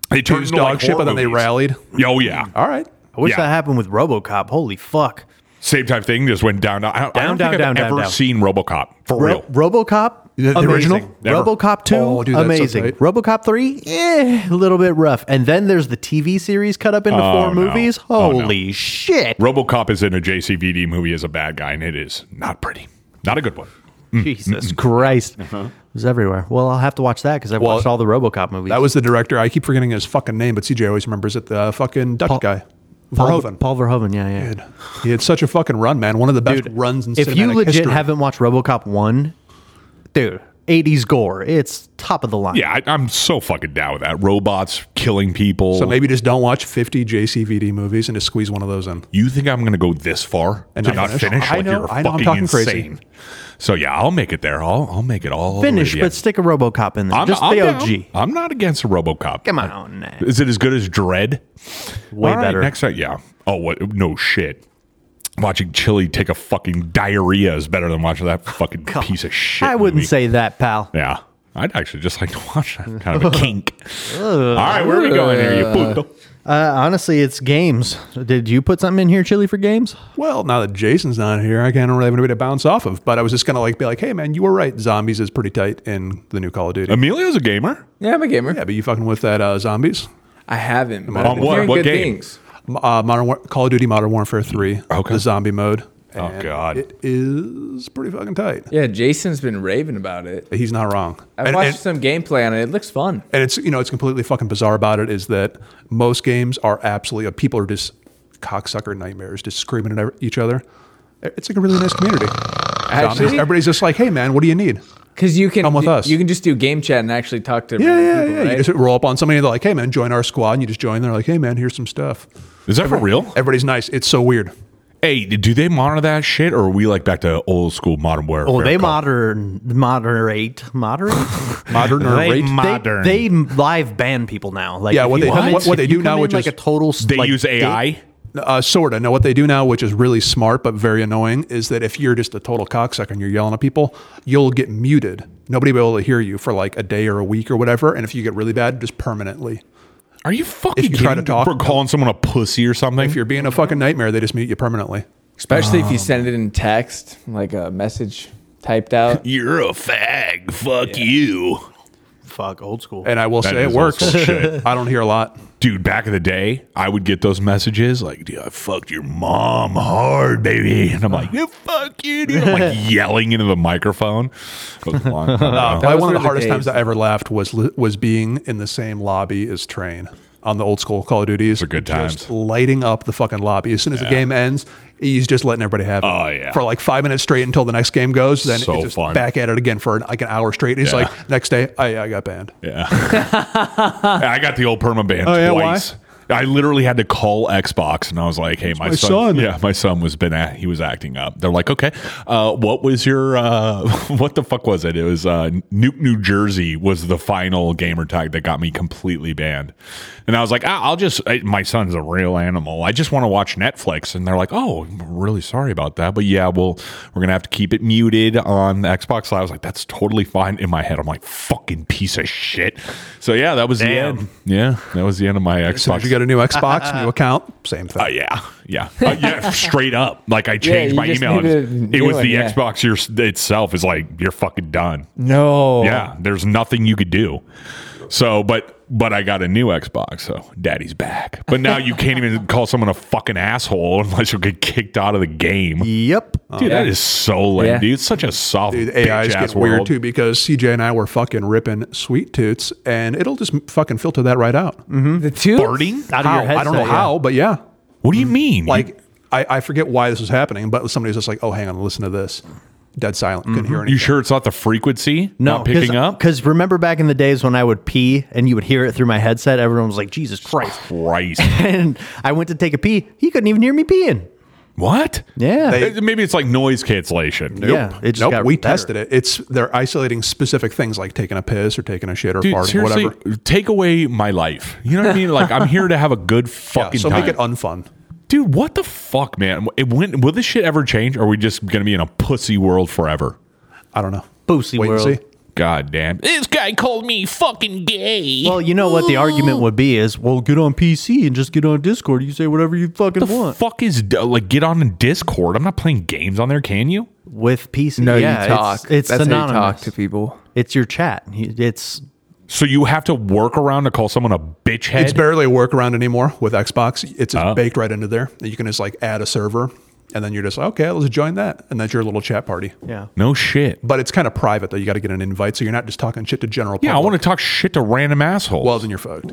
B: They
D: Two
B: turned
D: was
B: into
D: Hmm. dog
B: like
D: shit,
B: horror
D: but then they
B: movies.
D: rallied.
B: Oh yeah.
D: All right.
E: I wish
B: Yeah.
E: that happened with RoboCop. Holy fuck.
B: Same type of thing. Just went down. Down. I don't, I don't
E: Down,
B: think
E: down,
B: I've
E: down,
B: ever
E: down, down.
B: seen RoboCop for real.
E: Ro- RoboCop,
D: The- the
E: amazing.
D: original?
B: Never.
E: RoboCop two,
D: Oh, dude, that's so
E: amazing.
D: tight.
E: RoboCop three, eh, a little bit rough. And then there's the TV series cut up into
B: Oh,
E: four
B: no.
E: movies.
B: Oh, no.
E: Holy shit!
B: RoboCop is in a JCVD movie as a bad guy, and it is not pretty. Not a good one.
E: [LAUGHS] Jesus Christ, it was everywhere. Well, I'll have to watch that because I've
D: Uh-huh. Well,
E: watched all the RoboCop movies.
D: That was the director. I keep forgetting his fucking name, but CJ always remembers it. The fucking Dutch
E: Paul-
D: guy,
E: Paul,
D: Verhoeven.
E: Paul Verhoeven. Yeah, yeah.
D: Dude, he had such a fucking run, man. One of the best
E: Dude,
D: runs in
E: if you
D: cinematic
E: legit
D: history.
E: haven't watched RoboCop one, dude, eighties gore, it's top of the line.
B: Yeah, I, I'm so fucking down with that. Robots killing people.
D: so maybe just don't watch 50 JCVD movies and just squeeze one of those in.
B: you think I'm going to go this far
D: And
B: to
D: not
B: not
D: finish?
B: finish?
D: I
B: Like,
D: know,
B: you're
D: I know, I'm
B: fucking
D: talking crazy.
B: insane. So yeah, I'll make it there. I'll I'll make it all
E: Finish,
B: the way to
E: but
B: the end.
E: stick a RoboCop in there.
B: I'm,
E: Just
B: I'm
E: the
B: down.
E: OG.
B: I'm not against a RoboCop.
E: Come on,
B: Is it as good as Dread?
E: way
B: All right,
E: better.
B: next time, yeah. Oh, what? No shit. Watching Chili take a fucking diarrhea is better than watching that fucking piece of shit.
E: I wouldn't
B: movie.
E: say that, pal.
B: Yeah. I'd actually just like to watch that. Kind
D: [LAUGHS]
B: of a kink. All right, where are we going here, you puto?
E: Uh, honestly, it's games. Did you put something in here, Chili, for games?
D: Well, now that Jason's not here, I can't really have anybody to bounce off of. But I was just gonna like be like, hey man, you were right. Zombies is pretty tight in the new Call of Duty.
B: Emilio's a gamer.
C: [LAUGHS] Yeah, I'm a gamer.
D: Yeah, but you fucking with that uh, zombies?
C: I haven't. but
D: on
C: I've been
B: what-
C: hearing
B: what
C: good
B: game?
C: things.
D: M- Uh, Modern War- Call of Duty Modern Warfare Three.
B: Okay.
D: The zombie mode.
B: Oh,
D: And
B: God.
D: it is pretty fucking tight.
C: Yeah, Jason's been raving about it.
D: He's not wrong.
C: I
D: And-
C: watched
D: and-
C: some gameplay on it. It looks fun.
D: and it's you know it's completely fucking bizarre about it is that most games are absolutely uh, people are just cocksucker nightmares just screaming at ev- each other it's like a really nice community
C: Actually-
D: Zombies. everybody's just like hey man what do you need
C: Because you can
D: Come with
C: you,
D: us.
C: can just do game chat and actually talk to
D: yeah
C: random
D: yeah
C: people,
D: yeah you
C: right?
D: just roll up on somebody and they're like hey man join our squad and you just join they're like hey man here's some stuff
B: Is that for real?
D: everybody's nice it's so weird
B: Hey, do they monitor that shit, or are we like back to old school modern warfare?
E: Oh, they
B: Call?
E: modern moderate moderate.
D: [LAUGHS] modern or rate
B: modern.
E: They, live ban people now. Like
D: Yeah,
E: if
D: what
E: you
D: they-
E: come in-
D: what- what
E: if
D: they
E: you
D: do
E: come
D: now,
E: in
D: which
E: like
D: is-
E: a total. s-
B: They
E: like,
B: use
E: date-
B: AI.
D: uh, sorta now what they do now which is really smart but very annoying is that if you're just a total cocksucker and you're yelling at people you'll get muted nobody will be able to hear you for like a day or a week or whatever and if you get really bad just permanently
B: Are you fucking
D: If you
B: kidding
D: try to
B: me?
D: talk-
B: for calling someone a pussy or something?
D: If you're being a fucking nightmare, they just mute you permanently.
C: Especially
D: Oh,
C: if you send it in text, like a message typed [LAUGHS] out.
B: You're a fag. Fuck you.
E: Fuck old school.
D: And I will
B: That
D: say it
B: is
D: works.
B: also shit.
D: I don't hear a lot.
B: Dude, back in the day, I would get those messages like, dude, I fucked your mom hard, baby. And I'm like, yeah, fuck you, dude. I'm
D: [LAUGHS]
B: like yelling into the microphone. It was a long time
D: [LAUGHS]
B: ago.
D: Probably one of
C: were
D: the
C: the
D: hardest
C: days.
D: times I ever laughed was li- was being in the same lobby as Train on the old school Call of Duties.
B: are good
D: Just
B: times.
D: lighting up the fucking lobby. As soon as the game ends, he's just letting everybody have it.
B: Oh, yeah.
D: For like five minutes straight until the next game goes. Then
B: So
D: it's just
B: fun.
D: back at it again for an, like an hour straight. He's
B: Yeah.
D: like, next day, I, I got banned.
B: Yeah. I got the old perma ban
D: Oh, yeah,
B: twice. I literally had to call Xbox and I was like, "Hey, my,
D: my
B: son,
D: son.
B: yeah, my son was been act- he was acting up." They're like, "Okay, uh, what was your uh, [LAUGHS] what the fuck was it?" It was uh, Nuke New Jersey was the final gamer tag that got me completely banned, and I was like, ah, "I'll just I, my son's a real animal. I just want to watch Netflix." And they're like, "Oh, I'm really sorry about that, but yeah, well, we're gonna have to keep it muted on the Xbox." Live. I was like, "That's totally fine." In my head, I'm like, "Fucking piece of shit." So yeah, that was
E: Damn.
B: the end. Yeah, that was the end of my
D: As soon
B: Xbox.
D: as you get a new Xbox, new account, same thing.
B: Uh, yeah, yeah, Uh, yeah.
C: [LAUGHS]
B: straight up, like I changed
C: you
B: my
C: just
B: email.
C: need
B: It was,
C: to
B: it
C: do
B: was
C: it,
B: the
C: yeah.
B: Xbox your, itself is like you're fucking done.
C: No.
B: Yeah, there's nothing you could do. So, but but I got a new Xbox, so Daddy's back. But now you can't
C: [LAUGHS]
B: even call someone a fucking asshole unless you get kicked out of the game.
E: Yep.
B: Dude, that is so lame,
C: Yeah.
B: dude. It's such a soft
D: Dude, AI
B: bitch
D: is
B: ass
D: getting
B: world.
D: weird too because CJ and I were fucking ripping sweet toots, and it'll just m- fucking filter that right out.
C: The two?
B: Farting?
E: Out of your
D: How?
E: headset.
D: I don't know
E: yeah.
D: how, but yeah,
B: What do you mean?
D: like I, I forget why this was happening, but somebody was just like, "Oh, hang on, listen to this." Dead silent, couldn't hear
B: you,
D: anything.
B: you sure it's not the frequency?
E: No,
B: not picking
C: [LAUGHS]
B: up.
E: Because remember back in the days when I would pee and you would hear it through my headset. Everyone was like, "Jesus Christ!" [LAUGHS]
B: Christ.
E: And I went to take a pee. He couldn't even hear me peeing.
B: What?
E: Yeah.
B: Uh, Maybe it's like noise cancellation.
E: Yeah. It just
D: nope,
E: got
D: we
E: better.
D: tested it. It's they're isolating specific things like taking a piss or taking a shit or
B: Dude,
D: farting, or
B: seriously,
D: whatever.
B: take away my life. You know what I mean? Like I'm here to have a good
D: [LAUGHS] Yeah,
B: fucking
D: so
B: time.
D: make it unfun.
B: Dude, what the fuck, man? It, when, will this shit ever change? Or are we just going to be in a pussy world forever?
D: I don't know.
E: Boosie
D: Wait and
E: world.
D: see.
B: God damn.
F: This guy called me fucking gay.
E: Well, you know what the argument would be is, well, get on PC and just get on Discord. You say whatever you fucking
B: The
E: want
B: fuck is like get on Discord? I'm not playing games on there, can you?
E: with PC.
C: No,
E: yeah,
C: you talk.
E: It's, it's
C: That's
E: synonymous.
C: how you talk to people.
E: It's your chat. It's
B: So you have to work around to call someone a bitch head?
D: It's barely a workaround anymore with Xbox. It's just
B: Oh.
D: baked right into there. You can just like add a server, and then you're just like, okay, let's join that, and that's your little chat party.
E: yeah.
B: no shit.
D: But it's kind of private though. You got to get an invite, so you're not just talking shit to general.
B: Yeah, I
D: public.
B: want to talk shit to random assholes.
D: Well, then you're fucked.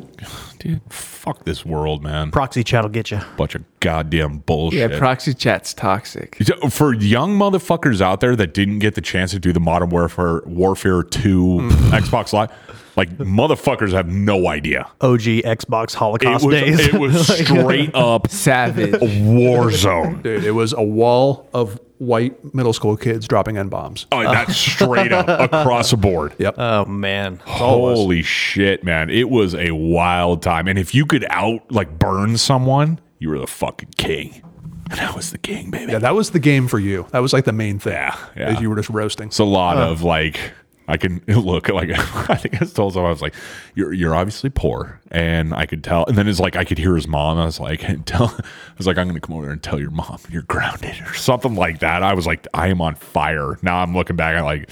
B: dude, fuck this world, man.
E: Proxy chat'll get you.
B: Bunch of goddamn bullshit.
C: Yeah, proxy chat's toxic.
B: So, For young motherfuckers out there that didn't get the chance to do the Modern Warfare Warfare 2 Xbox Live, like motherfuckers have no idea.
E: OG Xbox
B: It
E: Holocaust
B: was,
E: days.
B: it was straight up
C: [LAUGHS] Savage.
B: a war zone.
D: Dude, it was a wall of white middle school kids dropping n bombs.
B: Oh, that's straight up across the board.
D: Yep.
E: [LAUGHS] oh man.
B: Holy shit, man. It was a wild time. And if you could out like burn someone, you were the fucking king. That was the game, baby.
D: Yeah, that was the game for you. That was like the main thing. Yeah,
B: yeah.
D: you were just roasting.
B: It's a lot
D: Huh.
B: of like I can [LAUGHS] look like I think I told someone I was like, "You're you're obviously poor," and I could tell. And then it's like I could hear his mom. I was like, [LAUGHS] "Tell," I was like, "I'm going to come over there and tell your mom you're grounded or something like that." I was like, "I am on fire." Now I'm looking back, I'm like,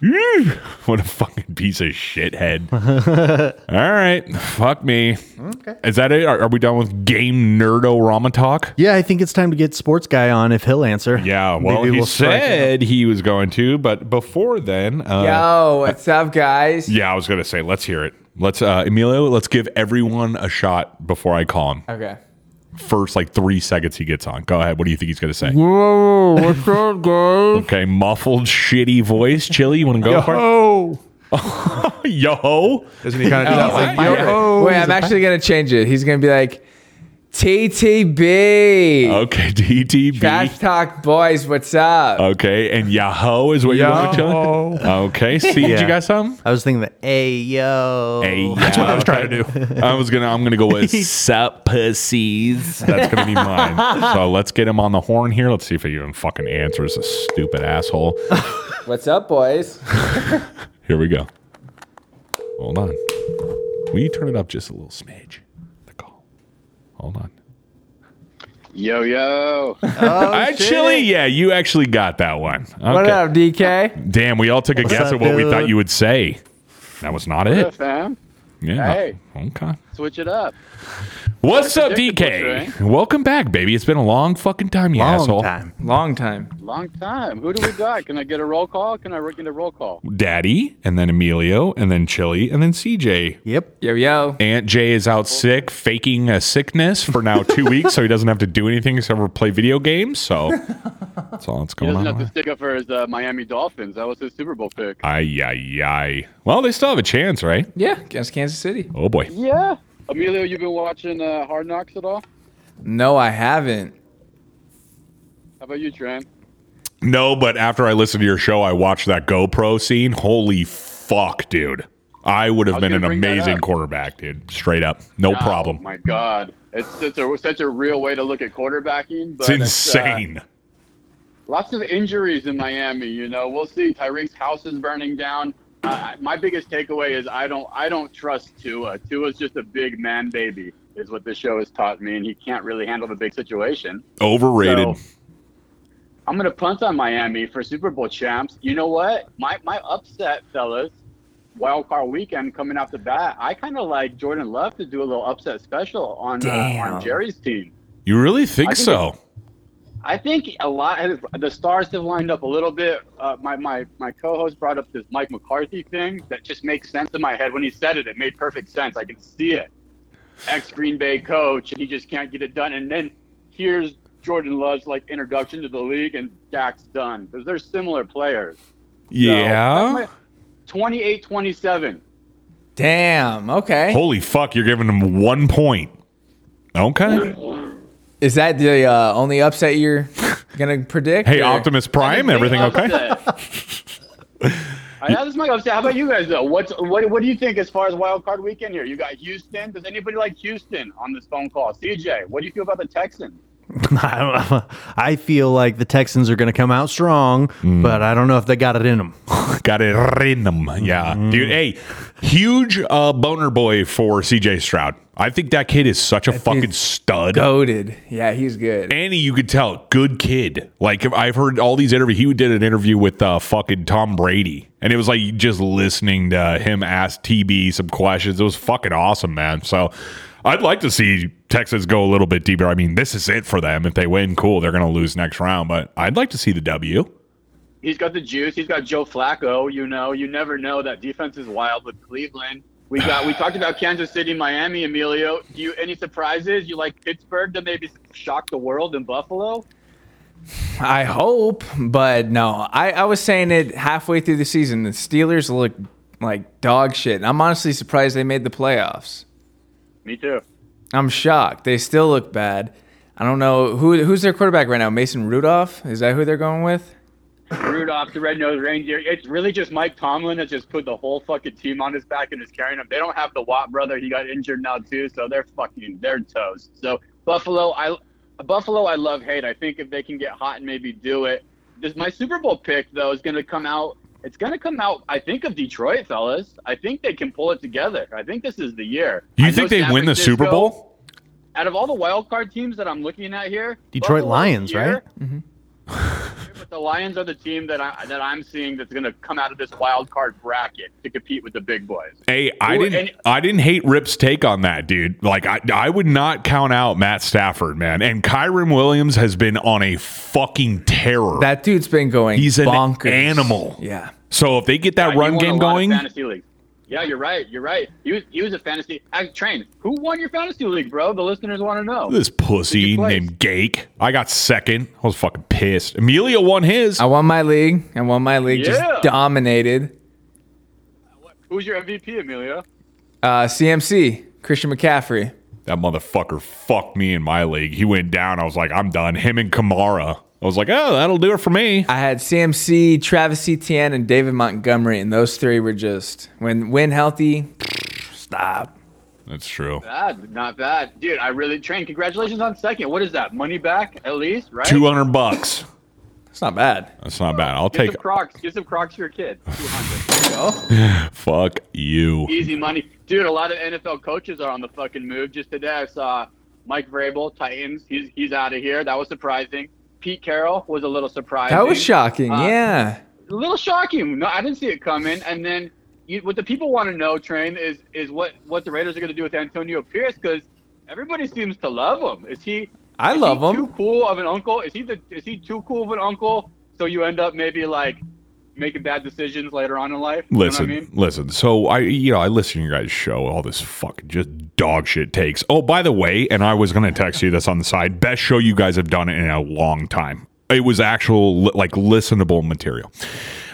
B: "Ew, "What a fucking piece of [LAUGHS] shithead." All right, fuck me. Okay, is that it? Are, are we done with game nerdo talk?
E: Yeah, I think it's time to get sports guy on if he'll answer.
B: Yeah, Well, he said he was going to, but before then, uh,
C: Yo, what's up, guys?
B: Yeah, I was gonna say, let's hear it. Let's, uh, Emilio, let's give everyone a shot before I call him.
C: Okay.
B: First, like three seconds he gets on. Go ahead. What do you think he's gonna say?
G: Whoa, Oh, what's up,
D: [LAUGHS]
G: guys?
B: Okay, muffled, shitty voice. Chili, you want to go for it? Yo,
D: Oh. isn't
C: Oh, like, yo, wait, I'm actually gonna change it. He's gonna be like, TTB.
B: Okay, [LAUGHS] TTB.
C: Trash talk, boys. What's
B: Uh,
C: up?
B: Okay, and Yahoo is what you want to
C: Yo.
B: tell. Okay, see, did you
E: Yeah.
B: got something?
E: I was thinking the hey yo.
B: Hey, That's what I was trying to do. I was gonna. I'm gonna go with sup pussies. That's gonna be mine. So let's get him on the horn here. Let's see if he even fucking answers this stupid asshole.
C: What's up, boys?
B: Here we go. Hold on. Will you turn it up just a little smidge? The call. Hold on.
M: Yo, yo.
B: I Chili, yeah, you actually got that one.
C: Oh, What
B: Okay.
C: up, DK?
B: Damn, we all took a
C: What's
B: guess
C: up,
B: at what we
C: dude?
B: thought you would say. That was not
M: What
B: it.
M: up, fam?
B: Yeah.
M: Hey.
B: Okay.
M: Switch it up.
B: What's up,
M: predictable,
B: DK? Welcome back, baby. It's been a long fucking time, you
C: Long
B: asshole.
C: time. Long time.
M: Long time. Who do we got? Can I get a roll call? Can I get a roll call?
B: Daddy, and then Emilio, and then Chili, and then CJ.
E: Yep. [LAUGHS]
C: Yo, yo.
B: Aunt Jay is out sick, faking a sickness for now two weeks, so he doesn't have to do anything except for play video games. So that's all that's
M: He
B: going
M: doesn't have
B: on.
M: to stick up for his uh, Miami Dolphins. That was his Super Bowl pick.
B: Ay, ay, ay. Well, they still have a chance, right?
C: Yeah, against Kansas City.
B: Oh, boy.
M: Yeah. Emilio, you been watching uh, Hard Knocks at all?
C: No, I haven't.
M: How about you, Trent?
B: No, but after I listened to your show, I watched that GoPro scene. Holy fuck, dude. I would have
M: I was
B: been an
M: gonna bring that
B: amazing
M: up.
B: quarterback, dude. Straight up. No
M: Oh,
B: problem.
M: my God. It's such a, such a real way to look at quarterbacking. But uh,
B: It's insane.
M: Lots of injuries in Miami. You know, we'll see. Tyreek's house is burning down. Uh, my biggest takeaway is I don't I don't trust Tua. Tua's just a big man baby, is what this show has taught me, and he can't really handle the big situation.
B: Overrated.
M: I'm gonna punt on Miami for Super Bowl champs. You know what? My my upset, fellas, wild card weekend coming off the bat. I kind of like Jordan Love to do a little upset special on uh,
B: Damn.
M: on Jerry's team.
B: you really
M: I
B: think
M: think
B: so?
M: I think a lot the stars have lined up a little bit. Uh, my, my, my co-host brought up this Mike McCarthy thing that just makes sense in my head. When he said it, it made perfect sense. I can see it. Ex Green Bay coach, and he just can't get it done. And then here's Jordan Love's like introduction to the league, and Dak's done because they're similar players.
B: Yeah.
M: 28 27.
C: Damn. Okay.
B: Holy fuck, you're giving him one point. Okay.
C: Is that the uh, only upset you're gonna [LAUGHS] predict?
B: Hey,
C: or-
B: Optimus Prime, everything okay? [LAUGHS]
M: I know this might upset. How about you guys though? What's what? What do you think as far as wild card weekend here? You got Houston. Does anybody like Houston on this phone call? CJ, what do you feel about the Texans?
E: I feel like the Texans are going to come out strong,
B: Mm.
E: but I don't know if they got it in them.
B: got it in them. Yeah. Dude, hey, huge uh, boner boy for CJ Stroud. I think that kid is such a fucking stud.
C: Goaded. Yeah, he's good.
B: Annie, you could tell, good kid. Like if- I've heard all these interviews. He did an interview with uh, fucking Tom Brady, and it was like just listening to him ask TB some questions. It was fucking awesome, man. So I'd like to see Texas go a little bit deeper. I mean, this is it for them. If they win, cool. They're gonna lose next round, but I'd like to see the W.
M: He's got the juice. He's got Joe Flacco. You know, you never know. That defense is wild with Cleveland. We got. We talked about Kansas City, Miami, Emilio. Do you any surprises? You like Pittsburgh to maybe shock the world in Buffalo?
C: I hope, but no. I, I was saying it halfway through the season. The Steelers look like dog shit. And I'm honestly surprised they made the playoffs.
M: Me too.
C: I'm shocked. They still look bad. I don't know who who's their quarterback right now. Mason Rudolph is that who they're going with?
M: Rudolph, the red-nosed reindeer. It's really just Mike Tomlin that just put the whole fucking team on his back and is carrying them. They don't have the Watt brother. He got injured now too, so they're fucking they're toast. So Buffalo, I Buffalo, I love hate. I think if they can get hot and maybe do it, this my Super Bowl pick though is going to come out. It's going to come out. I think of Detroit, fellas. I think they can pull it together. I think this is the year.
B: You
M: I know
B: think they
M: San
B: win the Super
M: Francisco-
B: Bowl?
M: Out of all the wild card teams that I'm looking at here,
E: Detroit
M: Buffalo's
E: Lions,
M: here,
E: right? Mm-hmm.
M: But the Lions are the team that I that I'm seeing that's going to come out of this wild card bracket to compete with the big boys.
B: Hey, I
M: Ooh,
B: didn't.
M: and-
B: I didn't hate Rip's take on that, dude. Like, I, I would not count out Matt Stafford, man. And Kyron Williams has been on a fucking terror.
C: That dude's been going.
B: He's an
C: bonkers.
B: animal.
C: Yeah.
B: So if they get that
M: Yeah, he
B: run
M: won a
B: game
M: lot of
B: going,
M: Fantasy league. Yeah, you're right. You're right. He was, he was a fantasy. I trained. Who won your fantasy league, bro? The listeners want to know.
B: this pussy named Gake. I got second. I was fucking pissed. Emilio won his.
C: I won my league. I won my league.
M: Yeah.
C: Just dominated.
M: Who's your MVP, Emilio?
C: Uh, CMC, Christian McCaffrey.
B: That motherfucker fucked me in my league. He went down. I was like, I'm done. Him and Kamara. I was like, oh, that'll do it for me.
C: I had CMC, Travis Etienne, and David Montgomery, and those three were just when when healthy. Stop.
B: That's true.
M: Bad, not bad, dude. I really trained. Congratulations on second. What is that? Money back at least, right?
B: Two hundred bucks.
C: It's not bad.
B: That's not bad. I'll
M: Get
B: take.
M: some Crocs. Get some Crocs for your kid. 200. There you go.
B: Fuck you.
M: Easy money, dude. A lot of NFL coaches are on the fucking move. Just today, I saw Mike Vrabel, Titans. He's he's out of here. That was surprising. Pete Carroll was a little surprising.
C: That was shocking.
M: Uh,
C: yeah.
M: A little shocking. No, I didn't see it coming. And then you, what the people want to know, train, is is what what the Raiders are going to do with Antonio Pierce because everybody seems to love him. Is he?
C: I
M: is
C: love
M: he
C: him.
M: Too cool of an uncle? Is he the? Is he too cool of an uncle? So you end up maybe like making bad decisions later on in life. You know what I
B: Listen,
M: mean?
B: listen. So I, you know, I listen to your guys' show. All this fucking just dog shit takes. Oh, by the way, and I was gonna text you this on the side. Best show you guys have done in a long time. It was actual li- like listenable material.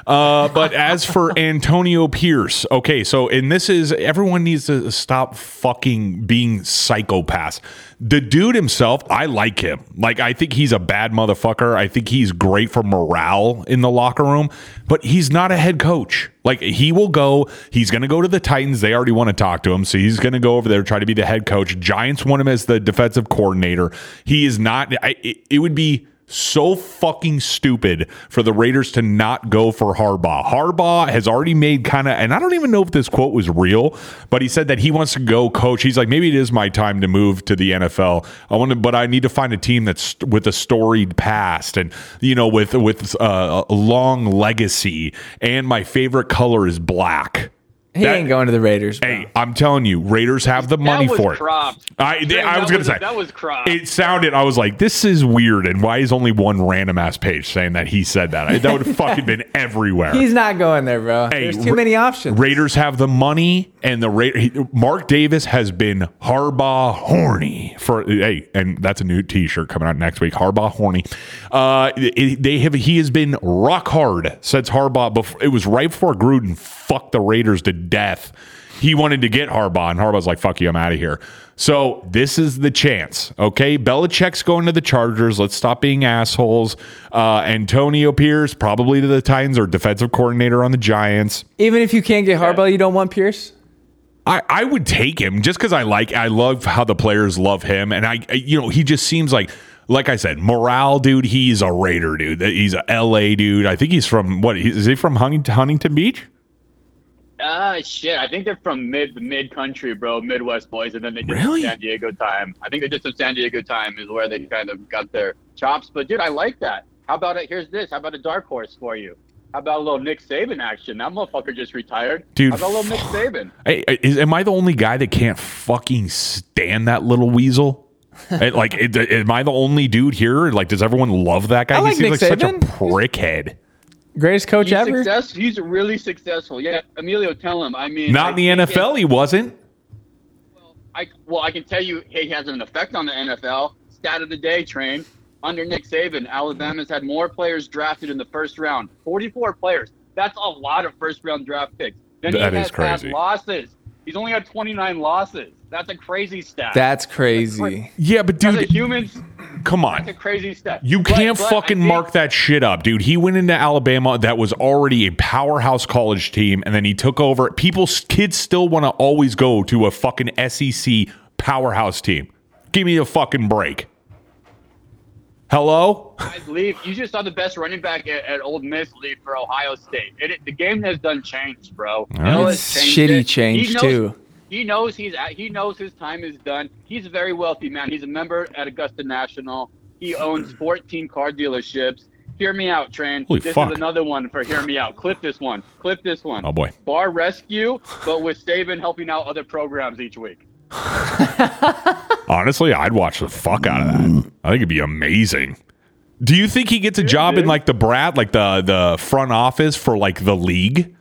B: Uh, but as for Antonio Pierce, okay, so and this is everyone needs to stop fucking being psychopaths. The dude himself, I like him. Like I think he's a bad motherfucker. I think he's great for morale in the locker room, but he's not a head coach. Like he will go, he's going to go to the Titans. They already want to talk to him, so he's going to go over there try to be the head coach. Giants want him as the defensive coordinator. He is not I, it, it would be so fucking stupid for the Raiders to not go for Harbaugh. Harbaugh has already made kind of, and I don't even know if this quote was real, but he said that he wants to go coach. He's like, maybe it is my time to move to the NFL. I want to, but I need to find a team that's with a storied past and you know with with uh, a long legacy. And my favorite color is black.
C: He ain't going to the Raiders.
B: Hey, I'm telling you, Raiders have the money
M: that was
B: for it.
M: cropped.
B: I,
M: Dude,
B: I
M: that
B: was gonna say
M: that was cropped.
B: it sounded. I was like, "This is weird." And why is only one random ass page saying that he said that? I, that would have fucking been
C: [LAUGHS]
B: everywhere.
C: He's not going there, bro. There's too
B: Ra-
C: many options.
B: Raiders have the money, and the Ra- he- Mark Davis has been Harbaugh horny for hey, and that's a new T-shirt coming out next week. Harbaugh horny. Uh, it- they have he has been rock hard since Harbaugh. Before it was right before Gruden fucked the Raiders to death. He wanted to get Harbaugh, and Harbaugh's like, "Fuck you, I'm out of here." So this is the chance, okay? Belichick's going to the Chargers. Let's stop being assholes. Uh, Antonio Pierce probably to the Titans or defensive coordinator on the Giants.
C: Even if you can't get Harbaugh, you don't want Pierce.
B: I, I would take him just because I like I love how the players love him and I I- you know he just seems like like I said morale dude he's a Raider dude he's a L.A. dude I think he's from what is he from Huntington, Huntington Beach
M: Ah, shit. I think they're from mid mid country, bro. Midwest boys, and then they did some San Diego time. I think they did some San Diego time is where they kind of got their chops. But dude, I like that. How about it? Here's this. How about a dark horse for you? How about a little Nick Saban action? That motherfucker just retired.
B: Dude,
M: how about a little Nick Saban?
B: I, I- is, am I the only guy that can't fucking stand that little weasel [LAUGHS] I- like it, am I the only dude here like does everyone love that guy
C: I like
B: he seems
C: Nick
B: like such a
C: Saban.
B: prickhead
C: Greatest coach
M: He's
C: ever.
M: success. He's really successful. Yeah, Emilio, tell him. I mean,
B: not in the
M: I think
B: NFL he wasn't
M: I well, I can tell you, he has an effect on the NFL. Stat of the day, train. Under Nick Saban, Alabama's had more players drafted in the first round. Forty-four players. That's a lot of first-round draft picks. Then
C: That
M: he
C: is
M: has had
C: crazy.
M: losses. He's only had twenty-nine losses. That's a crazy stat.
C: That's crazy.
B: yeah but
M: As
B: dude
M: a human,
B: come on
M: that's a crazy stat.
B: You
M: But-
B: can't
M: but I
B: fucking
M: think-
B: mark that shit up, dude. He went into Alabama that was already a powerhouse college team, and then he took over. People, kids still want to always go E to a fucking SEC powerhouse team. Give me a fucking break. Hello?
M: guys leave. You just saw the best running back at, at Old Miss leave for Ohio State. It, the game has done changed, bro.
C: right.
M: Ellis
C: It's
M: changed
C: shitty
M: it.
C: change,
M: He knows-
C: too.
M: He knows he's at, he knows his time is done. He's a very wealthy man. He's a member at Augusta National. He owns 14 car dealerships. Hear me out, Train.
B: Holy
M: this
B: fuck.
M: is another one for hear me out. Clip this one. Clip this one.
B: Oh, boy.
M: Bar rescue, but with Saban helping out other programs each week.
B: Honestly, I'd watch the fuck out of that. I think it'd be amazing. Do you think he gets a job in like the brat, like the the front office for like the league?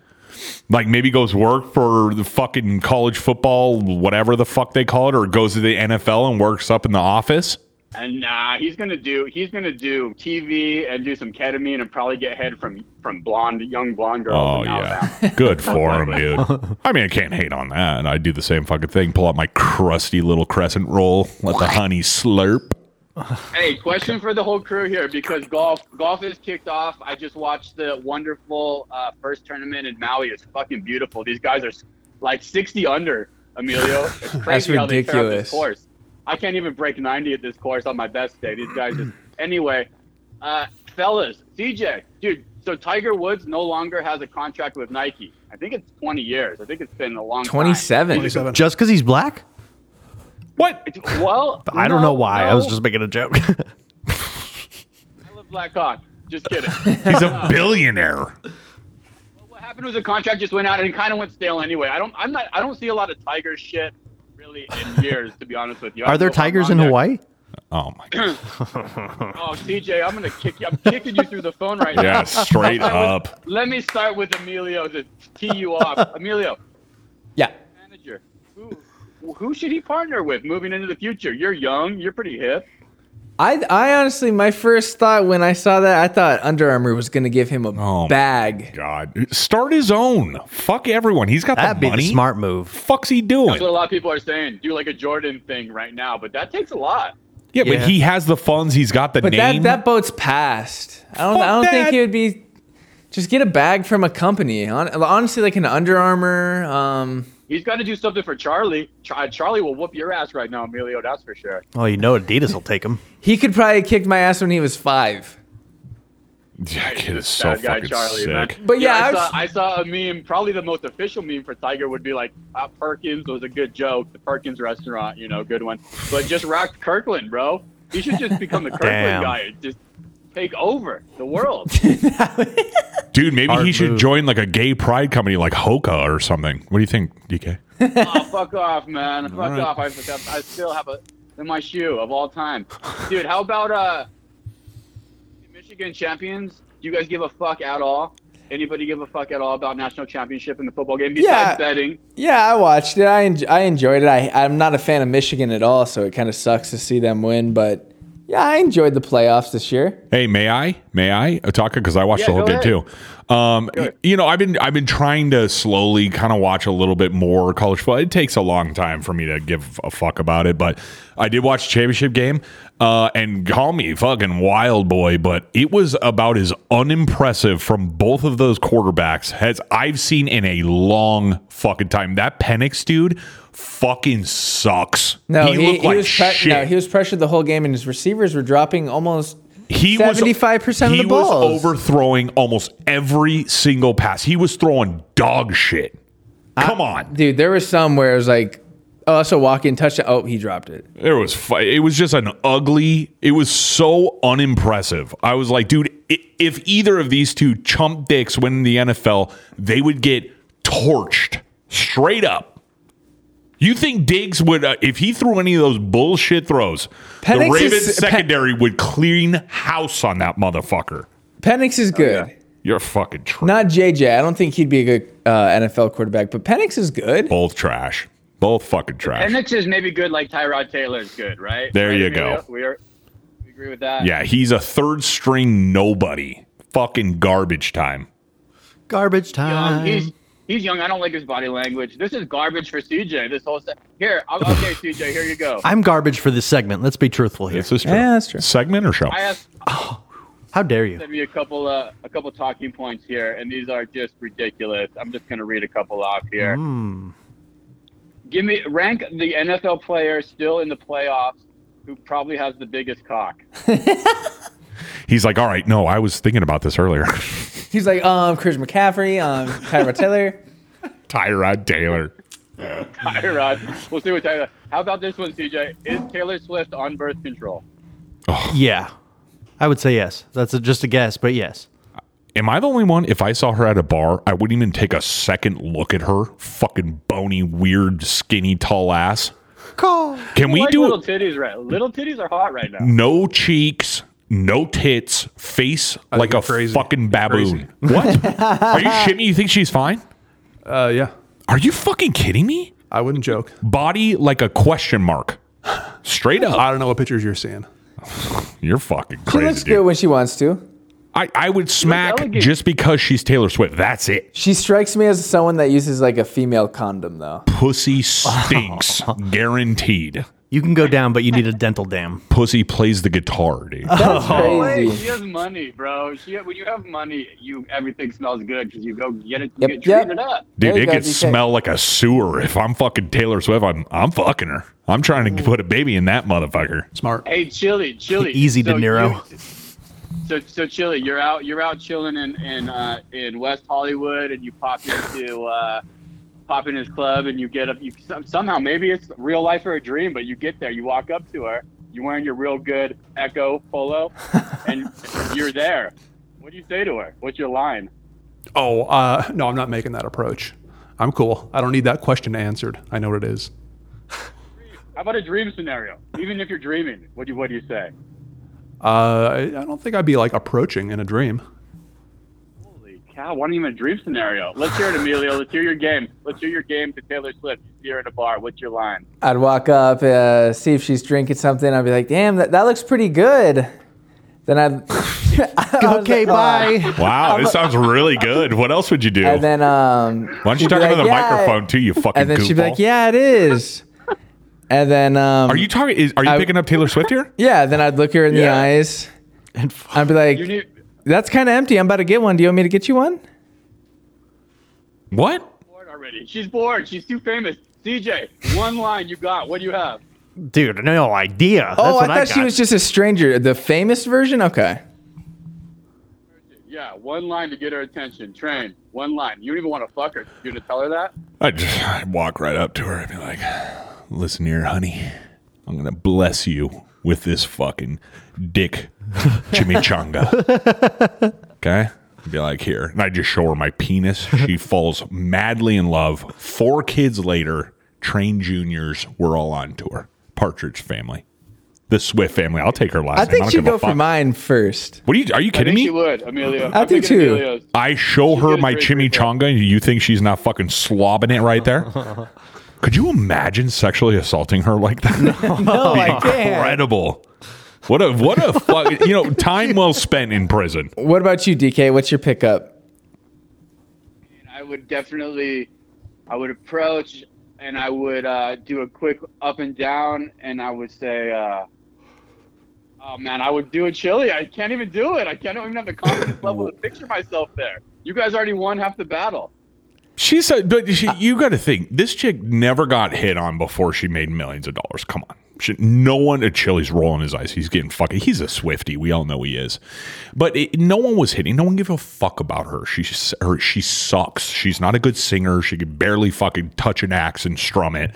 B: Like maybe goes work for the fucking college football, whatever the fuck they call it, or goes to the NFL and works up in the office?
M: And nah, he's gonna do he's gonna do TV and do some ketamine and probably get head from from blonde young blonde girls.
B: Oh yeah, [LAUGHS] good for him, dude. I mean, I can't hate on that. I do the same fucking thing. Pull out my crusty little crescent roll, let the honey slurp.
M: Hey, question for the whole crew here because golf golf is kicked off. I just watched the wonderful uh, first tournament in Maui. It's fucking beautiful. These guys are like sixty under. Emilio,
E: [LAUGHS]
M: it's crazy how they tear up
C: ridiculous.
M: this course. I can't even break ninety at this course on my best day. These
E: [CLEARS THROAT]
M: guys just anyway. Uh, fellas, CJ, dude. So Tiger Woods no longer has a contract with Nike. I think it's twenty years. I think it's been a long time.
E: Just because he's black?
B: What?
M: Well,
E: [LAUGHS] I don't
M: no,
E: know why. I was
M: no.
E: just making a joke. [LAUGHS]
M: Black Hawk. Just
E: [LAUGHS]
M: kidding.
B: He's a billionaire.
M: what happened was the contract just went out and kind of went stale anyway. I don't. I'm not. I don't see a lot of tiger shit really in years, to be honest with you. I
E: Are
M: don't
E: there
M: know if I'm
E: tigers
M: on
E: in
M: there.
E: Hawaii?
B: Oh my
M: oh, TJ, I'm gonna kick you. I'm kicking you through the phone right now. [LAUGHS]
B: Yeah, straight
M: Let me-
B: up.
M: Let me start with Emilio to tee
E: [LAUGHS]
M: you off. Emilio.
C: Yeah.
M: Manager. Who, who should he partner with moving into the future? You're young. You're pretty hip.
C: I, I honestly, my first thought when I saw that, I thought Under Armour was going to give him a bag.
B: God, start his own. Fuck everyone. He's got
M: That'd be
B: the
M: the
B: money.
E: smart move.
B: Fuck's he doing?
M: That's what a lot of people are saying. Do like a Jordan thing right now, but that takes a lot.
B: Yeah, but he has the funds. He's got the
C: But
B: name.
C: that, that boat's passed. I don't,
M: Fuck
C: I don't think
M: that.
C: it would be. Just get a bag from a company. Hon- Honestly, like an Under Armour. Um,
M: He's got to do something for Charlie. Char- Charlie will whoop your ass right now, Emilio. That's for sure.
E: Oh, you know Adidas will take him.
C: he could probably kick my ass when he was five.
B: that kid is so
M: Bad guy
B: fucking
M: Charlie, man.
B: sick.
C: But yeah,
M: I,
C: I
M: saw, I saw a meme. Probably the most official meme for Tiger would be like, uh, "Perkins was a good joke. The Perkins restaurant, you know, good one." But just rock Kirkland, bro. You should just
B: [LAUGHS]
M: become the
B: Damn.
M: Kirkland guy. and Just take over
B: [LAUGHS]
M: the world.
B: Dude, maybe
M: Hard
B: he should
M: move.
B: join like a gay pride company like Hoka or something. What do you think, DK?
M: oh, fuck off, man. Fuck
B: right.
M: off. I, forgot- I still have a in my shoe of all time, dude. How about uh, Michigan champions? Do you guys give a fuck at all? Anybody give a fuck at all about national championship in the football game
C: Yeah.
M: besides betting?
C: Yeah, I watched it. I en- I enjoyed it. I I'm not a fan of Michigan at all, so it kind of sucks to see them win. But yeah, I enjoyed the playoffs this year.
B: Hey, may I? May I, Otaka? Because I watched
C: Yeah,
B: the whole
C: go
B: game
C: ahead.
B: too. Um, y- you know, I've been I've been trying to slowly kind of watch a little bit more college football. It takes a long time for me to give a fuck about it, but I did watch the championship game. Uh, and call me fucking wild boy, but it was about as unimpressive from both of those quarterbacks as I've seen in a long fucking time. That Penix dude fucking sucks.
C: No, he,
B: looked
C: he
B: like
C: was pre-
B: shit.
C: no, he was pressured the whole game, and his receivers were dropping almost
B: He was-
C: seventy five percent of
B: he
C: the balls.
B: was overthrowing almost every single pass. He was throwing dog shit. Come on,
C: dude. There was some where it was like, oh, that's a walk in touchdown. Oh, he dropped it.
B: There was fi- it was just an ugly. It was so unimpressive. I was like, dude, i- if either of these two chump dicks went in the NFL, they would get torched straight up. You think Diggs would, uh, if he threw any of those bullshit throws, the
C: Penix is-
B: Ravens
C: Pe-
B: secondary would clean house on that motherfucker.
C: Penix is good.
B: You're fucking trash.
C: Not JJ. I don't think he'd be a good uh, NFL quarterback, but Penix is good.
B: Both trash. Both fucking trash.
M: Penix is maybe good like Tyrod Taylor is good, right?
B: There
M: Right,
B: you
M: Emilio?
B: go.
M: We, are, we agree with that.
B: Yeah, he's a third string nobody. Fucking garbage time.
E: Garbage
M: Young.
E: time.
M: He's he's young. I don't like his body language. This is garbage for CJ. This whole se- here.
B: [LAUGHS]
M: I'll- Okay, CJ, here you go.
E: I'm garbage for this segment. Let's be truthful here. This
B: is true.
C: Yeah, that's true.
B: Segment or show?
M: I asked
E: How dare you?
M: send me a couple uh, a couple talking points here, and these are just ridiculous. I'm just gonna read a couple off here.
E: Mm.
M: Give me rank the NFL player still in the playoffs who probably has the biggest cock. [LAUGHS]
B: He's like, all right, no, I was thinking about this earlier. [LAUGHS]
C: He's like, um, Chris McCaffrey, um, Tyrod Taylor.
B: Tyrod Taylor.
M: Tyrod. We'll see what Taylor. How about this one, CJ? Is Taylor Swift on birth control?
E: Yeah, I would say yes. That's a, just a guess, but yes.
B: Am I the only one? If I saw her at a bar, I wouldn't even take a second look at her fucking bony, weird, skinny, tall ass.
E: Call.
B: Can
M: I
B: we
M: like
B: do Mm.
M: little titties right? Little titties are hot right now.
B: no cheeks, no tits, face like a fucking baboon?
C: [LAUGHS]
B: What? Are you shitting me? You think she's fine?
D: Uh, yeah.
B: Are you fucking kidding me?
D: I wouldn't joke.
B: Body like a question mark. Straight up.
D: I don't know what pictures you're seeing.
B: You're fucking
C: She
B: crazy.
C: looks
B: dude.
C: good when she wants to.
B: I, I would smack
C: elegant.
B: just because she's Taylor Swift. That's it.
C: She strikes me as someone that uses like a female condom,
B: [LAUGHS]
C: though.
B: Pussy
C: [LAUGHS]
B: stinks, guaranteed.
E: You can go down, but you need a dental
C: [LAUGHS]
E: dam.
B: Pussy plays the guitar, dude.
C: That's
B: Oh.
M: Wait,
C: crazy.
M: she has money, bro. She when you have money, you everything smells good because you go get it, you
C: Yep,
M: get
C: yep.
M: treated up.
B: Dude,
C: There you
B: it
C: go,
B: could
C: DK.
B: smell like a sewer. If I'm fucking Taylor Swift, I'm I'm fucking her. I'm trying
C: Mm.
B: to put a baby in that motherfucker.
D: Smart.
M: Hey, Chili, Chili,
E: Easy, De Niro.
M: you- so, so Chili, you're out, you're out chilling in in, uh, in West Hollywood, and you pop into uh, pop in his club, and you get up. You some- somehow, maybe it's real life or a dream, but you get there, you walk up to her, you're wearing your real good Echo polo, and you're there. What do you say to her? What's your line?
D: Oh, uh, no, I'm not making that approach. I'm cool. I don't need that question answered. I know what it is.
M: How about a dream scenario? Even if you're dreaming, what do you, what do you say?
D: Uh, I, I don't think I'd be like approaching in a dream.
M: Holy cow! Wasn't even a dream scenario. Let's hear it, Emilio. Let's hear your game. Let's hear your game to Taylor Swift. You see her in a bar. What's your line?
C: I'd walk up, uh, see if she's drinking something. I'd be like, damn, that, that looks pretty good. Then I'd. [LAUGHS]
E: Okay,
C: "Oh."
E: bye.
B: Wow, this sounds really good. What else would you do?
C: And then. Um,
B: Why don't
C: she'd
B: you
C: be
B: talk
C: like,
B: into the
C: "Yeah."
B: microphone too, you fucking
C: And then she'd be
B: goofball?
C: like, yeah, it is. And then. Um,
B: Are you talking? Is, are you picking up Taylor Swift here?
C: Yeah, then I'd look her in the eyes. And I'd be like,
M: You need.
C: that's kind of empty. I'm about to get one. Do you want me to get you one?
B: What?
M: bored already. She's bored. She's too famous. CJ, one line you got. What do you have?
E: Dude, no idea. That's
C: oh, I
E: what
C: thought she
E: got.
C: was just a stranger. The famous version? Okay.
M: Yeah, one line to get her attention. Train. One line. You don't even want to fuck her. You gonna tell her that?
B: I'd, just, I'd walk right up to her and be like, listen here, honey. I'm going to bless you with this fucking
C: [LAUGHS]
B: dick chimichanga. okay? I'd be like, here. And I just show her my penis.
C: [LAUGHS]
B: She falls madly in love. Four kids later, train juniors, we're all on tour. Partridge family. The Swift family. I'll take her last
C: I
B: name.
C: think
B: don't
C: she'd
B: give a
C: go for
B: fuck.
C: mine first.
B: What are you, are you
M: I
B: kidding
M: think
B: me?
M: she would, Emilio.
C: I
M: I'm
C: do
M: thinking
C: too.
M: Emilio's.
B: I show her
M: did a
B: my
M: great great
B: chimichanga, and you think she's not fucking slobbing it right
M: [LAUGHS]
B: there? Could you imagine sexually assaulting her like that? [LAUGHS]
C: No, I can't.
B: Incredible. What a what a fuck. You know, time well spent in prison.
C: What about you, DK? What's your pickup?
M: I would definitely, I would approach and I would uh, do a quick up and down, and I would say, uh, "Oh man, I would do a chili. I can't even do it. I can't I don't even have the confidence level to picture myself there. You guys already won half the battle.
B: She said, but she, you got to think this chick never got hit on before she made millions of dollars. Come on. She, no one at Chili's rolling his eyes. He's getting fucking. He's a Swifty. We all know he is. But it, no one was hitting. No one gave a fuck about her. She s- her, she sucks. She's not a good singer. She could barely fucking touch an axe and strum it.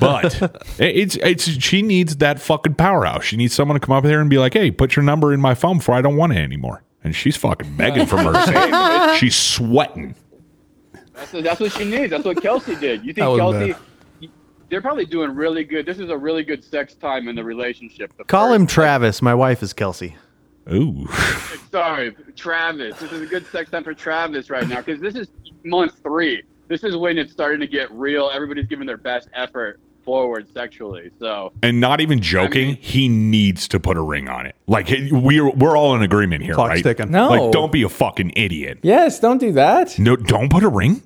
B: But it- it's it's she needs that fucking powerhouse. She needs someone to come up there and be like, hey, put your number in my phone before I don't want it anymore. And she's fucking begging for mercy. she's sweating.
M: That's, that's what she needs. That's what Kelsey did. You
D: That
M: think
D: was
M: Kelsey?
D: bad.
M: They're probably doing really good. This is a really good sex time in the relationship. The
E: Call him
M: first-
E: Travis. My wife is
C: [LAUGHS]
E: Kelsey.
B: Ooh.
M: Sorry, Travis. This is a good sex time for Travis right now because this is month three. This is when it's starting to get real. Everybody's giving their best effort forward sexually. So
B: And not even joking,
M: mean-
B: he needs to put a ring on it. Like he- we're we're all in agreement here,
D: Clock's
B: right?
D: ticking.
C: No.
B: Like don't be a fucking idiot.
C: Yes, don't do that.
B: No, don't put a ring.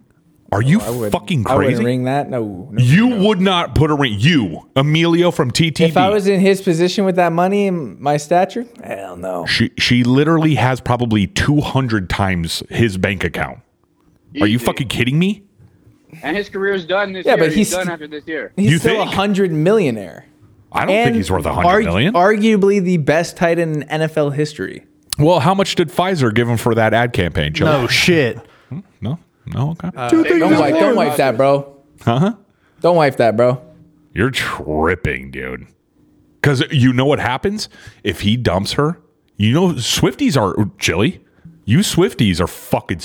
B: Are you
C: I wouldn't-
B: fucking
C: I wouldn't
B: crazy?
C: ring that. No. no.
B: you would not put a ring. You, Emilio from TTV.
C: If I was in his position with that money and my stature, hell no.
B: she she literally has probably two hundred times his bank account. Are you
M: easy.
B: fucking kidding me?
M: And his career's done this
C: Yeah,
M: year.
C: but he's-
M: he's, done after this year.
C: He's
B: You
C: still
B: think?
C: a hundred millionaire.
B: I don't think he's worth a hundred million.
C: Arguably the best tight end in NFL history.
B: Well, how much did Pfizer give him for that ad campaign, Joe?
C: No
E: Oh,
C: Uh,
E: shit.
B: No, no, okay. Uh-huh.
C: don't, wipe, don't wipe that, bro.
B: Huh?
C: Don't wipe that, bro.
B: You're tripping, dude. Because you know what happens if he dumps her. You know, Swifties are chilly. You Swifties are fucking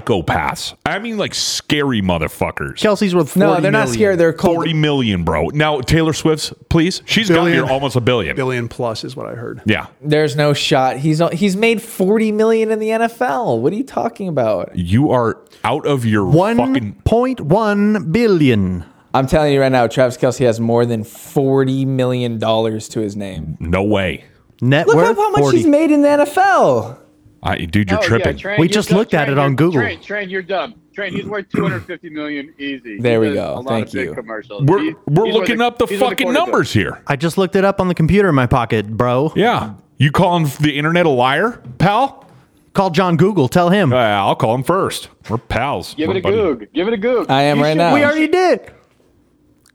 B: psychopaths. I mean, like scary motherfuckers.
E: Kelsey's worth
C: No, they're not scared. They're cold.
B: forty million, bro. Now Taylor Swift's, please. She's got here
D: Billion.
B: almost a billion.
D: Billion plus is what I heard.
B: Yeah,
C: There's no shot. He's he's made 40 million in the NFL. What are you talking about?
B: you are out of your fucking.
E: 1.1 billion.
C: I'm telling you right now, Travis Kelsey has more than 40 million dollars to his name.
B: No way.
E: Net
C: Look
E: worth
C: up how much
E: 40.
C: he's made in the NFL.
B: I, dude, you're
M: Oh, yeah,
B: tripping.
M: Train,
E: We
M: you're
E: just
M: dumb.
E: looked at
M: Train,
E: it on
M: you're-
E: Google.
M: Train, train, you're dumb. Train, he's worth 250 million easy.
C: There we
M: He does
C: go.
M: a lot
C: Thank
M: of big
C: you.
M: Commercials.
B: We're
M: He-
B: we're
M: he's worth
B: looking
M: a-
B: up the
M: he's worth a
B: fucking
M: quarter bill.
B: numbers here.
E: I just looked it up on the computer in my pocket, bro.
B: Yeah, you calling the internet a liar, pal?
E: Call John Google. Tell him.
B: Uh, I'll call him first. We're pals.
M: Give
B: We're
M: it a
B: buddies.
M: goog. Give it a goog.
C: I am
M: You
C: right
M: should-
C: now.
E: we already did.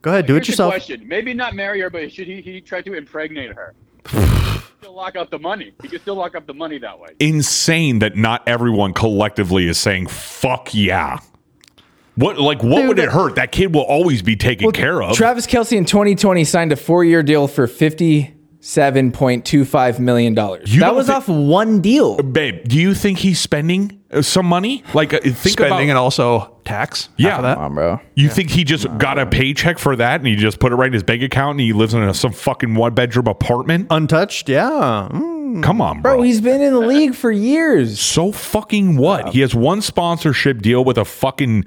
E: Go ahead, do it
M: Here's the
E: yourself.
M: Question. Maybe not marry her, but should he, he try to impregnate her? still lock up the money. He could still lock up the money that way.
B: insane that not everyone collectively is saying fuck yeah. What like what
E: Dude,
B: would it
E: it-
B: hurt? That kid will always be taken care of.
C: Travis Kelsey in 2020 signed a four-year deal for 57.25 million dollars.
B: You
C: That
B: don't
C: was
B: thi-
C: off one deal.
B: Babe, do you think he's spending uh, some money? Like uh, think about
D: Spending and also tax.
B: Yeah.
D: half of that.
C: Come on, bro.
B: you think he just got a paycheck for that and he just put it right in his bank account and he lives in a, some fucking one bedroom apartment?
E: Untouched, yeah. Mm.
B: Come on, bro.
C: Bro, he's been in the league for years.
B: so fucking what? He has one sponsorship deal with a fucking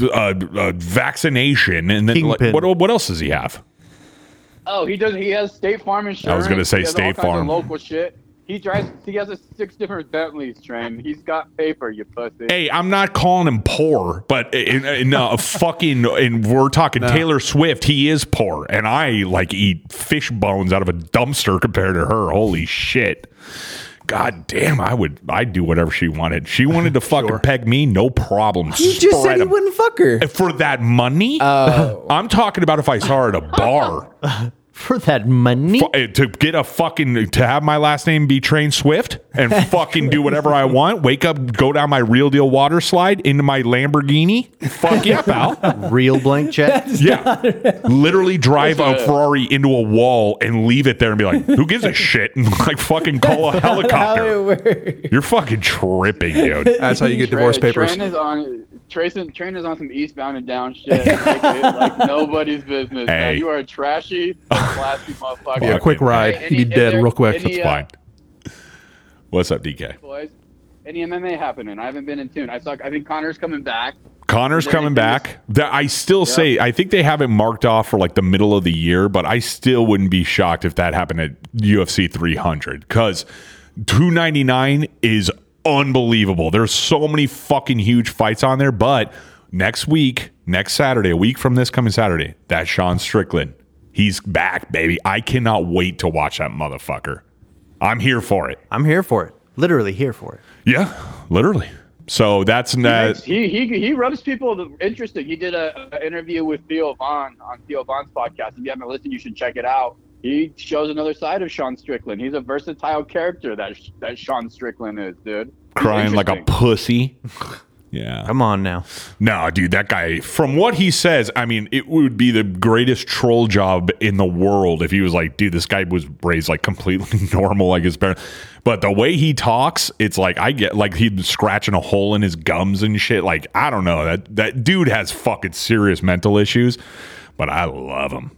B: uh, uh, vaccination, and then like,
E: Kingpin.
B: what what else does he have?
M: Oh, he does. He has State Farm insurance.
B: gonna say
M: He has all
B: State
M: kinds of
B: Farm.
M: Local shit. He drives. He has a six different Bentleys. Train. He's got paper. You pussy.
B: Hey, I'm not calling him poor, but eh, in, in uh, a fucking, and we're talking Taylor Swift. He is poor, and I like eat fish bones out of a dumpster compared to her. Holy shit! God damn, I would, I'd do whatever she wanted. She wanted to fucking peg me, no problem.
C: You just
B: Spread
C: said [LAUGHS] he
B: 'em.
C: wouldn't fuck her.
B: for that money. I'm talking about if I saw her at a bar
E: For that money.
B: fu- uh, to get a fucking to have my last name be Train Swift and fucking do whatever I want. Wake up, go down my real deal water slide into my Lamborghini. Fuck yeah, pal.
E: Real blank check.
B: Yeah, literally drive a Ferrari into a wall and leave it there and be like, "Who gives a shit?" [LAUGHS] And like fucking call a helicopter. You're fucking tripping, dude.
D: That's how you get
M: Tra-
D: divorce papers.
M: Train is on. Tracing, train is on some eastbound and down shit. like, like nobody's business. man.
B: Hey.
M: you are a trashy, classy motherfucker.
D: Yeah, quick
B: Fucking-
D: ride.
M: Hey,
D: You'd be
M: any-
D: dead
M: any-
D: real quick.
M: any, uh,
B: Fine. What's up, DK?
M: boys. Any MMA happening? I haven't been in tune. I saw. I think Connor's coming back.
B: Connor's
M: Is there
B: coming
M: anything
B: back. That I still say I think they haven't marked off for like the middle of the year, but I still wouldn't be shocked if that happened at UFC 300 because 299 is unbelievable. There's so many fucking huge fights on there, but next week, next Saturday, a week from this coming Saturday, that's Sean Strickland. He's back, baby. I cannot wait to watch that motherfucker. I'm here for it.
E: I'm here for it. Literally here for it.
B: Yeah, literally. So that's uh,
M: He he he rubs people th- interesting. He did a, a interview with Theo Vaughn on Theo Vaughn's podcast. If you haven't listened, you should check it out. He shows another side of Sean Strickland. He's a versatile character that that Sean Strickland is, dude. He's
B: crying like a pussy.
M: interesting.
B: [LAUGHS] Yeah.
E: Come on now.
B: No, dude, that guy, from what he says, I mean, it would be the greatest troll job in the world if he was like, dude, this guy was raised like completely [LAUGHS] normal, like his parents. But the way he talks, it's like I get like he's scratching a hole in his gums and shit. Like, I don't know. That that dude has fucking serious mental issues, but I love him.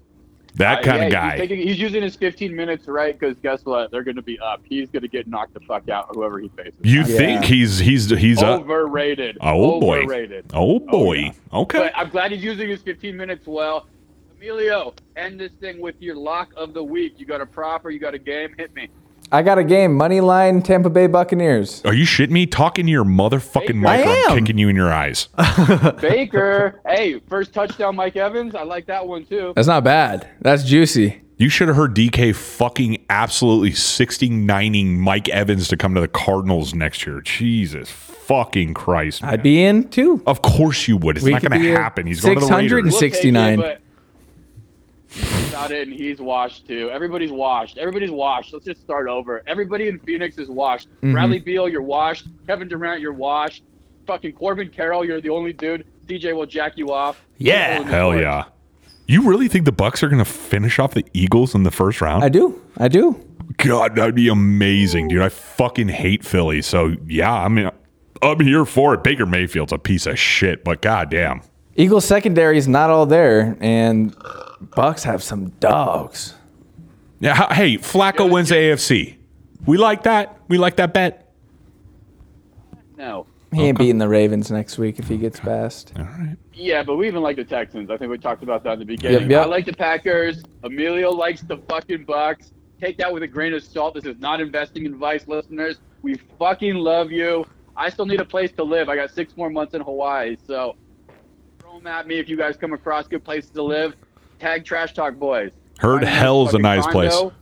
B: That kind
M: Uh, Yeah,
B: of
M: he's
B: guy.
M: taking- He's, using his 15 minutes, right? Because guess what? They're going to be up. He's going to get knocked the fuck out, whoever he faces.
B: you think he's he's he's up?
M: Overrated.
B: Oh boy.
M: Overrated.
B: Oh boy.
M: yeah.
B: Okay.
M: But I'm glad he's using his 15 minutes well. Emilio, end this thing with your lock of the week. You got a prop or you got a game? Hit me.
C: I got a game. Money line, Tampa Bay Buccaneers.
B: Are you shitting me? Talking to your motherfucking
M: I
B: mic, I'm
C: am.
B: kicking you in your
C: [LAUGHS]
B: eyes. [LAUGHS]
M: Baker. hey, first touchdown, Mike Evans. I like that one too.
C: That's not bad. That's juicy.
B: You should have heard DK fucking absolutely 69ing Mike Evans to come to the Cardinals next year. Jesus fucking Christ. man.
C: I'd be in too.
B: of course you would. It's
C: We
B: not
C: could
B: going
C: be
B: to
C: at
B: happen. He's going to the
C: 600
B: Raiders.
M: We'll take it,
C: 69.
M: but about it, and he's washed too. Everybody's washed. Everybody's washed. Let's just start over. Everybody in Phoenix is washed.
B: Mm-hmm.
C: Mhm.
M: Bradley Beal, you're washed. Kevin Durant, you're washed. Fucking Corbin Carroll, you're the only dude. DJ will jack you off. You're the only
B: Hell yeah. You really think the Bucks are going to finish off the Eagles in the first round?
C: I do. I do.
B: God, that'd be amazing, dude. I fucking hate Philly. So, yeah, I mean, I'm here for it. Baker Mayfield's a piece of shit, but goddamn.
C: Eagles secondary is not all there, and Bucks have some dogs.
B: Yeah, h- hey, Flacco wins the AFC. We like that. We like that bet.
M: No.
C: He ain't beating the Ravens next week if he gets passed. All
B: right.
M: Yeah, but we even like the Texans. I think we talked about that in the beginning.
C: Yep, yep.
M: I like the Packers. Emilio likes the fucking Bucks. Take that with a grain of salt. This is not investing advice, listeners. We fucking love you. I still need a place to live. I got six more months in Hawaii, so throw 'em at me if you guys come across good places to live. Tag Trash Talk Boys.
B: Heard
M: Find me
B: hell's a
M: fucking
B: nice
M: condo.
B: place.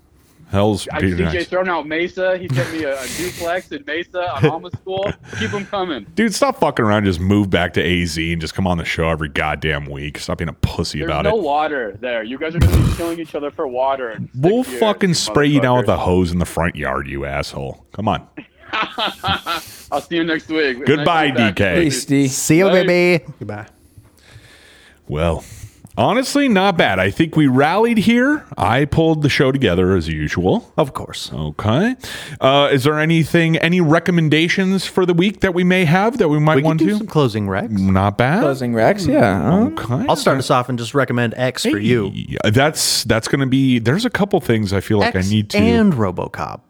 B: Hell's
M: I
B: pretty
M: CJ
B: nice.
M: thrown out Mesa. He sent me a, a duplex in Mesa on Alma School. Keep them coming.
B: Dude, stop fucking around. Just move back to AZ and just come on the show every goddamn week. Stop being a pussy
M: There's
B: about
M: no
B: it.
M: water there. You guys are going to be killing each other for water. in six
B: We'll
M: years,
B: fucking
M: you
B: spray you down with a hose in the front yard, you asshole. Come on.
M: motherfuckers. I'll see you next week. Nice
B: Goodbye,
M: to be back.
B: DK.
E: See you,
M: Bye.
E: baby. Goodbye.
B: Well, honestly, not bad. I think we rallied here. I pulled the show together as usual.
E: Of course.
B: Okay. Uh, is there anything, any recommendations for the week that we may have that we might
E: We can
B: want
E: do
B: to?
E: some closing recs.
B: Not bad.
C: Closing Rex,
B: Mm.
C: yeah. huh?
B: Okay.
E: I'll start us off and just recommend X for you.
B: Yeah, that's that's going to be. There's a couple things I feel like
E: X
B: I need to.
E: and RoboCop.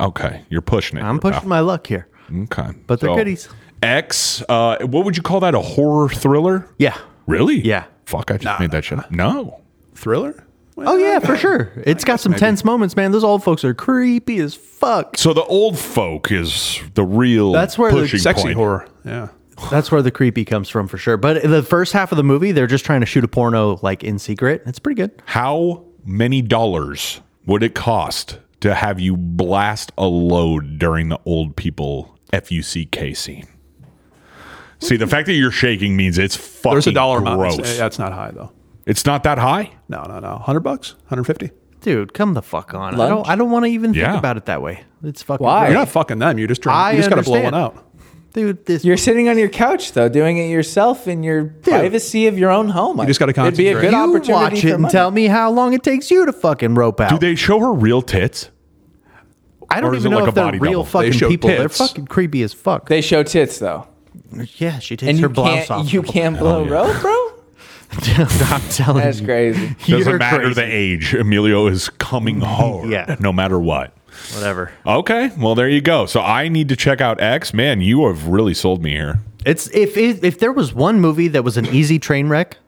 B: okay, you're pushing it.
E: I'm
B: here,
E: pushing my luck here.
B: pal. Okay,
E: But they're goodies.
B: X. Uh, what would you call that? A horror thriller?
E: Yeah.
B: Really?
E: Yeah.
B: Fuck! I just made that shit up. No.
D: Thriller?
E: Oh yeah, for sure. It's got some tense moments, man. Those old folks are creepy as
B: [SIGHS]
E: fuck.
B: So the old folk is the real.
E: That's where the
B: pushing
E: sexy
B: point.
D: horror. Yeah.
E: That's where the creepy comes from for sure. But the first half of the movie, they're just trying to shoot a porno like in secret. It's pretty good.
B: How many dollars would it cost to have you blast a load during the old people FUCK scene? See, the fact that you're shaking means it's fucking
D: There's a dollar
B: gross.
D: amount. It's- uh, That's not high though.
B: It's not that high.
D: No, no, no. Hundred bucks? Hundred fifty?
E: Dude, come the fuck on. I
D: Lunch?
E: don't I don't want to even
B: Yeah.
E: think about it that way. It's fucking
C: Why?
E: gross.
D: You're not fucking them. You just drink,
E: I
D: you just got to blow
E: understand.
D: one out.
E: Dude, this
C: You're sitting on your couch though, doing it yourself in your privacy of your own home.
D: You just gotta
C: It'd be a
D: concentrate.
C: good
E: you
C: opportunity.
E: watch
C: for
E: it and
C: money.
E: tell me how long it takes you to fucking rope out.
D: Oh.
B: Do they show her real tits?
E: I
B: or
E: don't
B: is
E: even
B: it
E: know
B: like a
E: if they're
B: body
E: real
B: double?
E: fucking
D: They show
E: people. They're
D: tits.
E: fucking creepy as fuck.
C: They show tits though,
E: Yeah, she takes
C: and
E: her
C: you
E: blouse off.
C: can't. You
B: Oh,
C: can't blow rope, bro.
E: [LAUGHS] I'm
B: [LAUGHS]
E: telling
C: That's
E: you.
C: crazy.
B: Doesn't
E: You're
B: matter
E: crazy.
B: the age. Emilio is
D: [LAUGHS]
B: coming hard,
E: Yeah.
B: no matter what.
E: Whatever.
B: Okay, well there you go. So I need to check out X. Man, you have really sold me here.
E: It's if if, if there was one movie that was an easy train wreck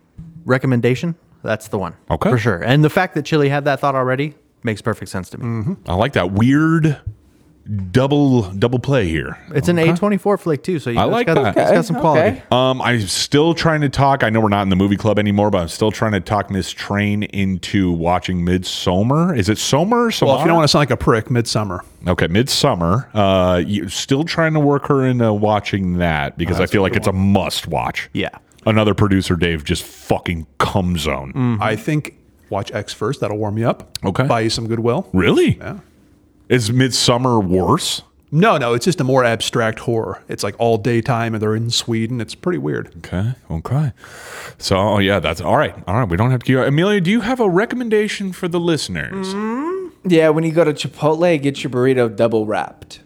E: recommendation, that's the one.
B: Okay.
E: for sure. And the fact that Chili had that thought already makes perfect sense to me.
B: I like that weird double double play here.
E: It's an A twenty four flick too, so you
B: I
E: know, it's
B: like
E: got a-
B: that.
E: it's got some
C: Okay,
E: quality.
C: okay.
B: Um, I'm still trying to talk. I know we're not in the movie club anymore, but I'm still trying to talk Miss Train into watching Midsummer. Is it Somer? Or
D: Well, if you don't want to sound like a prick, midsummer.
B: to, okay, Midsummer. Uh, you still trying to work her into watching that because I feel like it's a must watch.
E: Yeah.
B: Another producer, Dave, just fucking cum zone.
D: I think watch X first. That'll warm you up.
B: Okay.
D: Buy you some goodwill.
B: Really?
D: Yeah.
B: Is Midsummer worse?
D: No, no. It's just a more abstract horror. It's like all daytime and they're in Sweden. It's pretty weird.
B: Okay. Okay. So, oh, yeah, that's all right. All right. We don't have to keep. Amelia, do you have a recommendation for the listeners?
D: Mm.
C: Yeah, when you go to Chipotle, get your burrito double wrapped.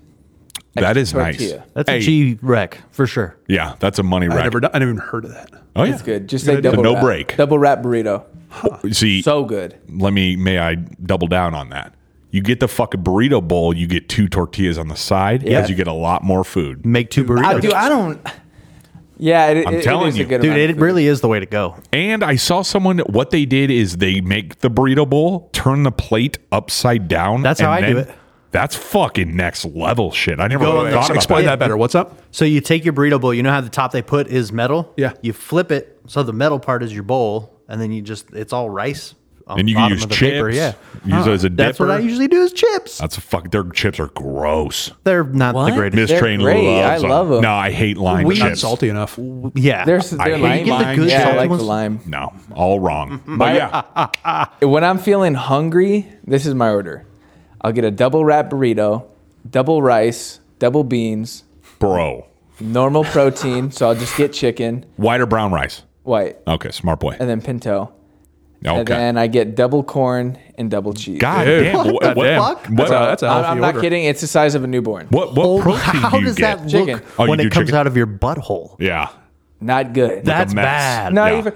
B: That is nice.
C: tortilla.
E: That's
B: Hey,
E: a G wreck for sure.
B: Yeah, that's a money
D: I
B: rack.
D: never, I never even heard of that.
B: Oh yeah,
C: It's good. Just say double
B: no
C: wrap.
B: break. Uh,
C: Double wrap burrito.
B: See,
C: So good.
B: let me may I double down on that. You get the fucking burrito bowl. You get two tortillas on the side because
C: Yeah.
B: you get a lot more food.
E: Make two burritos.
C: I, dude, I don't. Yeah, it,
B: I'm
C: it-
B: telling
C: it is
B: you.
C: a good
E: Dude,
C: amount
E: it
C: of food.
E: really is the way to go.
B: And I saw someone. What they did is they make the burrito bowl, turn the plate upside down.
E: That's
B: and
E: how I do
B: then-
E: it.
B: That's fucking next level shit. I never
E: Go on
B: really
E: the-
B: thought about
D: Explain
B: that.
D: that better. What's up?
E: So you take your burrito bowl. You know how the top they put is metal.
D: Yeah.
E: You flip it so the metal part is your bowl, and then you just it's all rice on
B: and
E: the
B: you can
E: bottom
B: use
E: of the
B: chips.
E: paper, yeah. Uh-huh.
B: Use it as a dipper. Uh,
E: That's what I usually do is chips.
B: That's a fuck. Their chips are gross.
E: They're not the greatest.
B: Miss Train loves them. No, I hate lime
E: We-
B: chips.
D: salty enough.
E: Yeah.
C: There's
B: I
C: they're
B: hate
C: lime.
B: lime
C: lime
B: chips.
C: yeah, I like the
B: ones.
C: lime.
B: No, all wrong. But
C: My-
B: yeah,
C: When I'm feeling hungry, this is my order. I'll get a double wrap burrito, double rice, double beans,
B: bro.
C: normal protein. so I'll just get chicken,
B: White or brown rice?
C: white,
B: Okay, smart boy.
C: and then pinto.
B: Okay.
C: And then I get double corn and double cheese.
B: God
D: Dude,
B: damn.
D: what the
B: damn.
D: fuck?
B: What,
D: That's a- that's a
C: I'm,
D: healthy
C: I'm not
D: order.
C: kidding. It's the size of a newborn.
B: what, what
E: Oh,
B: protein
E: how
B: do you
E: does
B: get?
E: that look
C: Chicken.
B: Oh, you
E: when
B: do
E: it comes
B: chicken?
E: out of your butthole? [LAUGHS]
B: Yeah.
C: Not good.
E: That's
B: mess.
E: bad.
B: [LAUGHS]
C: not
B: yeah.
C: even,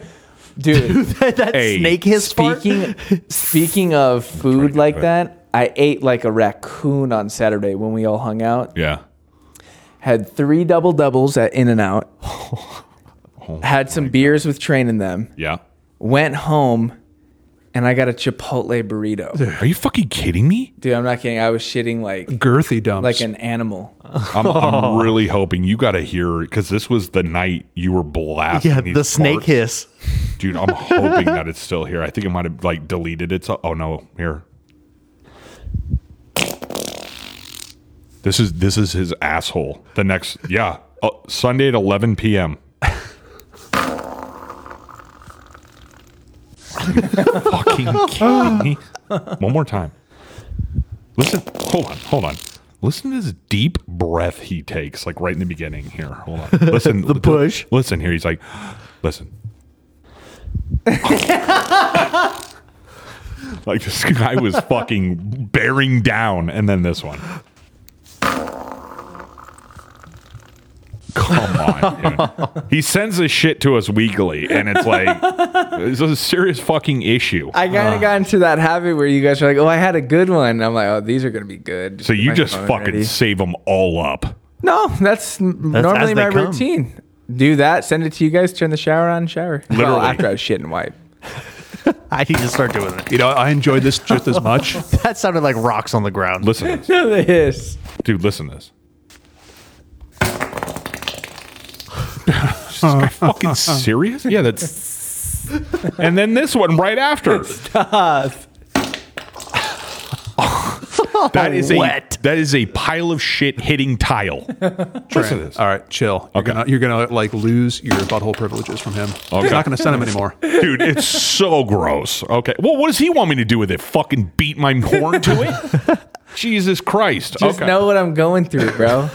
E: [LAUGHS]
C: dude.
E: that that
B: Hey,
E: snake hiss part?
C: Speaking speaking of food like that, I ate like a raccoon on Saturday when we all hung out.
B: Yeah.
C: Had three double doubles at In
B: [LAUGHS]
C: and Out.
B: Oh
C: had some beers with train in them.
B: Yeah.
C: Went home, and I got a Chipotle burrito.
B: Are you fucking kidding me?
C: Dude, I'm not kidding. I was shitting like
D: Girthy dumps.
C: like an animal.
B: I'm,
C: [LAUGHS]
B: I'm really hoping you got to hear because this was the night you were blasting.
E: [LAUGHS] yeah,
B: these
E: the snake
B: farts.
E: hiss.
B: dude. I'm hoping that it's still here. I think it might have like deleted it. So- oh no, here. This is this is his asshole. The next, yeah, uh, Sunday at 11 p.m. You
E: [LAUGHS]
B: fucking kidding me? One more time. Listen, hold on, hold on. Listen to this deep breath he takes, like right in the beginning here. Hold
E: [LAUGHS]
B: on. Listen,
E: The push.
B: Listen here. He's like, listen.
E: [LAUGHS]
B: like this guy was fucking bearing down, and then this one. Come on,
E: [LAUGHS]
B: dude. He sends this shit to us weekly, and it's like this is a serious fucking issue.
C: I kind of got into that habit where you guys are like, "Oh, I had a good one." And I'm like, "Oh, these are gonna be good."
B: so
C: Get
B: you
C: my
B: just
C: phone
B: fucking
C: ready.
B: save them all up.
C: No, that's, n
E: as they
C: normally my
E: come.
C: routine. Do that, send it to you guys, turn the shower on, shower. [LAUGHS] Well,
B: Literally.
C: after I shit and [LAUGHS] wipe.
E: I need to start doing it.
D: You know, I enjoyed this just as much.
E: That sounded like rocks on the ground.
B: Listen,
C: [LAUGHS]
B: to this.
C: this.
B: dude. Listen to this. Is this guy fucking serious? Yeah, that's. [LAUGHS] And then this one right after. [LAUGHS] That is
E: Wet.
B: a that is a pile of shit hitting tile. Listen to this.
D: All right, chill. You're gonna you're gonna like lose your butthole privileges from him. He's not gonna send him anymore.
B: Dude, it's so gross. Okay. Well, what does he want me to do with it? Fucking beat my horn to it? Jesus Christ.
C: Just
B: okay.
C: know what I'm going through, bro.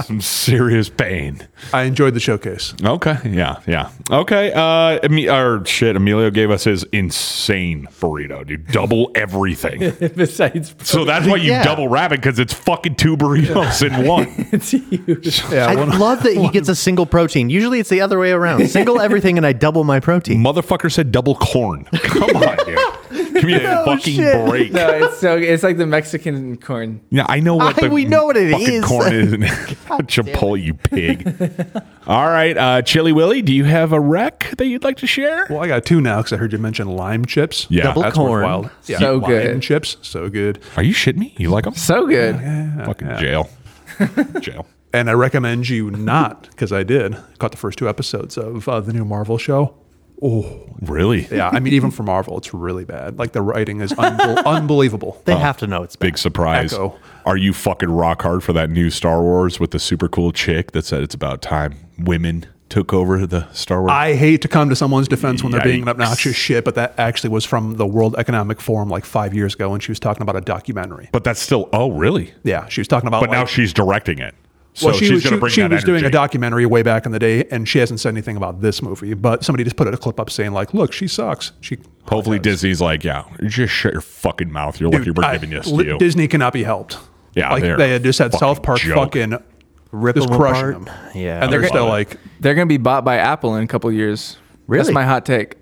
C: [LAUGHS]
B: Some serious pain.
D: I enjoyed the showcase.
B: Okay. Yeah. Yeah. Okay. Uh, Emi- or shit, Emilio gave us his insane burrito, dude. [LAUGHS] Double everything.
C: Besides, [LAUGHS]
B: So that's why you
E: Yeah.
B: double wrap it because it's fucking two burritos in one.
C: it's huge.
E: I love that he gets a single protein. Usually it's the other way around.
B: [LAUGHS]
E: Single everything and I double my protein.
B: [LAUGHS] Motherfucker said double corn. Come on, dude. [LAUGHS] Give me a fucking break.
C: No, it's so it's like the Mexican corn.
B: Yeah, I know what
E: I-
B: the
E: we know what it
B: fucking
E: is.
B: Corn [LAUGHS] is Chipotle, you pig. All right, uh, Chili Willy, do you have a rec that you'd like to share?
D: Well, I got two now because I heard you mention lime chips.
B: Yeah, Double
D: that's
E: corn.
D: worthwhile. Yeah,
C: So
D: lime
C: good.
D: chips, so good.
B: Are you shitting me? You like them?
C: So good.
B: fucking [LAUGHS] jail, jail.
D: And I recommend you not because I did caught the first two episodes of uh, the new Marvel show.
B: Really?
D: Yeah, I mean, even for Marvel, it's really bad. Like the writing is unbel- [LAUGHS] unbelievable.
E: They have to know it's big.
B: Big surprise.
D: Echo.
B: Are you fucking rock hard for that new Star Wars with the super cool chick that said it's about time women took over the Star Wars?
D: I hate to come to someone's defense when they're being an
B: Yikes.
D: obnoxious shit, but that actually was from the World Economic Forum like five years ago, and she was talking about a documentary.
B: but that's still. Oh, really?
D: Yeah, she was talking about.
B: But now
D: like-
B: she's directing it. So
D: Oh, well, she
B: she's
D: was,
B: going
D: she-
B: to bring
D: she
B: that
D: was doing a
B: energy.
D: documentary way back in the day, and she hasn't said anything about this movie. But somebody just put a clip up saying like, "Look, she sucks." She
B: Hopefully, Disney's like, yeah, just shut your fucking mouth. You're lucky
D: Dude,
B: we're
D: I-
B: giving this
D: li-
B: to you.
D: Disney cannot be helped.
B: Yeah,
D: like
B: they're
D: they had just had
B: fucking
D: South Park
B: joke.
D: fucking rip just
E: them
D: crushing
E: apart.
D: them.
E: Yeah.
D: and they're
B: Love
D: still
B: it.
D: like,
C: They're gonna be bought by Apple in a couple years.
E: Really?
C: That's my hot take.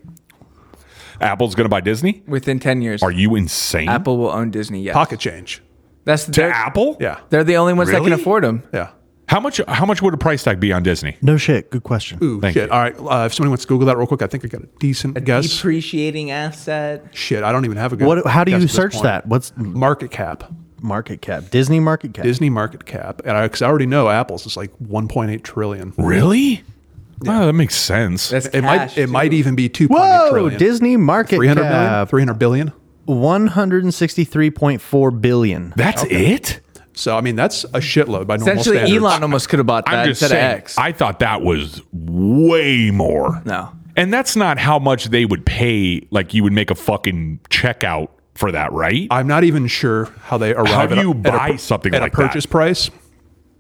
B: Apple's going to buy Disney?
C: Within ten years,
B: Are you insane?
C: Apple will own Disney. Yes.
D: pocket change.
C: That's
B: to
C: they're,
B: Apple?
D: Yeah,
C: They're the only ones that
B: Really?
C: can afford them.
D: yeah.
B: How much? How much would a price tag be on Disney?
E: No shit. Good question.
D: Ooh, shit. All right, uh, if somebody wants to Google that real quick, I think I got a decent guess.
C: Depreciating asset.
D: shit, I don't even have a good.
E: What? How do
D: guess
E: you
D: at this
E: search
D: point.
E: that? What's
D: Market cap,
E: market cap? Disney market cap.
D: Disney market cap, and I, cause I already know Apple's is like 1.8 trillion.
B: Really? Oh, that makes sense.
D: it might it might even be two.
E: Whoa, Disney market
D: 300 million?
E: cap
D: 300 billion.
E: 163.4 billion.
B: That's
D: it? So I mean that's a shitload by normal
C: Essentially,
D: standards.
C: Elon almost could have bought that
B: I'm just
C: instead
B: saying,
C: of X.
B: I thought that was way more.
C: No.
B: And that's not how much they would pay. Like you would make a fucking checkout for that, right?
D: I'm not even sure how they arrive.
B: How do
D: at a-
B: you
D: at a
B: buy
D: pur-
B: something
D: at
B: like
D: a
B: that?
D: purchase price?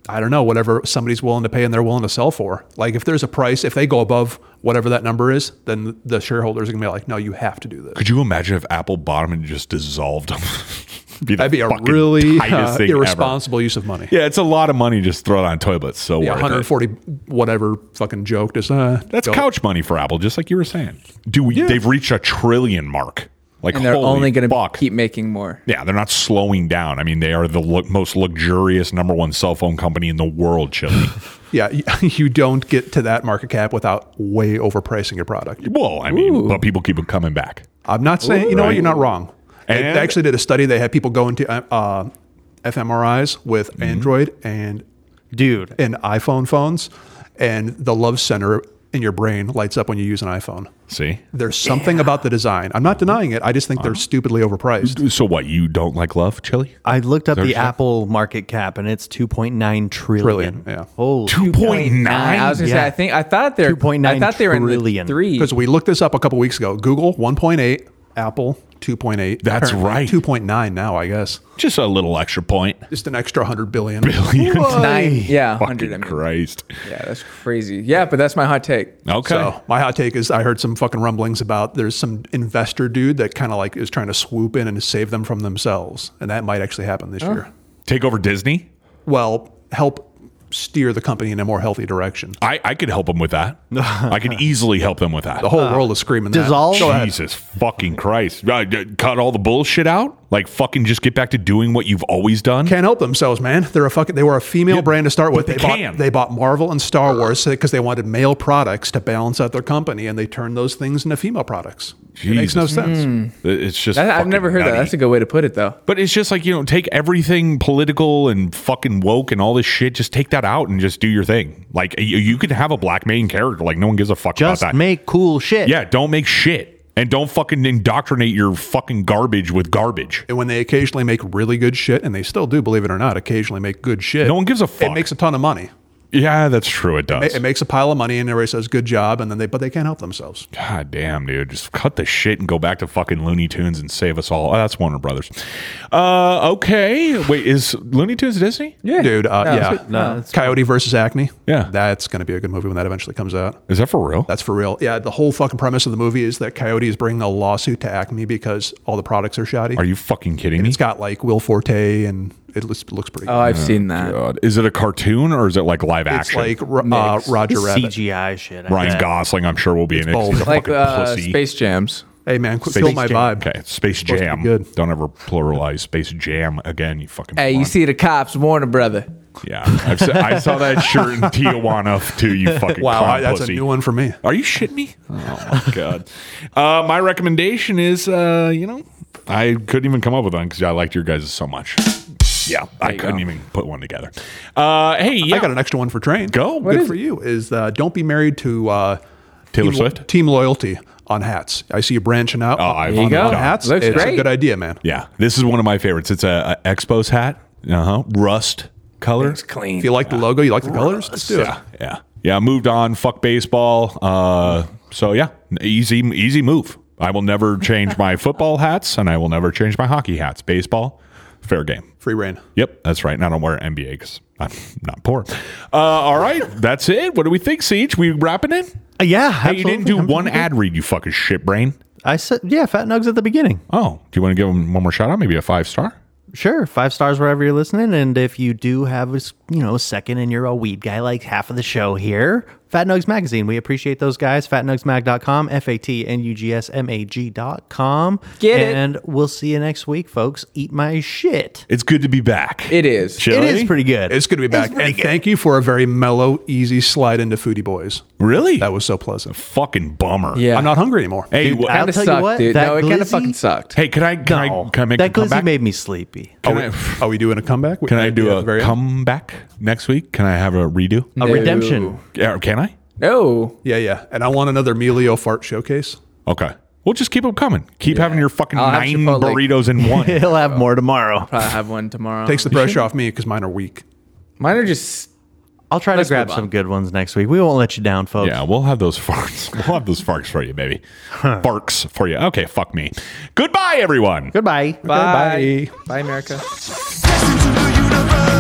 D: I don't know. Whatever somebody's willing to pay and they're willing to sell for. Like if there's a price, if they go above whatever that number is, then the shareholders are gonna be like, no, you have to do this.
B: Could you imagine if Apple bought them and just dissolved them? [LAUGHS] Be the
D: That'd be a
B: fucking
D: really
B: tightest
D: uh,
B: thing ever.
D: irresponsible use of money.
B: Yeah, it's a lot of money just thrown on toilets. So
D: Yeah,
B: worth it.
D: 140 whatever fucking joke. Just uh,
B: That's
D: go-
B: couch money for Apple, just like you were saying. Do we? They've reached a trillion mark. Like
C: and they're
B: holy
C: only going to
B: fuck.
C: keep making more.
B: Yeah, they're not slowing down. I mean, they are the lu- most luxurious number one cell phone company in the world, Chili.
D: Yeah, [LAUGHS] you- you don't get to that market cap without way overpricing your product.
B: well, I mean, but people keep coming back.
D: I'm not saying you know what
B: Right.
D: you're not wrong. They, they
B: And-
D: actually did a study. They had people go into uh, uh, fMRIs with
B: Mm-hmm.
D: Android and
E: dude
D: and iPhone phones, and the love center in your brain lights up when you use an iPhone.
B: See?
D: There's something about the design. I'm not denying it. I just think they're
B: Uh-huh.
D: stupidly overpriced.
B: So what? You don't like love, Chili?
E: I looked up
B: Is that
E: the
B: what you said?
E: Apple market cap and it's 2.9 trillion.
D: Trillion, yeah.
E: Holy
C: I was going to
E: Yeah.
C: say. I think I thought they're.
E: 2.9
C: I thought they were in the
E: trillion.
C: three.
D: Because we looked this up a couple weeks ago. Google 1.8, Apple 2.8.
B: That's
D: Apparently
B: right.
D: 2.9 now, I guess.
B: Just a little extra point. [LAUGHS]
D: Just an extra 100 billion.
B: Billion.
C: Nine, yeah, hundred. I
B: Fucking
C: mean.
B: Christ.
C: Yeah, that's crazy. Yeah, but that's my hot take.
B: Okay.
D: So my hot take is I heard some fucking rumblings about there's some investor dude that kind of like is trying to swoop in and save them from themselves, and that might actually happen
B: Oh.
D: this year.
B: Take over Disney.
D: Well, help steer the company in a more healthy direction.
B: I, I could help them with
C: [LAUGHS]
B: that. I could easily help them with that.
D: The whole world is screaming that.
E: dissolve?
D: Go ahead.
B: Jesus fucking Christ. Uh, d- cut all the bullshit out? Like fucking just get back to doing what you've always done?
D: Can't help themselves, man. They're a fucking. They were a female
B: Yeah,
D: brand to start
B: but
D: with.
B: they
D: bought,
B: can.
D: They bought Marvel and Star Wars because they wanted male products to balance out their company, and they turned those things into female products. It makes no
B: Jesus.
D: sense.
C: Hmm.
B: It- It's just
C: That, I've
B: fucking
C: never heard that.
B: nutty.
C: That's a good way to put it, though.
B: But it's just like, you know, take everything political and fucking woke and all this shit, just take that out and just do your thing. Like you, you can have a black main character. Like no one gives a fuck
E: Just
B: about that.
E: make cool shit.
B: yeah, don't make shit. And don't fucking indoctrinate your fucking garbage with garbage.
D: And when they occasionally make really good shit, and they still do, believe it or not, occasionally make good shit.
B: No one gives a fuck.
D: It makes a ton of money.
B: Yeah, that's true. It does.
D: It, it makes a pile of money, and everybody says good job, and then they but they can't help themselves.
B: God damn, dude. Just cut the shit and go back to fucking Looney Tunes and save us all. Oh, that's Warner Brothers. Uh, okay. Wait, is Looney Tunes Disney?
C: Yeah,
D: Dude, uh,
C: No,
D: yeah,
C: it's- no, it's-
D: Coyote versus Acne.
B: Yeah.
D: that's going to be a good movie when that eventually comes out.
B: Is that for real?
D: That's for real. Yeah, the whole fucking premise of the movie is that Coyote is bringing a lawsuit to Acme because all the products are shoddy.
B: Are you fucking kidding
D: and
B: me?
D: it's got like Will Forte, and it looks, looks pretty.
C: Oh,
D: good.
C: I've seen that.
B: God. Is it a cartoon or is it like live
D: It's
B: action?
D: like Ro- uh,
C: Mixed.
D: Roger Rabbit.
E: CGI shit. I
B: Ryan
E: bet.
B: Gosling, I'm sure, will be in it.
D: bold.
B: He's a
C: Like
B: fucking
C: uh,
B: pussy.
C: Space Jams.
D: Hey man, qu-
B: Space
D: kill my
B: Jam.
D: vibe.
B: Okay, Space
D: supposed to be
B: Jam.
D: good.
B: Don't ever pluralize Space Jam again, you fucking
C: Hey, you
B: moron.
C: see the cops, Warner Brother.
B: Yeah. I've se- I saw that shirt in Tijuana too,
D: [LAUGHS]
B: you fucking
D: Wow,
B: clown
D: I- that's
B: pussy.
D: a new one for me.
B: Are you shitting me?
D: [LAUGHS]
B: Oh my god. Uh, my recommendation is, uh, you know, I couldn't even come up with one because I liked your guys so much. Yeah, I
C: you
B: couldn't
C: go.
B: even put one together. Uh, hey, yeah,
D: I got an extra one for Train.
B: Go. What
D: Good
B: is
D: for you. Is uh, don't be married to uh,
B: Taylor
D: team,
B: Swift?
D: Team loyalty on hats. I see you branching out.
B: Oh,
D: on,
B: I've- There you go.
D: on hats.
C: Looks
D: it's a
C: great.
D: good idea, man.
B: yeah. This is one of my favorites. It's a, a Expos hat. Uh huh. Rust color.
C: It's clean.
D: If you like the logo, you like the colors. Let's do
B: yeah, yeah, yeah. Moved on. Fuck baseball. Uh, so yeah, easy, easy move. I will never change my football hats, and I will never change my hockey hats. Baseball, fair game.
D: it. Free reign.
B: Yep, that's right. And I don't wear NBA because I'm not poor. Uh, all right, that's it. What do we think, Siege? We wrapping it?
E: Uh, yeah.
B: Hey, you didn't
E: absolutely.
B: do one ad read, you fucking shit brain.
E: I said, yeah, Fat Nugs at the beginning.
B: Oh, do you want to give him one more shout out? Maybe a five star?
E: Sure, five stars wherever you're listening, and if you do have a s- you know a second and you're a weed guy like half of the show here, Fat Nugs Magazine, we appreciate those guys. FatNugsMag.com, f a t n u g s m a g dot com.
C: Get it.
E: and we'll see you next week, folks. Eat my shit.
B: It's good to be back.
C: It is.
E: It
B: Chili?
E: is pretty good.
D: It's good to be back.
E: pretty
D: And
E: good.
D: thank you for a very mellow, easy slide into Foodie Boys.
B: really
D: That was so pleasant.
B: fucking bummer.
C: Yeah.
D: I'm not hungry anymore.
B: Hey,
E: Dude,
B: wha-
E: I'll
C: Kinda
E: tell you
C: sucked,
E: what,
C: dude.
E: that
C: no, it kind
E: glizzy-
C: of fucking sucked.
B: hey, can I can
C: Oh.
B: I can I make
E: that
B: a
E: glizzy
B: comeback?
E: made me sleepy.
D: Are
B: can
D: we,
B: I,
D: are we doing a comeback?
B: can I do
D: Yeah,
B: a
D: very-
B: comeback next week? Can I have a redo?
E: A redemption.
B: Yeah, can I?
C: No.
D: Yeah, yeah. And I want another Emilio fart showcase.
B: Okay. We'll just keep them coming. Keep having your fucking
C: I'll have
B: nine
C: Chipotle.
B: burritos
C: [LAUGHS]
B: in one.
E: He'll have more tomorrow.
C: Probably have one tomorrow.
D: Takes the pressure off me because mine are weak.
C: Mine are just.
E: I'll try to grab some good ones next week. We won't let you down, folks.
B: Yeah, we'll have those farts. [LAUGHS] We'll have those farts for you, baby. Farts for you. Okay, fuck me. Goodbye, everyone.
E: Goodbye.
C: Bye. Bye, America.
I: Universe.